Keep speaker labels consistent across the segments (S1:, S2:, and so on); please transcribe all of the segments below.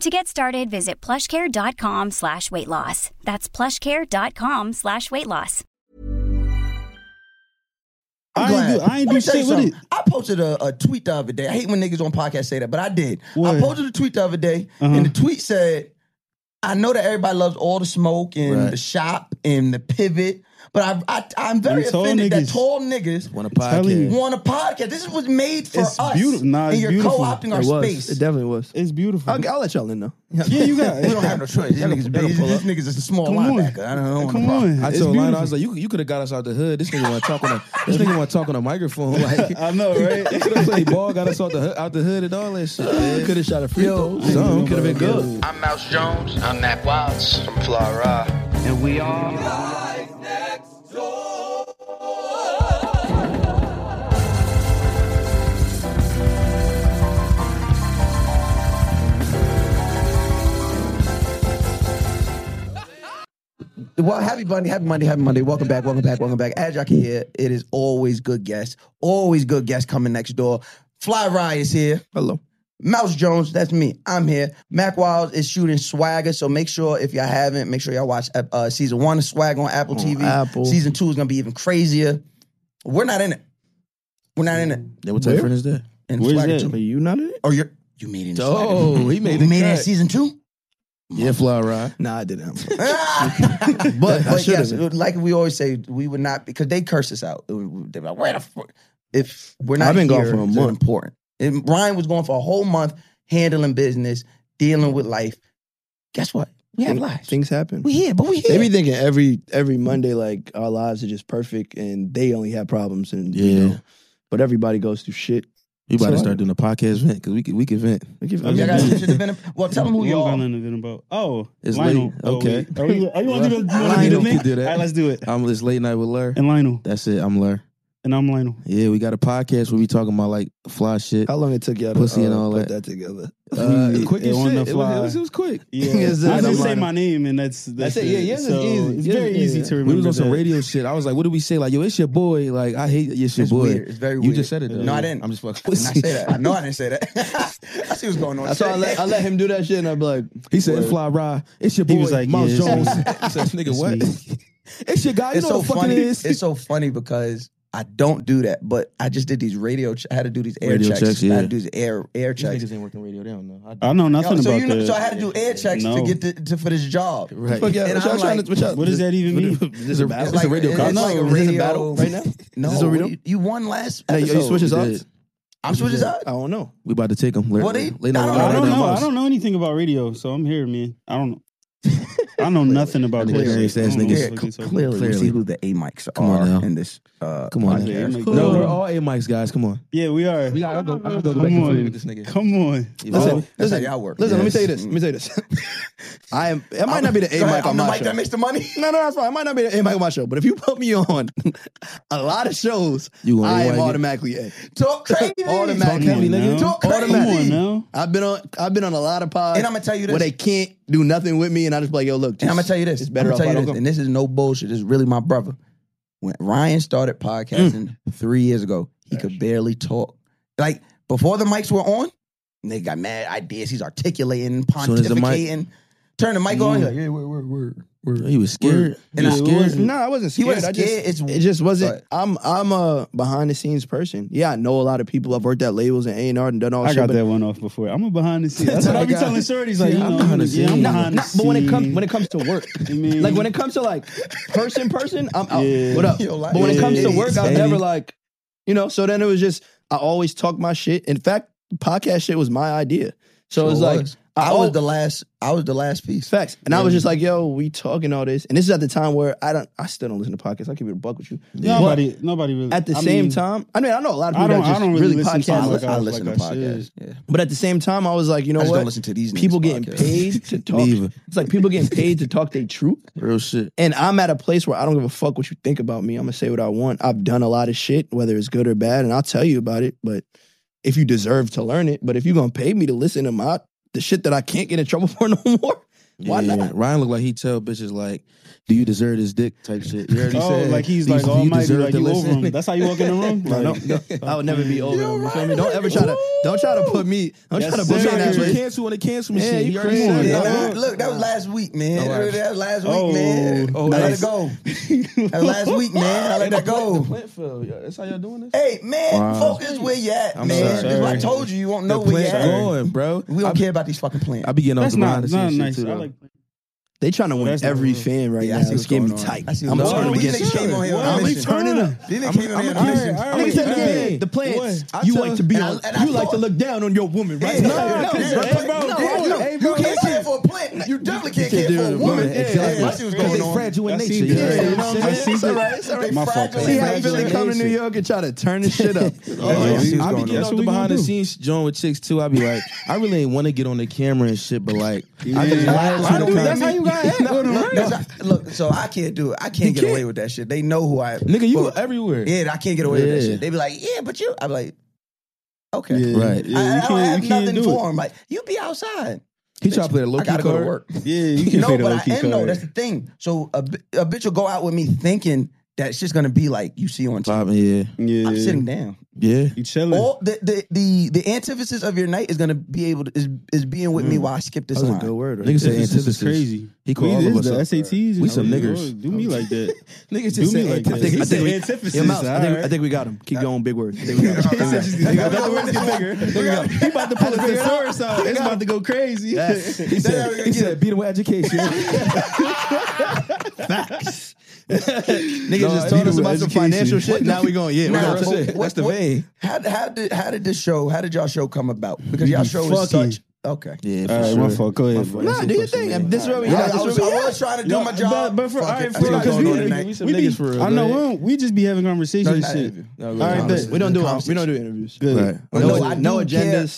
S1: To get started, visit plushcare.com slash weight loss. That's plushcare.com slash weight loss.
S2: I ain't do- I ain't
S3: Let
S2: do
S3: me tell you
S2: shit with
S3: something. I posted a, a tweet the other day. I hate when niggas on podcasts say that, but I did.
S2: What? Uh-huh.
S3: I posted a tweet the other day, and the tweet said, "I know that everybody loves all the smoke and
S4: Right.
S3: the shop and the pivot, but I, I, I'm very
S2: Them tall
S3: offended that
S2: niggas.
S3: tall niggas
S4: Want a
S2: Tell you.
S4: podcast?
S3: want a podcast. This was made for
S2: It's
S3: us,
S2: beautiful. Nah, it's
S3: and you're
S2: beautiful.
S3: co-opting our
S4: It was.
S3: space.
S4: It definitely was.
S2: It's beautiful.
S4: I'll,
S3: oh.
S4: I'll let y'all in though.
S2: Yeah, you got
S3: we don't have no choice. These
S4: It'll-
S3: niggas,
S4: it'll
S3: these,
S4: pull
S3: these
S4: up.
S3: niggas is a small
S2: Come on.
S3: linebacker. I don't, I don't
S2: Come
S3: want
S2: on.
S4: I
S2: It's
S4: told Lionel, I
S2: beautiful.
S4: was like, you, you could have got us out the hood. This nigga want to talk on a this nigga want to talk on a microphone. Like,
S2: I know, right?
S4: you could have played ball, got us out the hood, out the hood and all that shit.
S5: Could have Uh, shot a free throw.
S4: Some could have been good.
S6: I'm Mouse Jones. I'm Nat Wilds from Flora. And we are.
S3: Well, happy Monday, happy Monday, happy Monday. Welcome back, welcome back, welcome back. As y'all can hear, it is always good guests, always good guests coming next door. Fly Rye is here.
S4: Hello.
S3: Mouse Jones, that's me. I'm here. Mac Wiles is shooting Swagger, so make sure if y'all haven't, make sure y'all watch uh, uh, season one of Swag on Apple TV.
S5: Apple.
S3: Season two is gonna be even crazier. We're not in it. We're not in it.
S4: Yeah, what type of friend is that?
S3: In
S2: Where's
S3: Swagger
S2: that?
S3: two.
S5: Are you not in it?
S3: Or you're you made it. in Swagger.
S4: Oh, he
S3: you
S4: made it.
S3: made it in
S4: crack.
S3: season two.
S4: Yeah, fly ride.
S5: Nah, I didn't.
S3: Ah!
S5: But I
S3: but
S5: should've
S3: yes,
S5: been.
S3: like we always say, we would not because they curse us out. They're like, where the fuck? If we're not,
S5: I've been gone
S3: here,
S5: for a
S3: it's
S5: month.
S3: Important. And Ryan was going for a whole month handling business, dealing with life. Guess what? We have lives.
S5: Things happen.
S3: We here, but we here.
S5: They be thinking every every Monday like our lives are just perfect and they only have problems and you
S4: Yeah.
S5: know, but everybody goes through shit.
S4: We about
S5: So-
S4: to start doing a podcast vent because we can we can vent.
S5: We give- I
S2: Yeah,
S3: Y'all
S5: mean,
S3: got some shit to vent- well, tell them who
S2: We
S3: you
S2: don't
S3: are.
S2: got nothing to vent about. Oh,
S4: It's
S2: Lionel.
S4: late. Okay.
S2: Oh, we- are you, are you want to do the, you wanna do
S4: Lionel
S2: the
S4: can
S2: thing?
S4: do that.
S2: All right, let's do it.
S4: I'm this late night with Lur.
S2: And Lionel.
S4: That's it. I'm Lur.
S2: And I'm Lionel.
S4: Yeah, we got a podcast where we talking about like fly shit.
S5: how long it took y'all to
S4: Pussy and
S5: uh,
S4: all
S5: put
S4: that.
S5: that together?
S4: Uh, quick
S2: it
S4: as
S2: on
S4: shit.
S2: the
S4: It was,
S2: fly.
S4: it, was, it was quick.
S2: Yeah,
S5: It's, uh,
S2: I just
S5: I'm
S2: say
S5: Lionel.
S2: my name, and that's that's
S4: That's it. Yeah, yeah, it's
S2: so
S4: easy.
S2: It's
S4: Yeah,
S2: very
S4: yeah,
S2: easy
S4: yeah.
S2: to remember.
S4: We was on some
S2: that.
S4: radio shit. I was like, what did we say? Like, yo, it's your boy. Like, I hate it's your
S3: It's
S4: boy.
S3: weird. It's very
S4: you
S3: weird.
S4: just said it. Though.
S3: No, I didn't.
S4: I'm just fucking.
S3: I did not say that. I know I didn't say that. I see what's going on.
S5: That's why I let, I let him do that shit and I'd be like,
S4: He said, "Fly Rye, it's your boy."
S2: He was like,
S4: Mouse
S2: yeah,
S4: Jones.
S2: it's me.
S4: I said, "Nigga,
S2: It's
S4: what? it's your guy. You
S3: it's
S4: know
S3: so
S4: what the fuck
S3: funny.
S4: it is."
S3: It's so funny because I don't do that, but I just did these radio. Ch- I had to do these air
S4: Radio
S3: checks.
S4: checks,
S3: I
S4: yeah.
S3: had to do these air air
S4: These
S3: checks.
S4: niggas ain't working radio. They don't know. I,
S2: I know nothing
S3: Yo, so
S2: about
S3: you know,
S2: that.
S3: so I had to do air checks to
S2: No.
S3: get to, to for this job.
S4: right.
S5: fuck yeah,
S3: And
S5: what
S3: I'm
S5: y'all trying
S3: like,
S5: to, what, y'all,
S2: what does that even mean?
S4: It's a,
S5: battle?
S4: it's a radio
S3: it's
S4: call.
S3: like
S5: conference.
S3: a
S5: No, is this a
S3: radio-
S5: battle right now?
S3: No,
S5: Is this a radio?
S3: you, you won last.
S5: Hey, you
S3: episode.
S5: switching
S4: We
S5: sides?
S4: did.
S3: I'm switching
S5: I
S3: sides.
S5: don't know.
S4: We about to take them.
S3: What
S4: Late,
S3: they-
S4: late night
S3: I
S4: with
S3: don't
S2: I
S4: Lionel
S2: don't
S4: and
S2: know. I
S4: Mouse.
S2: don't know anything about radio, so I'm here, man. I don't. I know nothing about
S4: Clearly.
S2: this. shit. I don't know
S4: Niggas-
S2: what the fuck it's all about.
S3: clearly, we
S4: Clearly.
S3: see who the A mics
S4: Come on now.
S3: are in this. Uh,
S4: Come on,
S2: Yeah,
S3: podcast.
S2: I'm like,
S4: No, we're all A mics, guys. Come on.
S2: Yeah, we are.
S4: We got. I go. I go back
S2: Come
S4: and forth with this
S2: on,
S4: nigga.
S2: come on.
S5: Listen,
S4: Oh,
S3: That's how
S5: listen,
S3: y'all work.
S5: listen. Let me
S4: Yes.
S5: tell you this. Let me tell you this. Mm. I am. It might not be the
S3: Go
S5: A
S3: ahead,
S5: mic on
S3: I'm the
S5: my
S3: mic
S5: show.
S3: that makes the money.
S5: No, no, that's fine. It might not be the A mic on my show, but if you put me on a lot of shows,
S4: You gonna
S5: I
S4: A mic
S5: am
S4: it?
S5: automatically A.
S3: Talk crazy.
S5: Automatic.
S2: Come on now.
S3: Talk
S2: Come
S3: crazy.
S2: on now.
S5: I've been on. I've been on a lot of pods.
S3: And I'ma tell you this.
S5: where they can't do nothing with me, and I just be like, yo, look.
S3: And I'm gonna
S5: just-
S3: tell you this.
S5: It's better
S3: I'm
S5: off
S3: gonna
S5: I
S3: tell you
S5: don't
S3: this,
S5: come.
S3: and this is no bullshit. This is really my brother. When Ryan started podcasting
S5: Mm.
S3: three years ago, he could barely talk. Like before the mics were on, they got mad ideas. He's articulating,
S4: Soon as the mic-
S5: Mm.
S3: pontificating. Turn the mic on. he's like, yeah, word, word, word.
S4: Oh, you was scared.
S3: And
S4: you
S3: I
S4: was
S3: was
S4: scared.
S5: No, I wasn't
S3: He
S5: scared.
S3: wasn't
S5: I just,
S3: scared, it's-
S5: it just wasn't.
S3: Right.
S5: I'm I'm a behind the scenes person. Yeah, I know a lot of people. I've worked at labels and A and R and done all.
S2: I
S5: shit,
S2: got
S5: but
S2: that one off before. I'm a behind the scenes. That's what I be
S4: I got
S2: telling
S4: it.
S2: Shorty's like,
S4: Yeah,
S2: you
S4: I'm
S2: know,
S4: behind the
S2: yeah, I'm
S4: scenes.
S5: No,
S2: behind
S5: no,
S2: the
S5: but when it comes when
S2: scenes.
S5: it comes to work,
S2: I mean-
S5: like when it comes to like person person, I'm out.
S2: Yeah.
S5: What up?
S3: Yo, like-
S5: but when it comes to
S3: Yeah,
S5: work, I was
S3: baby.
S5: never like, you know. So then it was just I always talk my shit. In fact, podcast shit was my idea. So it was
S3: Sure
S5: like
S3: was. I was
S5: al-
S3: the last. I was the last piece.
S5: facts, and I was
S3: Yeah.
S5: just like, yo, we talking all this, and this is at the time where I don't, I still don't listen to podcasts. I keep it a buck with you.
S2: Nobody, nobody really.
S5: But at the
S2: I
S5: same
S2: mean,
S5: time, I mean, I know a lot of
S2: I
S5: people
S2: don't.
S5: that just
S2: I don't really,
S5: really,
S2: listen to
S5: podcast,
S3: I,
S2: podcasts
S3: li- I
S2: like
S3: listen
S2: I
S3: to
S2: should.
S3: podcasts. Yeah.
S5: but at the same time, I was like, you know
S3: I just
S5: what?
S3: don't listen to these niggas'
S5: people getting
S3: podcasts.
S5: paid to talk.
S4: either.
S5: It's like people getting paid to talk their truth.
S4: Real shit.
S5: And I'm at a place where I don't give a fuck what you think about me. I'm gonna say what I want. I've done a lot of shit, whether it's good or bad, and I'll tell you about it. But if you deserve to learn it, but if you're gonna pay me to listen to my the shit that I can't get in trouble for no more, why not?
S4: Ryan look like he tell bitches like, "Do you deserve this dick?" type shit. You already
S2: Oh,
S4: said
S2: like he's
S4: "Do you-
S2: like
S4: do you
S2: almighty,
S4: deserve
S2: like
S4: to
S2: you over
S4: listen?"
S2: him. That's how you walk in the room.
S5: No,
S2: Like,
S5: no, no, I would never be over. him, You feel me? Don't ever try to don't try to put me. Don't
S2: Yes,
S5: try to put me in that
S2: sir.
S5: place.
S4: cancel on the cancel
S5: Yeah, you crazy.
S4: said
S3: Yeah,
S4: that.
S3: that was- look, that was last week, man.
S4: Oh, wow.
S3: That was last week,
S2: Oh,
S3: man.
S2: oh,
S3: I let
S2: nice.
S3: it go. That was last week, man. I let that go.
S4: Flintfield, yo, that's how y'all doing this.
S3: Hey, man,
S4: Wow.
S3: focus where you at,
S4: I'm
S3: man.
S4: sorry.
S3: That's what I
S2: Sorry.
S3: told you you won't
S4: The
S3: know where you
S4: plants
S3: at.
S4: going, bro.
S3: We don't
S4: I-
S3: care about these fucking plants.
S4: I be getting off
S2: That's
S4: the
S2: not
S4: behind the
S2: it's
S4: scenes
S2: not nice.
S4: shit too.
S2: I
S4: though.
S2: like.
S5: They trying to win
S2: That's not
S5: every
S2: real.
S5: fan right
S3: Yeah, I see
S5: now. It's
S3: what's
S5: getting me
S3: going on.
S5: tight.
S3: I see
S5: I'm
S3: what's going
S5: turning
S3: on.
S5: against
S3: These niggas
S5: you.
S3: came on here on
S2: Well,
S3: a
S2: we
S3: mission.
S2: turning up.
S3: These niggas
S4: I'm-
S3: came on
S4: I'm
S3: here
S4: a
S3: on a
S4: kid.
S3: mission.
S4: All right, all
S5: I'm
S4: right.
S3: Niggas said,
S5: excited to
S4: Hey,
S5: get in. The plans.
S4: what?
S5: You
S4: I
S5: like
S4: tell-
S5: to be
S3: and I-
S5: on.
S3: and I
S5: you like to
S3: thought-
S5: look down on your woman, right?
S3: Yeah.
S5: No,
S3: Yeah,
S5: no,
S3: yeah,
S5: bro.
S3: yeah,
S4: bro,
S3: no,
S4: come on.
S3: you-
S4: Hey,
S3: You
S4: bro,
S3: can't
S4: listen.
S3: care for a plant. You definitely can't care
S4: do
S3: for
S4: it,
S3: a
S4: woman,
S3: woman.
S4: exactly.
S3: Yeah, I see what's
S4: Because
S3: going
S4: they
S3: on.
S4: fragile in
S2: I
S4: nature.
S2: see
S4: You know
S2: that.
S3: You
S4: what I'm
S3: know what I'm
S4: saying?
S3: saying? It's all right. It's all right.
S2: My fault,
S3: Fragile.
S5: See
S2: man.
S5: how Philly come to New York and try to turn the shit up.
S2: what we-
S4: I be getting
S2: That's what
S4: off the
S2: we gonna
S4: behind the
S2: do.
S4: scenes joint with chicks too. I be like, I really ain't want to get on the camera and shit, but like, I just
S2: Yeah.
S4: laugh
S2: I
S4: to the
S2: do-
S4: camera.
S2: that's how you gotta act with 'em, right?
S3: That's not- Look, so I can't do it. I can't get away with that shit. They know who I am.
S4: Nigga, you
S3: But-
S4: everywhere.
S3: Yeah, I can't get away with that
S4: Yeah.
S3: shit. They be like, yeah, but you. I'm like, okay.
S2: Yeah,
S4: Right.
S2: Yeah,
S3: I, I
S2: you
S3: don't
S2: can't,
S3: have
S2: you can't
S3: nothing
S2: do it.
S3: for him. Like, you be outside.
S4: He try to play the low
S3: I
S4: key card.
S3: gotta go to work.
S2: Yeah, you can't
S3: No,
S2: play the
S3: but
S2: low
S3: I
S2: key
S3: am though.
S2: card.
S3: That's the thing. So a, bi- a bitch will go out with me thinking that it's just gonna be like you see on TV.
S4: Pop, yeah,
S2: Yeah,
S3: I'm sitting down.
S4: yeah.
S2: You chilling?
S3: All the, the the the antithesis of your night is gonna be able to is, is being with
S2: Mm.
S3: me while I skip this line.
S4: word. Nigga said
S2: This is
S4: antithesis.
S2: crazy.
S4: He called
S2: We-
S4: all
S2: this
S4: of
S2: is
S4: us
S2: the
S4: up.
S2: SATs.
S4: We some
S2: Oh,
S4: niggers.
S2: Do me like that.
S4: Niggas
S2: Do
S4: just
S2: me
S4: said
S2: like that.
S4: antithesis.
S2: He
S4: I
S2: said
S4: think we-
S2: antithesis.
S5: Yo, Mouse, I think,
S2: alright.
S5: I think we got him. Keep going, big words. I think we got him.
S2: He said she's- I thought the words get bigger.
S5: Here we go.
S2: He about to pull a thesaurus out. It's about to go crazy.
S4: He said, he said, beat him with education.
S5: Niggas
S4: No,
S5: just told
S4: neither was
S5: us about some
S4: education.
S5: financial shit. Now we going, yeah, we
S3: Nah,
S5: going
S3: but
S4: That's it. That's the vein.
S3: How, how did how did this show? How did y'all show come about? Because y'all show is
S2: fucking-
S3: such okay.
S4: Yeah,
S2: All right, my fault. Go ahead. bro.
S5: Nah, do your thing. If This is where we
S3: I,
S5: at.
S3: I
S5: This is
S3: was,
S5: where we
S3: I
S5: at.
S3: was trying to do my
S2: Yo, But,
S3: job.
S2: but for all
S3: Fuck it.
S2: right, for
S3: I
S2: real,
S3: see what's
S2: because
S3: going
S2: we,
S3: on tonight.
S2: we,
S4: We some
S2: be,
S4: niggas for real,
S2: I know
S4: go
S2: we
S4: ahead.
S2: don't. We just be having conversations and
S3: Nah,
S2: shit.
S3: nah,
S2: all right, bet.
S5: We don't do we don't do interviews.
S4: Right.
S5: No,
S3: But
S5: ag- no agendas.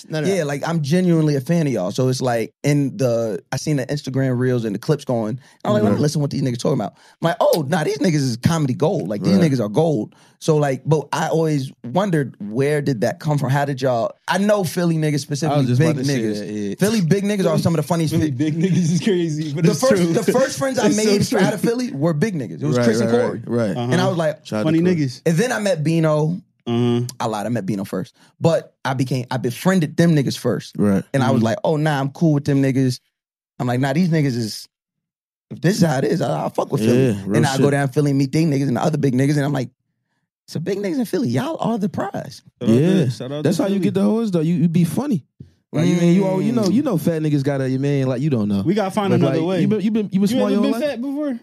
S3: care.
S5: None of
S3: yeah,
S5: that.
S3: like I'm genuinely a fan of y'all. So it's like in the I seen the Instagram reels and the clips going. I'm like, well, listen, what these niggas talking about? I'm like, oh, nah, these niggas is comedy gold. Like these
S4: Right.
S3: niggas are gold. So like, but I always wondered where did that come from? How did y'all? I know Philly niggas
S4: I was
S3: specifically,
S4: just
S3: big
S4: about to say
S3: niggas.
S4: that, yeah.
S3: Philly big niggas are some of the funniest.
S2: Really
S3: fi-
S2: big niggas is crazy, but
S3: the
S2: it's
S3: first,
S2: true.
S3: the first friends I
S2: It's so
S3: made
S2: true.
S3: out of Philly were big niggas. It was
S4: Right,
S3: Chris
S4: right,
S3: and Corey,
S4: right,
S5: Uh-huh.
S4: right.
S2: Uh-huh.
S3: and I was like,
S4: Shout out
S2: funny
S4: to Corey.
S2: niggas.
S3: and then I met Bino.
S2: Uh-huh.
S3: I lied. I met Bino first, but I became I befriended them niggas first,
S4: Right.
S3: and I was like, oh nah, I'm cool with them niggas. I'm like, nah, these niggas is if this is how it is, I, I'll fuck with Philly.
S4: Yeah, real
S3: and I go
S4: shit.
S3: down Philly and meet they niggas and the other big niggas, and I'm like, so big niggas in Philly, y'all are the prize.
S2: Shout out
S4: Yeah,
S2: to- shout out
S4: that's
S2: to
S4: how you
S2: Philly.
S4: get the hoes though. You you be funny. Like you mean you all you know you know fat niggas got a your man like you don't know.
S2: We gotta find
S4: But,
S2: another
S4: like,
S2: way.
S4: You been you been you been
S2: You
S4: small your
S2: ever been
S4: whole life.
S2: fat before?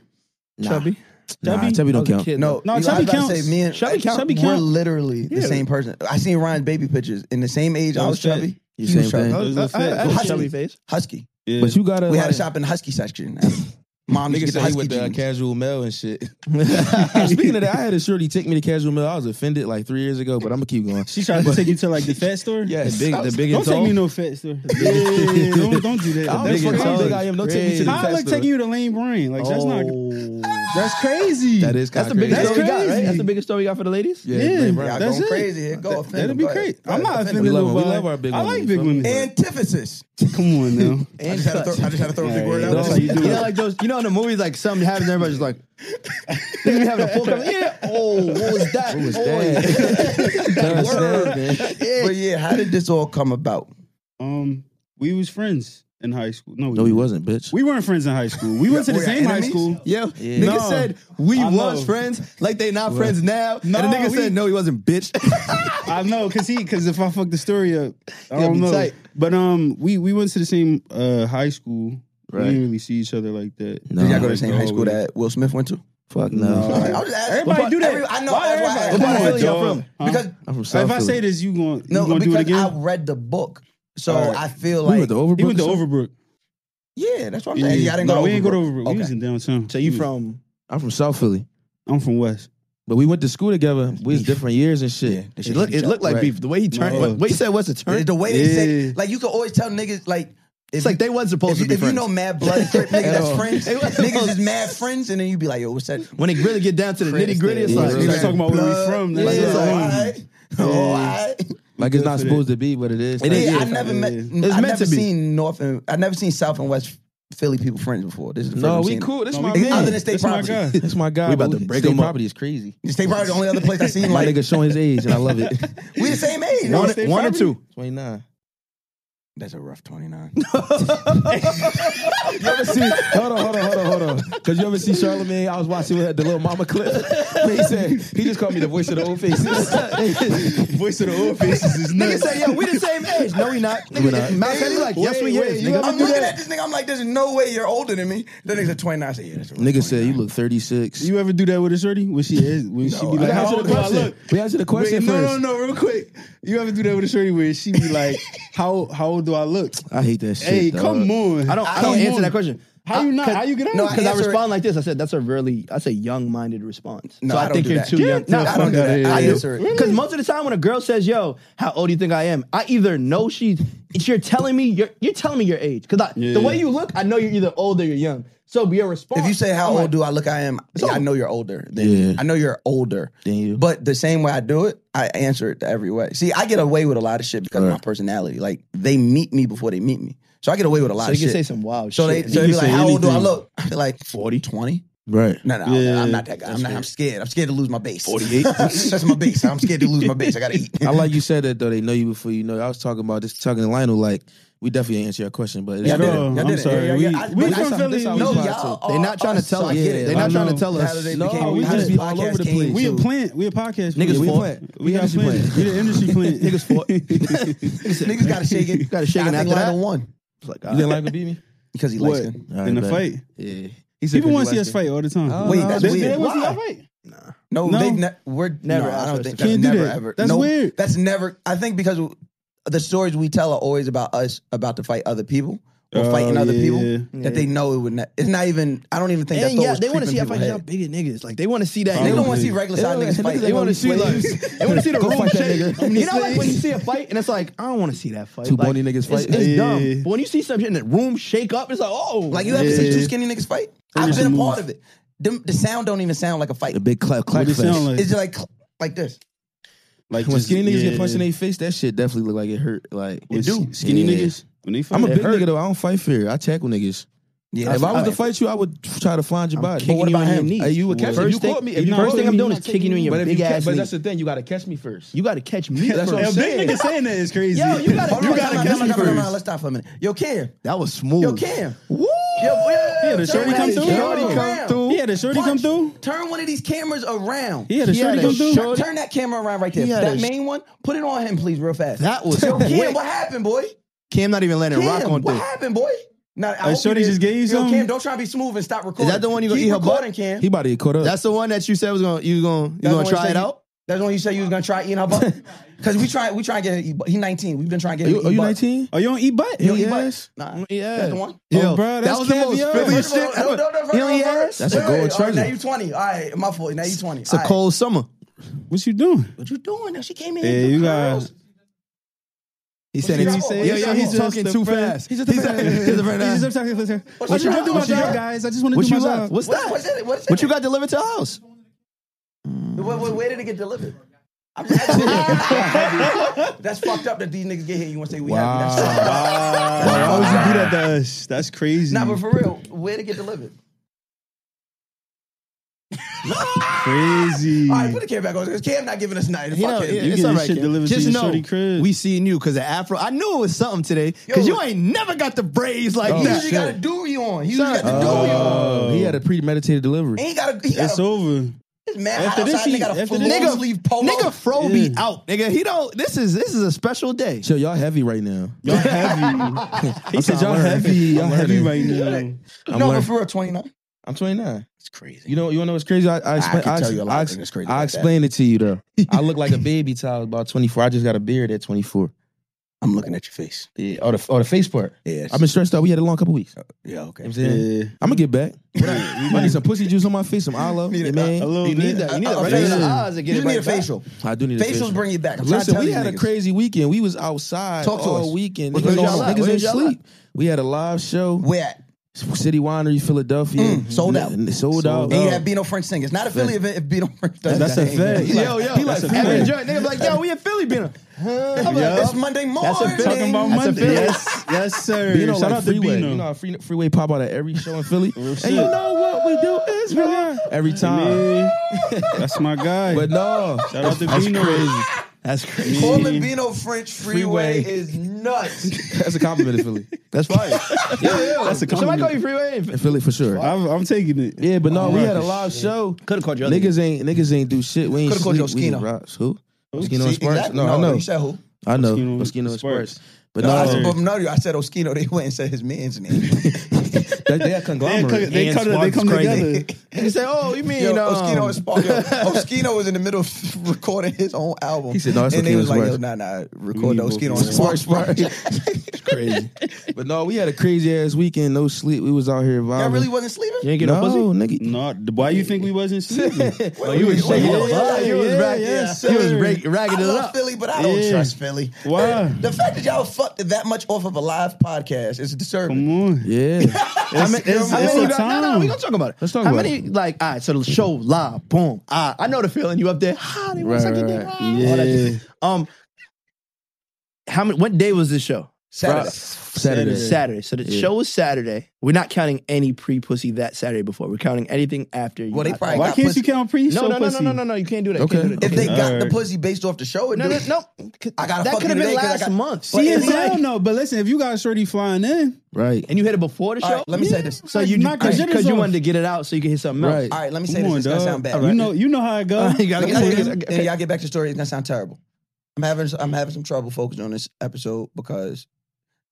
S4: Nah.
S2: Chubby?
S4: Nah,
S2: Chubby?
S4: chubby
S5: I
S4: don't
S5: was a
S4: count.
S5: kid,
S3: No,
S5: though.
S2: No,
S3: you- I
S2: Chubby
S3: was about to
S2: counts.
S3: Say, me and
S5: Chubby count.
S2: Chubby
S3: We're
S2: count.
S3: literally the
S5: Yeah.
S3: same person. I seen Ryan baby pictures in the same age. I
S2: I
S3: was
S2: was fat.
S3: chubby.
S4: You
S3: He was
S4: same
S3: chubby.
S4: thing.
S2: Those are the
S5: I- I- I
S2: fat
S5: had a
S2: bitches.
S5: chubby face.
S3: Husky.
S2: Yeah.
S4: But you gotta
S3: We had a
S4: like-
S3: shop in the husky section. Mom used to get
S4: Nigga
S3: the
S4: said he
S3: husky
S4: went to uh,
S3: jeans.
S4: casual mail and shit. Speaking of that, I had a shorty take me to casual mail. I was offended like three years ago, but I'm gonna keep going.
S2: She tried to take you to like the fat store?
S4: Yes, the big, the big
S2: Don't
S4: and
S2: take
S4: tall.
S2: me to no fat store. Yeah, don't, don't do that.
S4: I don't
S2: That's
S4: give a fuck how
S2: crazy.
S4: big I am. Don't take me to the
S2: How I
S4: fat
S2: like
S4: store.
S2: taking you to Lane Brain? Like that's not.
S4: not.
S2: That's crazy.
S4: That is
S5: That's
S4: kinda
S5: the
S4: crazy.
S5: biggest
S2: That's
S5: story we got, right?
S2: crazy.
S5: That's the biggest story we got for the ladies.
S4: Yeah,
S2: Yeah,
S4: Blaine Brown.
S3: Y'all
S2: that's
S3: going
S2: it.
S3: crazy. Here, Go offend
S2: That'd
S3: them.
S2: be
S3: Go ahead.
S2: great.
S3: Go
S2: I'm
S3: ahead,
S2: not
S3: offend
S2: offended.
S4: We love
S2: though,
S4: 'em. We
S2: but
S4: love our big
S2: I like
S4: women,
S2: big
S4: feel me?
S2: women.
S3: them. Antithesis.
S2: Come on now.
S3: I just, had to throw, I just had to throw a big
S2: Alright,
S3: word out.
S2: that's
S3: there.
S2: how you do
S5: know,
S2: it.
S5: like those, you know, in the movies, like something happens, everybody's just like, they be having a full conversation. Yeah. Oh, what was that?
S4: What was
S5: Oh,
S4: that? That was that, man.
S3: But yeah, how did this all come about?
S2: Um, we was friends in high school. No, we
S4: No, he
S2: weren't.
S4: wasn't, bitch.
S2: We weren't friends in high school. We went to the
S3: We're
S2: same high
S3: enemies?
S2: school.
S5: Yo,
S4: Yeah.
S5: nigga
S2: No.
S5: said we
S2: I
S5: was
S2: know.
S5: friends, like they not friends now.
S2: No,
S5: and the nigga
S2: we-
S5: said no, he wasn't, bitch.
S2: I know, cause he, cause if I fuck the story up, I
S5: You'll
S2: don't
S5: be
S2: know.
S5: tight.
S2: But um, we we went to the same uh high school.
S4: Right.
S2: We didn't really see each other like that.
S4: No.
S3: Did y'all go to the
S2: Like,
S3: same high school
S2: always.
S3: that Will Smith went to?
S4: Fuck no.
S3: All right, I was just asking.
S2: Everybody
S3: But
S2: do that.
S3: every- I know.
S2: Why
S3: that's why I
S2: everybody?
S3: asked.
S2: Come on,
S3: Where y'all
S2: dog.
S3: from?
S2: Huh?
S3: Because
S4: I'm from South
S2: If I
S4: Philly.
S2: say this, you going
S3: no,
S2: you gonna do
S3: because
S2: it again?
S3: I read the book, so
S2: All right.
S3: I feel
S4: we
S3: like
S4: went to Overbrook.
S2: he went to
S4: or something?
S2: Overbrook.
S3: yeah, that's what I'm
S2: Yeah.
S3: saying. Y'all didn't
S2: no,
S3: go.
S2: we
S3: to
S2: ain't go to Overbrook.
S3: Okay.
S2: We was in downtown.
S5: so you
S2: We-
S5: from?
S4: Mm. I'm from South Philly,
S2: I'm from West.
S4: but we went to school together. We was
S3: Beef.
S4: different years and shit.
S3: Yeah, that shit
S5: It, look, it
S3: jumped,
S5: looked like
S4: right.
S5: beef. The way he turned,
S2: No.
S5: what, what he said was a turn.
S3: The way they
S2: Yeah.
S3: say, like you can always tell niggas, like if
S5: It's like
S3: you-
S5: they was supposed
S3: if you,
S5: to be
S3: if you
S5: friends.
S3: know mad blood and Crip, nigga,
S5: At
S3: that's
S5: all.
S3: friends.
S5: It was-
S3: niggas is mad friends, and then you be like, yo, what's that?
S5: when it really get down to the nitty gritty, it's
S4: Yeah,
S5: like,
S4: yeah.
S2: Niggas talking about where we
S3: blood.
S2: from,
S3: Like,
S2: that's
S3: it's
S2: what
S3: like,
S2: I'm
S3: all
S2: saying.
S3: right, all right.
S4: Like it's
S2: Good
S4: not
S2: for
S4: supposed to be, but it is.
S5: It is.
S3: Yeah,
S4: Like,
S3: I
S5: yeah.
S3: never met.
S2: It's
S3: I've
S5: meant
S3: never
S5: to be.
S3: seen North and I've never seen South and West Philly people friends before. This is the first
S4: No,
S3: I'm
S4: we
S3: seeing it.
S4: cool. This
S2: No,
S4: my
S2: we-
S4: man.
S3: Other than state
S2: That's my
S3: property.
S2: guy.
S4: That's my guy.
S5: We about
S4: but
S5: to break
S4: state
S5: him up.
S4: property is crazy.
S3: State probably the only other place I seen
S4: My
S3: like
S4: nigga showing his age, and I love it.
S3: we the same age.
S2: No,
S3: One-
S2: state
S3: one or
S2: property?
S3: two.
S4: 29.
S3: That's a rough twenty nine.
S4: You ever see? Hold on, hold on, hold on, hold on. Because you ever see Charlemagne? I was watching with the little mama clip. But he said he just called me the voice of the old faces.
S2: Voice of the old faces is
S5: Nigga
S2: nuts.
S5: said, yo, we the same age. No, we not. Nigga,
S4: not.
S5: Matt said he like, yes,
S4: Wait,
S5: we
S4: wait,
S5: is.
S4: you
S5: Nigga,
S4: ever
S3: I'm looking at this nigga. I'm like, there's no way you're older than me. The nigga's a twenty nine. I say, yeah, that's a rough
S4: Nigga said
S3: 29.
S4: you look 36.
S2: You ever do that with a shorty when she is when she be
S4: We
S2: like,
S4: gotta
S2: how
S4: answer
S2: old
S4: the
S2: do I
S4: question.
S2: look?
S4: We answer the question
S2: Wait, no,
S4: first.
S2: no, no, real quick. You ever do that with a shorty where she be like, how how old do I look?
S4: I hate that shit.
S2: Hey,
S4: dog.
S2: come on.
S5: I don't, I
S2: Come
S5: don't answer
S2: on.
S5: that question.
S2: How you not? How you get out?
S3: No, I
S5: Because I
S3: answer it-
S5: respond like this. I said, that's a really, I say young minded response.
S3: No,
S5: so
S3: I
S5: I,
S3: don't
S5: think
S3: do
S5: you're
S3: that.
S5: too
S3: Get
S5: young.
S3: the fuck out of here. I answer it.
S5: Because most of the time when a girl says, yo, how old do you think I am? I either know she's, it's- you're telling me, you're, you're telling me your age. Because
S2: Yeah.
S5: the way you look, I know you're either old or you're young. So be a response.
S3: If you say how
S5: I'm
S3: old
S5: like,
S3: do I look, I am.
S5: So-
S3: I know you're older. Than
S4: Yeah.
S3: I know you're older.
S4: Than you.
S3: But the same way I do it, I answer it every way. See, I get away with a lot of shit because of my
S4: Right.
S3: personality. Like they meet me before they meet me, so I get away with a lot
S5: So
S3: of
S5: you can
S3: shit.
S5: say some wild
S3: so
S5: shit.
S3: they, so they
S2: can
S3: be like,
S2: say
S3: "How old do I
S2: anything.
S3: look?" I be like, 40, 20?
S4: Right.
S3: No, no,
S2: Yeah,
S3: I'm not that guy. I'm not. I'm scared. I'm scared to lose my base.
S4: 48?
S3: That's my base. I'm scared to lose my base. I gotta eat.
S4: I like you said that though. They know you before you know. you. I was talking about this talking to Lionel. Like we definitely didn't answer your question, but it's
S2: Yeah,
S3: Y'all did it.
S2: bro,
S3: Y'all
S2: I'm
S3: did it.
S2: sorry.
S3: Yeah, yeah, yeah.
S2: We-
S3: I-
S2: we
S3: but
S2: from
S3: that's-
S2: Philly, we
S3: No,
S4: just-
S3: y'all.
S5: They
S3: are-
S5: not trying to tell
S3: I
S5: us.
S3: get it.
S4: Yeah,
S3: They
S4: I
S3: not trying
S4: know.
S3: to tell us.
S4: How did they
S3: No,
S4: became-
S3: we
S4: how
S3: just
S4: did
S3: be
S4: this
S3: all
S4: podcast
S3: over the
S4: came
S3: place.
S4: to-
S3: We
S2: We a plant. We a podcast.
S4: Niggas
S2: we
S4: fought.
S2: We,
S4: We
S2: got a
S4: industry
S2: plant.
S4: plant.
S2: We the industry plant.
S5: Niggas fought.
S3: Niggas gotta shake it.
S5: Gotta shake it
S3: I think
S5: after that?
S3: Lionel won
S5: like,
S4: You didn't like to beat me
S3: because he likes
S2: What?
S3: him.
S4: All right,
S2: in the
S4: bet.
S2: fight.
S4: Yeah. He said
S2: People
S4: 'cause
S2: want to see
S4: you like
S2: us fight all the time.
S4: Oh,
S3: Wait, that's
S2: They-
S3: weird.
S2: they want to see
S3: Why?
S2: us fight.
S3: No,
S2: No.
S3: they ne- we're
S5: Never
S3: never. I
S5: asked us
S3: don't
S5: to
S3: think
S2: come.
S3: that's
S2: Can't do
S3: never
S2: that.
S3: ever.
S2: That's
S3: no,
S2: weird.
S3: That's never. I think because the stories we tell are always about us, about to fight other people or
S2: Oh,
S3: fighting other
S2: yeah.
S3: people
S2: Yeah.
S3: that they know it would. Ne- it's not even. I don't even think that
S5: And
S3: thought
S5: yeah,
S3: was
S5: they want to see
S3: creeping
S5: how fight
S3: people
S5: y'all
S3: head.
S5: bigger niggas. Like they want to see that.
S3: They don't want
S4: Probably.
S3: to see regular side
S4: Yeah,
S3: niggas
S4: look at
S3: fight.
S4: that
S5: They want to see like
S4: slaves.
S5: they want to see the
S4: Go
S5: room
S4: fight that
S5: shake.
S4: nigga.
S5: You know, like when you see a fight and it's like I don't want to see that fight.
S4: Two
S5: like,
S4: bony niggas
S5: it's-
S4: fight.
S5: It's,
S2: Yeah.
S5: dumb. But when you see some shit in the room shake up, it's like oh,
S3: Like you ever
S2: Yeah.
S3: see two skinny niggas fight? I've
S2: Finish
S3: been a
S2: the
S3: part
S2: move.
S3: of it. Them, the sound don't even sound like a fight.
S4: A big clap, clap
S2: What it
S4: fest.
S2: sound like?
S3: It's just like like this.
S2: Like
S4: when
S2: just-
S4: skinny niggas
S2: yeah.
S4: get punched in their face, that shit definitely look like it hurt. Like
S2: When
S4: It do.
S2: s- Skinny
S4: Yeah.
S2: niggas. When they fight,
S4: I'm a
S2: it
S4: big
S2: hurt.
S4: nigga though. I don't fight fair. I tackle niggas.
S3: Yeah,
S4: if I was
S3: I-
S4: to fight you, I would try to find your body.
S3: kicking But what you about on your him? knees.
S4: Hey, you would catch
S5: First
S4: me. You
S5: thing-
S4: caught me.
S5: you
S4: If you
S5: know, first
S4: caught
S5: thing
S4: me,
S5: I'm doing
S4: not
S5: is kicking you in your
S4: but if
S5: big
S4: ca-
S5: ass
S4: But
S5: knee.
S4: that's the thing. You gotta catch me first.
S5: you got to catch me.
S4: That's what I'm
S2: A
S5: first.
S4: saying.
S2: big nigga saying that is crazy.
S5: Yo, you gotta-
S3: Hold
S2: you gotta
S3: on, time out,
S2: catch me
S3: time out, time out, time out.
S2: first.
S3: Let's stop for a minute. Yo, Cam.
S5: That was smooth.
S3: Yo, Cam.
S5: Woo!
S3: Yo, yeah,
S2: Yeah, the
S3: turn
S2: shorty
S3: one
S2: come
S3: of these-
S2: through.
S3: turn it
S2: Come
S3: around.
S2: through. Yeah, the shorty come
S3: Punch.
S2: through.
S3: Turn one of these cameras around.
S2: Yeah, the
S5: He had
S2: shorty
S5: a
S2: come through.
S5: shorty-
S3: Turn that camera around right there.
S5: He had
S3: That
S5: a-
S3: main one, put it on him, please, real fast.
S5: That was
S3: Yo, Cam,
S5: quick.
S3: what happened, boy?
S5: Cam not even letting
S3: Cam,
S5: it rock on
S3: what
S5: through.
S3: happened, boy? Now, I hope
S2: shorty
S3: did-
S2: just gave you
S3: Yo,
S2: something?
S3: Cam, don't try to be smooth and stop recording.
S5: Is that the one you gonna
S3: Keep
S5: eat her butt?
S3: recording, Cam?
S4: He about to get caught up.
S5: That's the one that you said was gonna you gonna you
S3: That's
S5: gonna
S3: the one
S5: try
S3: you
S5: it
S3: said you-
S5: out.
S3: That's the one you said you was gonna try eating her butt. Because we try, we try and get her. to eat butt. He 19. We've been trying to
S4: are
S3: get. her
S4: you,
S3: to
S4: are
S3: eat
S4: you
S3: butt.
S4: 19?
S2: Oh, you don't eat butt?
S3: You don't eat butt?
S4: Yes.
S3: Nah.
S5: Yeah,
S3: That's the one?
S4: Oh, bro, that's
S5: that was the most
S4: caviar.
S5: Philly
S4: First
S3: First of
S5: shit
S3: all,
S5: ever.
S3: no, no, no, first of all,
S5: Helios?
S3: first-
S4: That's a
S3: wait,
S4: gold
S3: wait, all right, oh, Now
S4: treasure.
S3: you 20. All right, my fault. Now you 20.
S5: It's a cold summer.
S2: What you doing?
S3: What you doing? Now she came in.
S2: Yeah,
S3: here,
S2: you
S3: girls.
S2: got.
S5: He said
S3: What's
S5: it's
S3: he saying?
S5: yeah, yeah,
S3: He's
S5: he's
S3: just
S5: talking too fast.
S2: He's just a friend. He's
S5: a friend.
S2: just a friend. I
S3: What
S2: just
S3: you
S2: want to do my
S3: got? What you
S2: job,
S3: got?
S2: guys. I just want to
S5: What
S2: do my
S5: you left?
S2: job.
S5: What's
S3: What, what's
S5: that?
S3: in it? What's in
S5: What you
S3: it?
S5: got delivered to the house?
S3: Where, where, where did it get delivered? I'm just asking. That's fucked up that these niggas get here. You want to say we happy? That's fucked up.
S2: Why would you do that to us? That's crazy.
S3: Nah, but for real, where did it get delivered?
S2: Crazy.
S3: All right, put the Cam back on because Cam not giving us nothing.
S5: You
S3: Fuck
S5: know,
S3: him.
S5: it-
S2: You
S5: it's
S2: get
S5: all
S2: this
S5: right,
S2: shit
S5: Ken.
S2: delivered to
S5: Just
S2: your
S5: know
S2: shorty crib.
S5: we seeing you because the afro. I knew it was something today because
S3: Yo.
S5: you ain't never got the braids like
S3: He
S5: that.
S3: usually got a doobie on. He usually got the doobie on.
S4: Oh, he had a premeditated delivery.
S3: He ain't got a. He
S2: It's
S3: got a,
S2: over.
S3: his man
S2: after
S3: outside.
S2: this,
S3: and they
S2: he-
S3: got a
S2: after
S3: full
S2: this-
S3: nigga,
S5: Nigga,
S3: sleeve polo.
S5: nigga, Fro be
S2: Yeah.
S5: out. Nigga, he don't. This is this is a special day.
S4: So y'all heavy right now.
S2: Y'all heavy. he said y'all
S4: learning.
S2: heavy. Y'all
S4: I'm
S2: heavy
S4: learning.
S2: right now.
S4: I'm,
S3: no, but
S4: learning.
S3: for real, twenty nine.
S4: I'm 29.
S3: It's crazy.
S4: You know, you know what's crazy? I, I, explain,
S3: can
S4: I,
S3: tell you a lot
S4: I,
S3: of things that's crazy
S4: I
S3: like that.
S4: explained it to you though. I look like a baby till I was about 24. I just got a beard at 24.
S3: I'm looking at your face.
S4: Yeah. Oh, the, oh, the face part.
S3: Yeah,
S4: I've been stressed out. We had a long couple weeks.
S3: Uh, yeah,
S4: You know
S3: okay.
S4: what I'm saying? I'm gonna get back. I need some pussy juice on my face, some olive.
S3: Need
S4: Yeah,
S3: it,
S4: man.
S3: uh,
S2: A little
S5: You
S2: bit.
S5: need that. You need
S3: I- I-
S4: Oh,
S5: that right
S3: I-
S5: in
S3: I-
S5: the eyes to
S3: You
S5: get it
S3: need
S5: right
S3: a facial.
S4: I do need a facial.
S3: Facials bring you back. I'm
S4: Listen,
S3: trying to
S4: we
S3: tell
S4: had
S3: you
S4: a
S3: niggas.
S4: crazy weekend. We was outside
S3: Talk to
S4: all
S3: us.
S4: weekend.
S3: Where's
S4: Niggas,
S3: y'all at?
S4: niggas
S3: Where's
S4: ain't
S3: y'all
S4: sleep. We had a live show,
S3: Where at?
S4: City Winery, Philadelphia,
S3: Mm, sold out.
S4: N- sold, out.
S3: And you had Bino French sing. It's not a Philly event if Bino French does
S2: That's
S3: that.
S2: a fact.
S3: He like,
S5: Yo, yo,
S3: he like,
S5: that's
S3: "Fuck
S5: every
S3: it."
S5: joint. Nigga, be like, yo, we in Philly, been
S3: I'm like, it's Monday morning.
S2: Talking about
S5: That's a
S2: Monday. Yes,
S5: fact.
S2: yes, sir.
S4: Bino,
S2: Shout
S4: like
S2: out to
S4: freeway.
S2: Bino.
S4: You know, how free, freeway pop out at every show in Philly. and
S2: shit.
S4: you know what we do is we learn every time.
S2: Man, that's my guy.
S4: But no,
S2: Shout out to Bino.
S5: That's crazy.
S3: Calling Bino French Freeway,
S4: Freeway.
S3: is nuts.
S4: that's a compliment in Philly.
S5: That's fire. yeah, yeah.
S2: That's a
S5: Somebody call
S2: compliment.
S5: you freeway.
S4: In Philly for sure.
S2: I'm, I'm taking it.
S4: yeah, but no, we had a live show.
S5: Could have called you.
S4: Niggas ain't niggas ain't do shit. We ain't
S3: Coulda called
S4: sleep.
S3: you
S4: We
S3: Oskino.
S4: rocks. Who? Oskino and
S3: See,
S4: Sparks.
S3: exactly.
S4: No, I know.
S3: You said who?
S4: I know.
S2: Oskino and
S4: Oskino and
S2: Sparks.
S4: Sparks. But
S3: No, I,
S4: no,
S3: said, but no, I said Oskino. They went and said his man's name.
S4: they, they a conglomerate.
S2: They
S5: And
S2: cut it. They
S5: Sparks
S2: come
S5: crazy.
S2: together.
S5: You say, oh, you mean
S3: Yo,
S5: um,
S3: Oskino and Spark. Yo, Oskino was in the middle of recording his own album.
S4: He said, "No, that's
S3: and they
S4: Oskino's
S3: was like,
S4: worse."
S3: yo, nah, nah,
S2: We
S3: record
S2: need
S3: the Oskino
S2: both
S3: and
S2: of
S3: Spark. Spark.
S4: crazy. But no, we had a crazy ass weekend. No sleep. We was out here vibing.
S3: Y'all really wasn't sleeping?
S5: You ain't get
S4: no,
S5: no, pussy.
S4: Oh, nigga.
S2: No, why you think we wasn't sleeping?
S5: No, you was shaking.
S3: Yeah,
S5: your butt. You was
S2: yeah,
S5: rag-
S2: yes,
S5: you was
S2: sir.
S5: rag- ragging
S3: I
S5: it
S3: love
S5: up.
S3: Philly, but I don't
S2: Yeah.
S3: trust Philly.
S2: Why?
S3: The fact that y'all fucked it that much off of a live podcast is disturbing.
S2: Come on.
S4: Yeah.
S2: It's, it's,
S5: How
S2: it's
S5: many-
S2: a
S5: no, No, no,
S2: time.
S5: we gonna talk about it.
S4: Let's talk
S5: How
S4: about
S5: many, like, all right, so the show live, boom. Ah, I know the feeling. You up there? Ah, they want to suck your dick.
S4: Right,
S5: Ah, all that shit. Um, how many? What day was this show?
S3: Saturday.
S4: Saturday.
S5: Saturday. So the
S4: Yeah.
S5: show was Saturday. We're not counting any pre pussy that Saturday before. We're counting anything after. You
S3: Well, they
S5: got-
S3: probably
S2: Why
S3: got
S2: can't
S3: pussy.
S2: you count pre-show
S5: no, no, no, no,
S2: pussy?
S5: no, no, no. You can't do that.
S4: Okay.
S5: You can't do
S3: If
S5: that.
S3: they
S5: Okay.
S3: got the
S2: Alright.
S3: pussy based off the show, it
S5: no, no,
S3: do-
S5: no.
S3: I gotta fuck you
S5: that could have been
S3: today 'cause I
S5: last
S3: got-
S5: month.
S3: But
S2: She
S3: if
S2: is
S3: they-
S2: hell no. But listen, if you got a shorty flying in,
S4: Right.
S5: and you hit it before the show.
S3: All right, let me say this.
S5: so you
S2: Knock your
S5: because
S2: jitters
S5: you
S2: off.
S5: wanted to get it out so you could hit something else.
S4: Right.
S3: All right, let me
S2: Come
S3: say this.
S2: on,
S3: It's gonna
S2: dog.
S3: sound bad.
S2: You know, you know how it goes.
S5: You
S3: Let
S5: gotta
S3: me
S5: get
S3: say
S5: it.
S3: this,
S5: Okay.
S3: and y'all get back to the story. It's gonna sound terrible. I'm having I'm having some trouble focusing on this episode because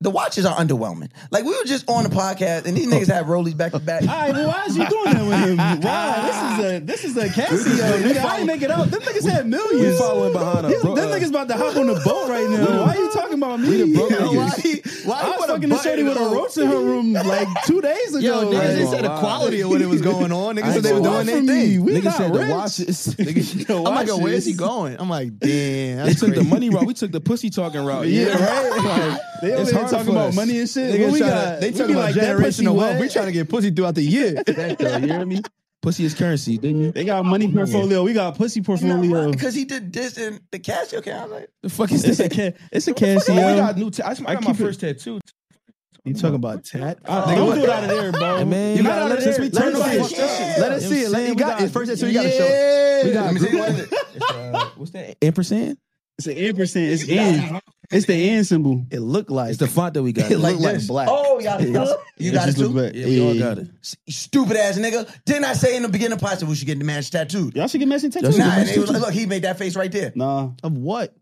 S3: the watches are underwhelming. Like we were just on the podcast, and these
S5: Oh.
S3: niggas had rollies back to back.
S2: All right, well, why is you doing that with him? Wow, this is a this is a Casio, nigga. I ain't make it out. Them niggas had
S4: We
S2: millions.
S4: following behind
S2: Them
S4: her. Bro, uh,
S2: niggas about to hop on the boat right now. Why are you talking about me?
S4: the broke niggas.
S5: Why? he- Why?
S2: I
S5: he
S2: was
S5: put a
S2: fucking the
S5: button
S2: shorty with a
S5: on-
S2: roach in her room like two days ago.
S5: Yo, niggas
S2: like,
S5: didn't say the
S4: wow.
S5: quality of what it was going on. Niggas said they were
S2: ain't
S5: doing
S2: gonna
S5: their
S2: lie for me.
S5: thing.
S2: We
S4: niggas
S2: not
S4: said the
S2: rich.
S4: watches.
S5: Niggas-
S2: The
S5: I'm like, yo, where's he
S2: watches.
S5: going? I'm like, damn.
S4: They
S5: That's
S4: took the
S5: crazy.
S4: money route. We took the pussy talking route.
S2: Yeah, right.
S4: Like,
S2: They over
S4: it's
S2: here
S4: hard
S2: talking
S4: for
S2: about
S4: us.
S2: money and shit.
S5: Niggas
S2: What we
S5: tryna-
S2: got?
S5: they
S2: We
S5: talking
S2: be
S5: about
S2: like, that pussy
S5: generational wealth.
S2: wet.
S5: We trying to get pussy throughout the year.
S4: Yo, you hear me? Pussy is currency, didn't you?
S2: They got money portfolio. We got pussy portfolio.
S3: Because he did this in the Casio account. I was like,
S4: The fuck is
S2: It's
S4: this?
S2: a ca- it's a
S4: Oh, we got
S2: Casio.
S4: new. ta- I just- I
S2: I
S4: got my
S2: keep it-
S4: first tattoo.
S5: You talking about tat?
S2: Nigga, Don't do it out of there, bro.
S4: Man,
S2: You
S4: you
S2: got
S4: gotta
S2: out of
S4: let us-
S2: there.
S4: we
S5: Let
S4: turn
S2: Turn
S5: us
S2: off
S5: see
S2: your
S5: it.
S2: shit.
S5: Let us see it. Let-
S4: Yeah.
S5: You got it. First tattoo you got to show. it.
S4: We
S3: let
S4: got
S3: me see what is it.
S4: what's that? Ampersand?
S2: It's an end percent. It's end. It's the end symbol.
S5: It looked like
S4: It's the font that we got.
S5: it looked like
S3: this.
S5: black.
S3: Oh, y'all, you got it
S2: Just look
S3: too.
S2: back.
S4: Yeah, we all got it.
S3: Stupid ass nigga. Didn't I say in the beginning of the podcast we should get the man's tattooed?
S2: Y'all should get matching
S4: Y'all
S2: tattoos.
S4: should
S3: Nah,
S4: get
S3: and it was like, look, he made that face right there.
S2: Nah.
S5: of what?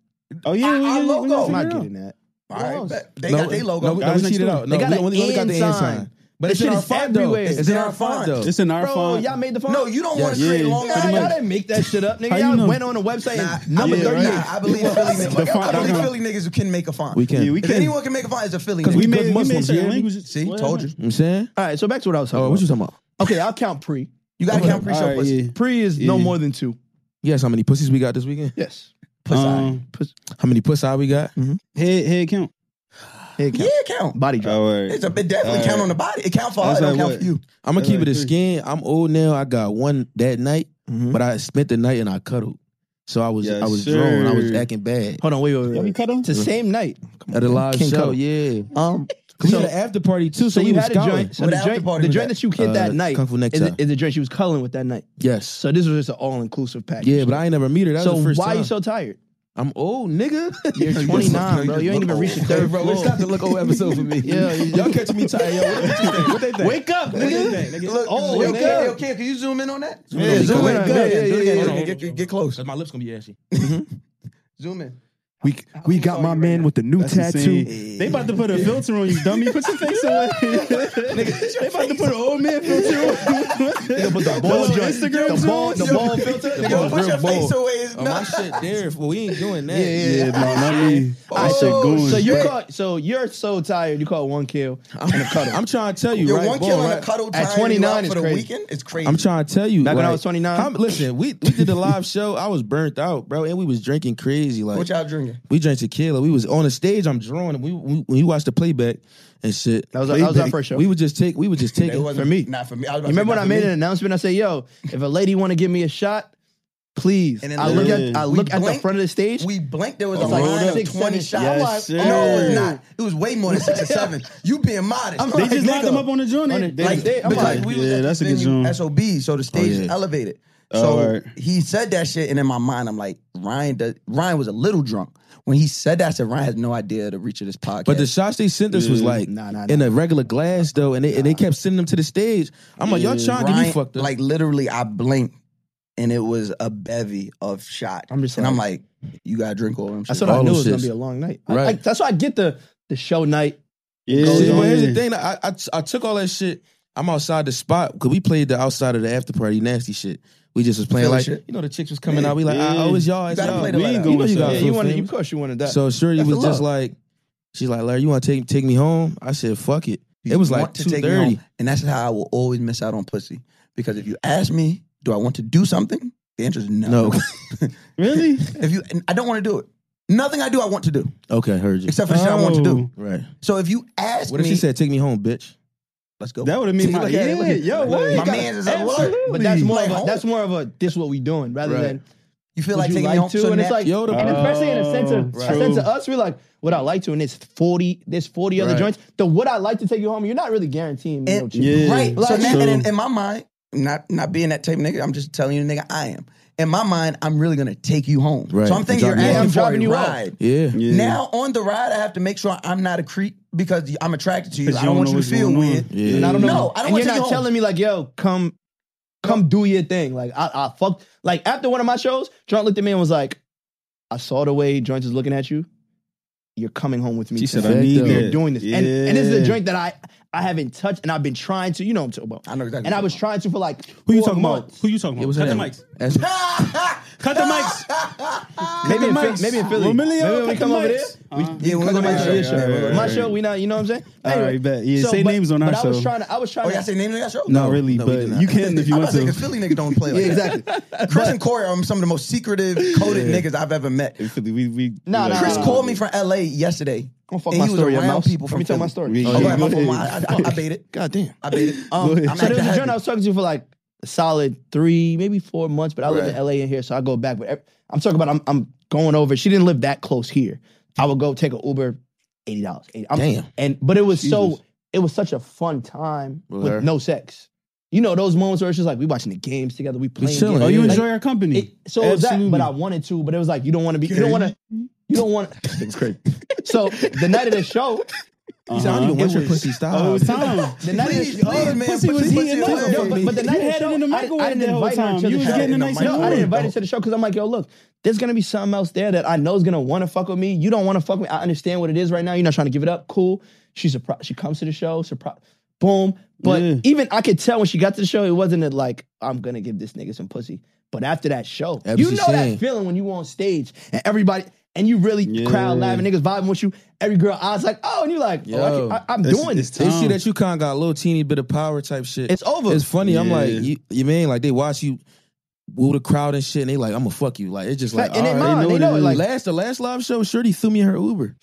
S2: Oh yeah, we-
S3: Our
S2: we- we
S3: logo.
S2: gotta
S5: I'm
S2: figure
S5: not
S2: it out.
S5: getting that.
S3: All right,
S5: No,
S3: bet. they got their logo.
S4: No, we- no, we
S2: Guys
S4: cheated
S2: next door.
S4: out. No,
S5: They got
S4: we
S5: an
S4: only, only got the
S5: end
S4: end
S5: sign.
S4: sign. But
S5: That
S4: it's in
S5: shit
S4: our
S5: is
S4: font though.
S5: everywhere.
S4: It's
S3: It's
S4: in
S3: in
S4: our
S3: our
S4: font
S3: font.
S4: though.
S2: It's in our
S5: Bro,
S2: font.
S5: y'all made the phone.
S3: no, you don't want to
S2: Yeah,
S3: create
S2: yeah,
S3: long.
S5: Nah,
S2: pretty
S5: y'all
S2: much.
S5: didn't make that shit up, nigga.
S2: How you
S5: y'all
S2: know?
S5: went on a website.
S3: Nah,
S5: and number
S3: I,
S2: yeah,
S3: believe-
S5: thirty.
S2: right.
S3: nah, I believe Philly niggas.
S2: The font
S3: I
S2: dot
S3: believe
S2: com.
S3: Philly niggas who can make a font.
S4: We can.
S2: Yeah, we
S3: if
S2: can.
S3: anyone can make a font, it's a Philly
S4: 'Cause
S3: nigga.
S2: we
S4: Good
S2: made, we made
S4: Muslims,
S2: certain
S4: yeah.
S2: languages.
S3: See,
S2: What
S3: told you.
S2: happened?
S4: You know what I'm saying?
S5: All right, so back to what I was talking
S4: Oh, what
S5: about.
S4: you talking about?
S5: Okay, I'll count pre.
S3: You gotta count pre-show
S2: All right,
S3: pussy.
S2: yeah.
S5: Pre is no
S4: Yeah.
S5: more than two.
S4: Yes, how many pussies we got this weekend?
S5: Yes.
S3: Pussy.
S2: Um,
S4: How many puss eye we got?
S2: head head count.
S5: Head
S3: yeah,
S5: count.
S3: it count.
S5: Body drop.
S3: It's a, it definitely count on the body. It count for her. It
S2: That's
S3: don't
S2: like
S3: count
S2: what?
S3: for you.
S4: I'm gonna
S2: That's
S4: keep
S2: like
S4: it a
S2: three.
S4: skin. I'm old now. I got one that night,
S5: Mhm.
S4: but I spent the night and I cuddled. So I was
S2: Yes,
S4: I was drawn. I was
S2: sir.
S4: acting bad
S5: Hold on, wait, wait,
S2: Y'all
S5: wait.
S2: be
S5: wait.
S2: cut on?
S5: It's the same night.
S4: at a live
S5: King
S4: show.
S5: Cole.
S4: Yeah,
S5: Um,
S4: Cause
S5: So-
S4: we had an after party too, so,
S5: So
S4: we
S5: you
S4: was
S5: had a joint.
S4: scouting.
S5: So
S3: What
S5: the
S3: after
S5: joint,
S3: party
S5: the
S3: was
S5: joint
S3: that?
S5: that you hit
S4: Uh,
S5: that night
S4: Kung Fu
S5: is,
S4: Necktie.
S5: the- is the joint she was culling with that night.
S4: Yes.
S5: So this was just an all inclusive package.
S4: Yeah, but I ain't never meet her. That
S5: so
S4: was the first
S5: why
S4: time.
S5: you so tired?
S4: I'm old, nigga.
S5: You're 29, bro. You ain't even reached the
S4: Hey,
S5: third
S4: bro, it's
S5: floor.
S4: time to look old episode for me.
S5: Yeah, you-
S4: y'all catch me tired. Yo, what, what you think? What they think?
S5: Wake up,
S4: What they
S5: nigga.
S4: think, nigga?
S3: Look,
S5: Oh,
S3: yo,
S5: nigga.
S3: Kev, yo, Kev, can you zoom in on that? Zoom
S4: Yeah, zoom in.
S3: Go
S4: Yeah,
S3: ahead,
S4: yeah,
S3: do it
S4: yeah,
S3: again.
S4: yeah.
S3: Get- get- Get close.
S4: my lips gonna be ashy.
S3: Zoom in.
S7: We we got my man with the new tattoo.
S2: They about to put a filter on you, dummy. Put your face away. they about to put an old man filter on.
S5: Nigga, but the
S2: Those
S5: ball
S2: little
S5: joint,
S2: Instagram
S5: the ball,
S2: joints,
S5: the
S2: yo.
S5: ball filter.
S4: The ball
S5: nigga,
S3: Yo, put your
S4: real
S3: face
S4: bold.
S3: away. It's
S4: Oh, my
S3: not.
S4: shit there. fool. we ain't doing that.
S2: yeah, no, not me.
S5: Alright,
S2: shit going.
S5: so you
S3: Shit.
S5: caught. So you're so tired. You caught one kill.
S4: I'm trying to tell you,
S3: Your
S4: right,
S3: one
S4: boy,
S3: kill and a
S4: right?
S3: cuddle
S5: At
S3: time
S5: 29
S3: 29
S5: is
S3: for the
S5: crazy.
S3: weekend is crazy.
S4: I'm trying to tell you.
S5: Back when I
S4: like,
S5: was 29.
S4: I'm- listen, we, we did the live show. I was burnt out, bro, and we was drinking crazy. Like
S3: What y'all drinking?
S4: we drank tequila. We was on the stage. I'm drawing. And we, we when you watch the playback and shit.
S5: That was our- that was our
S4: playback,
S5: first show.
S4: We would just take. We would just take.
S3: It
S4: it.
S3: wasn't-
S5: for me.
S3: Not for me. I was about
S5: You remember when
S3: to
S5: I
S3: say,
S5: made an
S3: not
S5: announcement? I said, "Yo, if a lady want to give me a shot, please."
S3: And then
S5: I look
S3: literally
S5: at I
S3: we
S5: look at the
S3: blinked.
S5: front of the stage.
S3: for me. We blinked. There was a
S5: like
S3: line of
S5: six,
S3: 20
S5: seven.
S3: shots.
S5: Yes,
S3: I'm like, oh, no, it
S2: sir.
S3: was not. It was way more than six or seven. You being modest.
S2: They just lined them up on the joint.
S5: On it.
S2: They-
S3: like
S5: Like, they- I'm
S3: because
S5: like,
S3: we was
S2: yeah,
S3: at
S2: that's a
S3: the
S2: good
S3: venue,
S2: joint.
S3: SOB, so the stage is
S4: yeah.
S3: elevated.
S2: Oh,
S3: So
S2: alright.
S3: he said that shit, and in my mind, I'm like, Ryan does, Ryan was a little drunk when he said that. I said Ryan has no idea the reach of this podcast.
S4: But the shots they sent us was like
S5: Nah, nah,
S4: in a regular glass though, and they, and they kept sending them to the stage. I'm like, y'all trying to get me
S3: Ryan,
S4: fucked up?
S3: like literally, I blinked, and it was a bevy of shot.
S5: I'm just
S3: and I'm
S5: like-
S3: like, you gotta drink all them.
S5: That's
S3: shit.
S5: what I
S4: All
S5: knew it
S4: those
S5: was gonna
S4: shits.
S5: be a long night. I-
S4: Right.
S5: I- that's why I get the the show night.
S2: Yeah,
S4: See,
S5: Yeah.
S4: but here's the thing. I, I I took all that shit. I'm outside the spot because we played the outside of the after party nasty shit. We just was playing
S3: Philly
S4: like
S3: shit.
S4: you know the chicks was coming out. We like
S2: Yeah.
S4: I oh it's y'all it's
S3: You gotta
S4: y'all.
S3: play the
S4: We
S3: light
S4: ain't
S3: up.
S4: going. You know you
S2: Yeah,
S4: got
S5: Yeah, you
S4: full
S5: wanted,
S4: fam.
S5: you, of course, you wanted that.
S4: So Shorty
S5: That's
S4: was
S5: the
S4: just
S5: love.
S4: like, she's like Larry, you want to take take me home? I said fuck it.
S3: You
S4: it was like
S3: want
S4: two
S3: to take me home,
S4: thirty.
S3: and that's how I will always miss out on pussy. Because if you ask me, do I want to do something? The answer is no.
S4: No.
S2: Really?
S3: if you, and I don't want to do it. Nothing I do, I want to do,
S4: Okay, heard you.
S3: except for shit I want to
S5: Oh.
S3: do.
S4: Right.
S3: So if you ask
S4: What if
S3: me,
S4: she said take me home, bitch?
S3: let's go.
S2: That would have
S3: See,
S2: been my
S3: look at
S2: yeah,
S3: it, look at it.
S2: yo,
S3: Look,
S2: what?
S3: My man's is like, what?
S5: But that's more
S3: Like,
S5: of a,
S3: home.
S5: that's more of a this what we doing rather
S4: Right.
S5: than
S3: You feel
S5: would
S3: like
S5: you
S3: taking
S5: like
S3: me home
S5: to?
S3: So
S5: and it's
S3: now-
S5: like
S4: Yo, the-
S5: and especially in a sense of
S2: Oh,
S5: a sense of
S2: true.
S5: us, we're like, would I like to? And it's forty. There's forty other
S4: Right.
S5: joints. The would I like to take you home? You're not really guaranteeing. me no
S3: And-
S5: chicken.
S2: Yeah.
S3: Right. so
S5: Like-
S3: now,
S2: True.
S3: and in, in my mind, not not being that type of nigga, I'm just telling you, nigga, I am. In my mind, I'm really gonna take you home.
S4: Right.
S3: So I'm thinking
S4: Drop
S3: you're
S4: you off.
S3: asking
S5: Yeah, I'm
S3: for a
S5: dropping you off.
S3: ride.
S4: Yeah.
S2: Yeah.
S3: Now on the ride, I have to make sure I'm not a creep because I'm attracted to you.
S2: 'Cause
S3: I
S2: you
S3: don't
S2: don't
S3: want
S2: know
S3: you to
S2: what's
S3: feel
S2: going on.
S3: weird.
S4: Yeah.
S5: And I don't know.
S3: No, I don't want
S5: and you're
S3: to take
S5: not
S3: you home.
S5: telling me like, yo, come, come do your thing. Like I, I fucked. Like after one of my shows, Drunk looked at me and was like, I saw the way Joint is looking at you. You're coming home with me.
S2: She said,
S5: tonight.
S2: "I need
S5: You're
S2: that."
S5: doing this, and and this is a
S2: Yeah.
S5: joint that I I haven't touched, and I've been trying to. You know what I'm talking about.
S3: I know exactly
S5: And I
S3: what
S5: was
S3: you're
S5: trying to for like.
S2: Who you
S5: four
S2: talking about?
S5: months.
S2: Who you talking
S4: It
S2: about?
S4: was
S2: Cut the
S4: an-
S2: mics.
S4: as-
S2: Cut the mics.
S5: Maybe in, Phil-
S2: mics.
S5: maybe in Philly.
S2: Romelio,
S5: maybe
S2: cut
S5: when we
S2: the
S5: come over there.
S2: mics.
S5: we-
S2: Uh-huh.
S3: Yeah, we're
S5: Cut
S3: gonna
S5: the
S3: make
S5: mics.
S3: sure.
S2: Yeah, yeah, yeah,
S5: My
S2: yeah.
S5: show, we not. You know what I'm saying?
S2: All right, bet. Yeah, say
S5: but-
S2: names on our
S5: But I was
S2: show.
S5: trying to. I was trying
S3: Oh,
S5: to.
S3: y'all say name of that show?
S2: Not really,
S4: we did
S2: but
S4: not.
S2: you can if you
S3: I'm about
S2: want
S3: to say
S2: to.
S3: because Philly niggas don't play like
S5: Yeah,
S3: that.
S5: exactly.
S3: Chris and Corey are some of the most secretive, coded niggas I've ever met.
S2: Philly, we, we,
S5: Nah,
S2: we
S5: nah,
S2: like-
S3: Chris
S5: nah,
S3: called me from LA yesterday.
S5: Don't fuck
S3: and
S5: my
S3: he was
S5: story,
S3: around
S5: Mouse.
S3: people
S5: Let
S3: from
S5: me tell my
S3: Philly.
S5: story.
S3: Oh,
S2: Yeah,
S3: go ahead, my
S2: go
S3: fault, my-
S2: ahead.
S3: I, I, I baited.
S5: God damn.
S3: I baited. Um,
S2: Go ahead.
S3: I'm
S5: So
S3: actually
S5: there was a
S3: happy.
S5: joint I was talking to for like a solid three, maybe four months, but I live
S3: Right.
S5: in LA in here, so I go back. But ev- I'm talking about I'm, I'm going over. She didn't live that close here. I would go take an Uber, eighty dollars.
S4: Damn.
S5: And but it was
S4: Jesus.
S5: so it was such a fun time
S4: With
S5: with,
S4: her?
S5: no sex. You know those moments where it's just like we watching the games together, we playing.
S4: chilling,
S5: games.
S2: Oh, you
S4: Yeah.
S5: Like,
S2: enjoy our company.
S5: it- so it was that,
S2: Absolutely.
S5: but I wanted to, but it was like you don't want to be, you don't want to, you don't want. It's crazy. So the night of the show,
S4: He said, I don't even want your pussy. Stop.
S2: Uh-huh. Oh, it was time.
S5: the night oh, of the
S3: Please, please, man.
S2: pussy was
S3: pussy
S2: heating
S3: all
S2: up.
S3: over
S5: Yo,
S3: me.
S5: but, but the
S2: You
S5: night of
S2: had it
S5: show,
S2: in the
S5: I- I
S2: microwave
S5: didn't
S2: the whole
S5: invite her
S2: time.
S5: to
S2: You
S5: the
S2: was
S5: show.
S2: getting a
S3: No,
S2: nice
S3: I
S5: No, I didn't
S2: meal.
S5: invite her to the show because I'm like, yo, look, there's gonna be something else there that I know is gonna want to fuck with me. You don't want to fuck with me. I understand what it is right now. You're not trying to give it up. Cool. She surprised. She comes to the show. Surprise. Boom. But
S2: Yeah.
S5: even I could tell when she got to the show, it wasn't that like I'm gonna give this nigga some pussy. But after that show,
S4: That's
S5: you
S4: what
S5: know
S4: she saying.
S5: that feeling when you on stage and everybody and you really crowd laughing, niggas vibing with you. Every girl, I was like, oh, and you like, oh, I
S4: Yo.
S5: can- I, am doing
S2: it's
S5: this.
S4: They see
S2: Um,
S4: that you kind of got a little teeny bit of power type shit.
S5: It's over.
S4: It's funny. I'm
S2: Yeah.
S4: like, you, you mean like they watch you woo the crowd and shit, and they like, I'm gonna fuck you. Like it's just like,
S5: Fact, and they
S4: alright.
S5: mind, they know it, like-
S4: last the last live show, Shorty threw me her Uber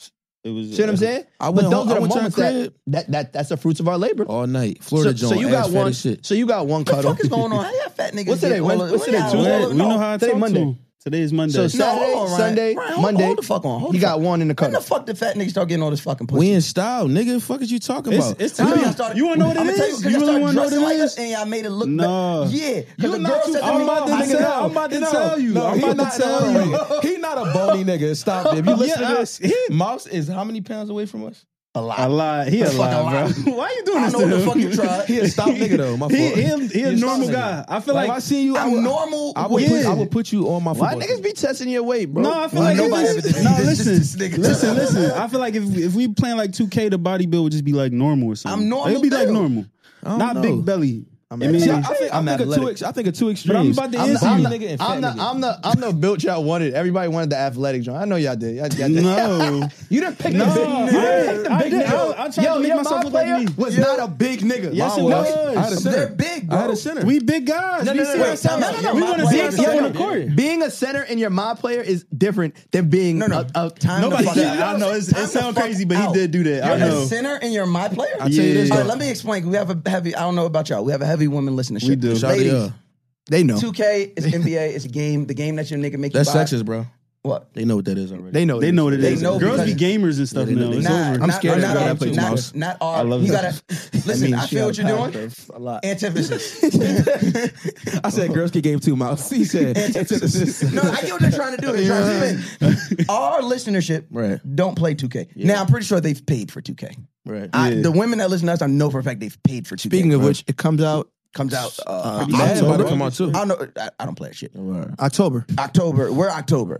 S2: It was,
S5: See what I'm saying?
S4: I
S5: but
S4: went
S5: those
S4: home- I
S5: are the
S4: went to her
S5: moments
S4: crib.
S5: that, that that that's the fruits of our labor.
S4: all night. Florida
S5: so,
S4: Jones,
S5: so you got one.
S4: shit.
S5: So you got one
S3: What the
S5: cuddle.
S3: fuck is going on? How y'all fat niggas
S5: What's today?
S3: get all
S5: Wed-
S3: of-
S5: what's
S3: what
S5: today?
S3: y'all-
S5: Tuesday?
S3: all of-
S2: We know how I
S5: Today
S2: talk
S5: Monday.
S2: to him. Today is Monday.
S5: So
S3: No,
S5: Saturday,
S3: hold on, Ryan.
S5: Sunday,
S3: Ryan, hold-
S5: Monday.
S3: Hold the fuck on. Hold
S5: he
S3: the fuck
S5: got one in the
S3: When
S5: cutter.
S3: the fuck the fat niggas start getting all this fucking pussy?
S4: We in style, nigga. Fuck is you talking
S2: it's,
S4: about?
S2: it's
S4: We
S2: time.
S4: be-
S3: started-
S2: you want to know what it
S3: I'ma tell
S2: is?
S3: You,
S2: You, really
S3: want to
S2: know what
S3: like
S2: it
S3: us
S2: is?
S3: and y'all made it look
S2: No.
S3: bad. Yeah. 'cause
S4: You
S3: the
S4: not
S3: girl
S4: too-
S3: said to
S4: I'm
S3: me,
S4: about to
S3: I
S4: nigga
S3: said,
S4: tell- I'm about to
S2: Nigga,
S4: tell you.
S2: no,
S4: I'm
S2: he
S4: about
S2: not
S4: to tell
S2: no
S4: you. He not a bony nigga. Stop it. If you listen
S2: Yeah,
S4: to this, Mouse is how many pounds away from us?
S3: A lot.
S2: I lied. He a
S3: Fuck, I
S2: lie,
S3: lied.
S2: bro. Why you doing
S3: I
S2: this
S3: know
S2: to
S3: the
S2: him?
S3: fuck you tried.
S4: He a stop nigga though. My
S2: He,
S4: fault.
S2: he, a- he a
S4: He's
S2: normal
S4: nigga.
S2: guy. I feel like,
S4: if I see you, I
S3: I'm
S4: would,
S3: normal.
S4: I would, put,
S2: Yeah.
S4: I would put you on my
S5: Why
S4: football
S5: niggas
S4: team.
S5: be testing your weight, bro?
S2: no, I feel
S3: Why
S2: like
S3: nobody
S2: if
S3: ever
S2: it's-
S3: did
S2: no.
S3: this? This is
S2: Listen,
S3: this nigga.
S2: listen, listen. I feel like if if we playing like 2K, the body build would just be like normal or something.
S3: I'm normal
S2: It'd be like
S3: build.
S2: normal,
S4: don't
S2: not
S4: know.
S2: big belly. I mean,
S4: See, I, I think, I
S5: I'm
S4: think of two.
S5: athletic.
S4: Ex, I think of two extremes.
S2: But I'm about to
S4: I'm,
S2: answer
S4: I'm
S2: you.
S4: the nigga and fat
S5: I'm the,
S4: nigga.
S5: I'm the I'm the built y'all wanted. Everybody wanted the athletic joint. I know y'all did. Y'all, y'all did.
S2: No.
S5: you didn't pick
S2: No,
S5: the big
S2: I picked the
S5: nigga.
S2: big nigga. I- I tried to make
S5: your
S2: myself
S5: mind
S2: look like
S5: player
S2: me.
S5: Was
S3: Yeah.
S5: not a big nigga.
S2: Yes, it
S4: Mine
S2: was.
S4: I had a center.
S3: They're big,
S4: I had
S3: bro.
S4: a center.
S2: we big guys.
S5: No,
S2: we
S5: no, no,
S2: see
S5: no, no,
S2: ourselves.
S3: no, no,
S2: we
S3: no,
S2: want to
S3: my
S2: see
S3: player
S2: ourselves
S3: is
S2: on the court.
S5: Being a center in your mind player is different than being
S3: No, no.
S5: A, a,
S3: time
S2: Nobody
S3: the fuck
S2: did.
S3: out.
S2: I know, it's- it
S3: Time the
S2: sound
S3: fuck
S2: crazy, but he
S3: out.
S2: did do that. I
S3: You're
S2: know.
S3: a center and you're my player.
S4: I'll tell you this,
S3: All right,
S4: though.
S3: let me explain. We have a heavy. I don't know about y'all. We have a heavy women listenership.
S2: We do. Shout
S3: Ladies,
S4: Yeah.
S5: they know.
S3: 2K is NBA. It's a game. The game that your nigga make
S4: That's
S3: you buy.
S4: sexist, bro.
S3: What?
S4: They know what that is already.
S5: They know.
S2: They know what it
S3: They
S2: is.
S3: know
S2: Girls be
S3: because-
S2: gamers and stuff
S4: Yeah, they know
S2: now.
S4: they
S2: It's
S4: know.
S2: over.
S3: I'm
S4: scared
S3: not,
S4: of
S3: not,
S4: that place,
S3: not,
S4: Mouse.
S3: not all. I
S2: love
S3: you
S2: that.
S3: gotta listen. I, feel what you're doing.
S5: A lot.
S3: Antithesis.
S4: I said girls get game two mouths. He said antithesis.
S3: no, I get what they're trying to do. They're trying to fit in. Our listenership
S4: Right.
S3: don't play 2K. Now I'm pretty sure they've paid for 2K.
S4: Right.
S3: I, the women that listen to us, I know for a fact they've paid for 2K.
S5: Speaking of which, it comes out.
S3: comes out. Uh,
S4: Mad about
S3: October.
S4: to come out too.
S3: I don't know. I, I don't play that shit.
S5: October.
S3: October. We're October,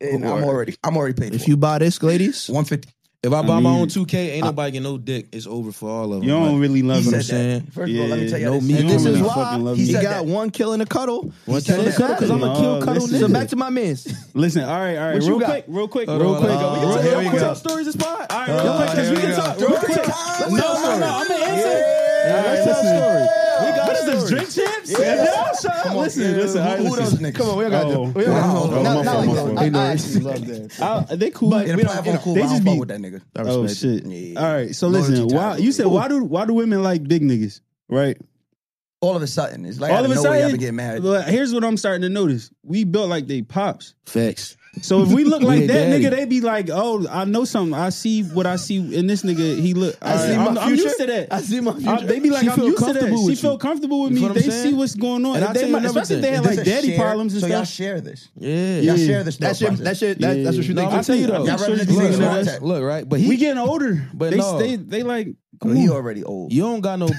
S3: and I'm already. I'm already paid.
S5: If
S3: for
S5: you buy this, ladies,
S3: one fifty.
S4: If I buy my
S2: mean,
S4: own 2K, ain't nobody getting no dick. It's over for all of them.
S2: You don't really love
S3: He
S2: them.
S3: said
S4: saying?
S3: that. First of all, let me
S2: Yeah,
S3: tell you
S4: no
S3: this.
S4: me
S3: And
S4: too.
S3: this is
S2: Really
S3: why.
S2: fucking love
S5: he
S2: me.
S3: said
S5: got
S3: that.
S5: one kill and a cuddle.
S4: What's that?
S3: said that.
S4: Because I'm a
S2: Oh,
S4: kill cuddle
S2: listen.
S4: nigga.
S5: So back to my man's.
S2: Listen, all right, all right.
S5: What you
S2: Real
S5: got?
S2: quick, real quick,
S4: Hold
S2: real
S4: on,
S2: quick.
S4: hold on,
S2: We can tell-
S4: hold on. Here we
S2: we can
S4: go.
S2: tell stories as pod. All right, real quick, because
S4: here
S2: we
S4: we
S2: can
S4: go.
S2: talk.
S3: Real
S2: Real
S3: quick.
S2: quick.
S3: Time.
S2: No,
S3: Real
S2: no,
S3: story.
S2: no. I'm gonna answer.
S4: That's
S2: All
S4: a
S2: right,
S4: story. We got
S2: What is this?
S4: story.
S2: Drink chips? Yeah, shut up. Listen, listen. all right,
S3: Who, who those
S2: listen.
S3: niggas?
S5: Come on, we got
S2: Oh.
S5: to. We
S3: Wow.
S5: got
S3: Oh,
S5: to.
S3: my fault, my fault.
S5: I I actually love that.
S2: I- They cool.
S3: But
S2: We
S3: we
S2: don't-
S3: don't,
S2: you know,
S3: cool.
S2: They
S3: but I
S2: just
S3: don't fuck
S2: be.
S3: with that nigga.
S2: Oh shit! All right, so listen.
S3: Loyalty
S2: Why
S3: ties.
S2: you said why do why do women like big niggas? Right?
S3: All of a sudden, it's like
S2: All of a
S3: nowhere, y'all
S2: sudden,
S3: been getting married.
S2: look, here's what I'm starting to notice: we built like they pops.
S4: Facts.
S2: So if we look like
S4: Yeah,
S2: that
S4: daddy.
S2: nigga, they be like, "Oh, I know something. I see what I see in this nigga. He look. I
S5: see
S2: am
S5: my
S2: I'm used to
S5: future.
S2: that.
S5: I see my
S2: I-
S5: future.
S2: they be like,
S4: She
S2: I'm
S4: feel
S2: used to that.
S4: comfortable
S2: She
S4: with
S2: feel
S4: you.
S2: comfortable with
S4: You
S2: me.
S4: feel what
S2: They
S4: I'm saying?
S2: see what's going on.
S4: And
S2: If
S4: I
S2: they
S4: tell you
S2: might-
S4: another
S2: especially if
S4: thing.
S2: they had
S4: Is
S2: like
S3: This is
S2: daddy
S3: shared,
S2: problems and
S3: so y'all
S2: stuff.
S3: share this.
S4: Yeah.
S3: Y'all share this.
S5: That's
S3: thought
S5: your.
S3: process.
S5: That's your. that- That's what you
S4: No,
S5: think.
S4: I tell you though.
S3: Y'all represent the
S4: Look,
S3: same
S4: no,
S3: context.
S4: that's- Look, right, but he,
S2: We getting older,
S4: But
S2: they
S4: no.
S2: stay. They like.
S3: Oh, he already old.
S4: you don't got no.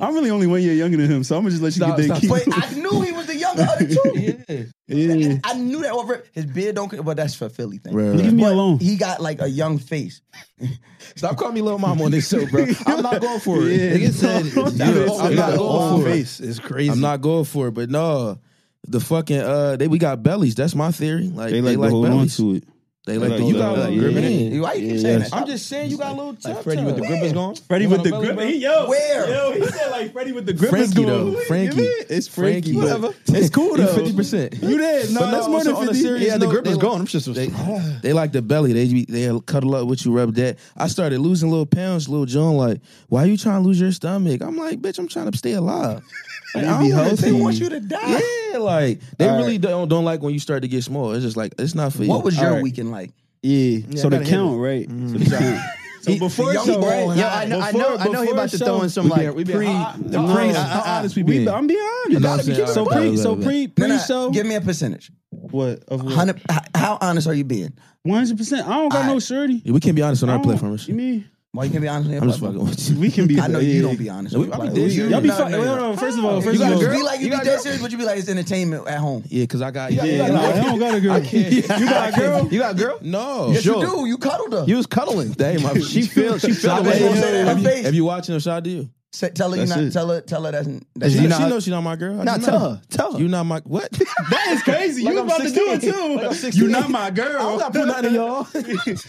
S2: I'm really only one year younger than him, so I'm gonna just let you
S4: Stop,
S2: get that
S4: stop.
S2: key.
S3: But I knew he was the younger of the two.
S2: Yeah.
S3: I knew that over his beard don't. Well, that's for Philly thing.
S4: Right,
S2: Leave
S4: right.
S2: me alone.
S3: He got like a young face.
S4: Stop calling me little mom on this show, bro. I'm not going for it.
S2: Yeah.
S4: Nigga said,
S2: Yeah.
S4: I'm not going for it.
S5: face is crazy.
S4: I'm not going for it, but no, the fucking uh, they we got bellies. That's my theory. Like they like, bellies.
S2: to it.
S4: They like,
S2: like
S4: the-
S2: to
S4: you got a
S2: hold
S4: little
S2: on.
S4: grip in
S2: Yeah.
S4: it.
S3: Why you keep saying that?
S4: I'm just saying you got a little tough.
S5: Freddie with the grippers going.
S2: Freddie
S4: You
S2: with
S4: want
S2: the
S4: a belly
S2: grip.
S4: button?
S2: He, yo,
S3: Where?
S2: yo, he said like Freddie with the grip is
S4: Frankie
S2: cool.
S4: though, Frankie.
S2: It's Frankie.
S4: Frankie, but-
S2: Whatever. It's cool though.
S4: Fifty percent.
S2: You did. No, that's more than
S4: on a
S2: 50.
S4: serious
S5: Yeah, the
S4: note,
S5: grip is
S4: they-
S5: gone. I'm just.
S4: They, they like the belly. They be- they cuddle up with you, rub that. I started losing little pounds, little John. Like, why you trying to lose your stomach? I'm like, bitch, I'm trying to stay alive. Like, I
S2: be
S4: don't wanna-
S2: healthy.
S3: They want you to die.
S4: Yeah, like they
S2: All
S4: really don't don't like when you start to get small. It's just like it's not for you.
S3: What was your
S2: Alright.
S3: weekend like?
S2: Yeah. So the
S5: gotta Mm-hmm. hit
S2: count, right? So the count. So before
S3: young
S2: show, right?
S3: ball high.
S5: Yeah, I know. I know. I know. He
S2: before
S5: about to
S2: show-
S5: throw in some
S4: We been-
S5: like
S4: we been-
S5: pre.
S4: I-
S5: The
S2: No,
S5: pre.
S2: uh,
S5: uh, uh,
S4: honest we
S2: We,
S4: been.
S2: I'm being honest.
S4: know what I'm saying?
S2: so
S4: Alright,
S2: pre,
S4: alright,
S2: so
S4: alright.
S2: pre,
S3: No, no,
S2: pre show.
S3: Give me a percentage.
S2: what? Of what?
S3: Hundred. h- How honest are you being?
S2: 100. percent I don't got no
S3: Alright.
S2: surety.
S4: Yeah, we can be honest on
S2: I
S4: our
S2: don't-
S4: platform.
S2: You mean?
S3: Why you can't be honest? with
S4: I'm just
S3: everybody?
S4: fucking with you.
S2: We can be.
S3: I know
S2: yeah.
S3: you don't be honest. with
S4: We- I be
S3: everybody.
S4: dead serious.
S2: Y'all be
S3: No,
S2: fucking.
S3: no,
S2: Wait,
S3: you
S2: hold
S3: don't.
S2: on. First of all,
S3: You
S2: first of
S3: got
S2: all,
S3: to be like you,
S5: You
S3: be
S5: got
S3: dead
S5: girl-
S3: serious, but you be like it's entertainment at home.
S4: Yeah, cause I got.
S2: Yeah, no, I don't got a girl. You got a girl?
S5: You got a girl?
S4: No,
S3: Yes,
S5: Sure.
S3: you do. You cuddled her.
S5: You was cuddling.
S4: That ain't my.
S5: She feel. She feel.
S3: I
S5: the
S3: was
S5: way
S3: gonna
S5: you-
S3: say that.
S4: Have
S3: Her
S4: you,
S3: face.
S4: if you watching them, shout out to you.
S3: Say- tell her you
S4: That's
S3: not.
S4: it.
S3: Tell her. Tell her that's. that's
S4: She,
S5: You
S4: she
S5: not-
S4: knows she not my girl. I
S5: Nah,
S4: just
S5: tell
S4: know.
S5: her. Tell her.
S4: You not my what?
S2: That is crazy. you
S5: I'm
S2: about to do
S5: 16. Like I'm
S2: it too.
S5: 16.
S2: you not my girl.
S4: I'm not putting that in y'all.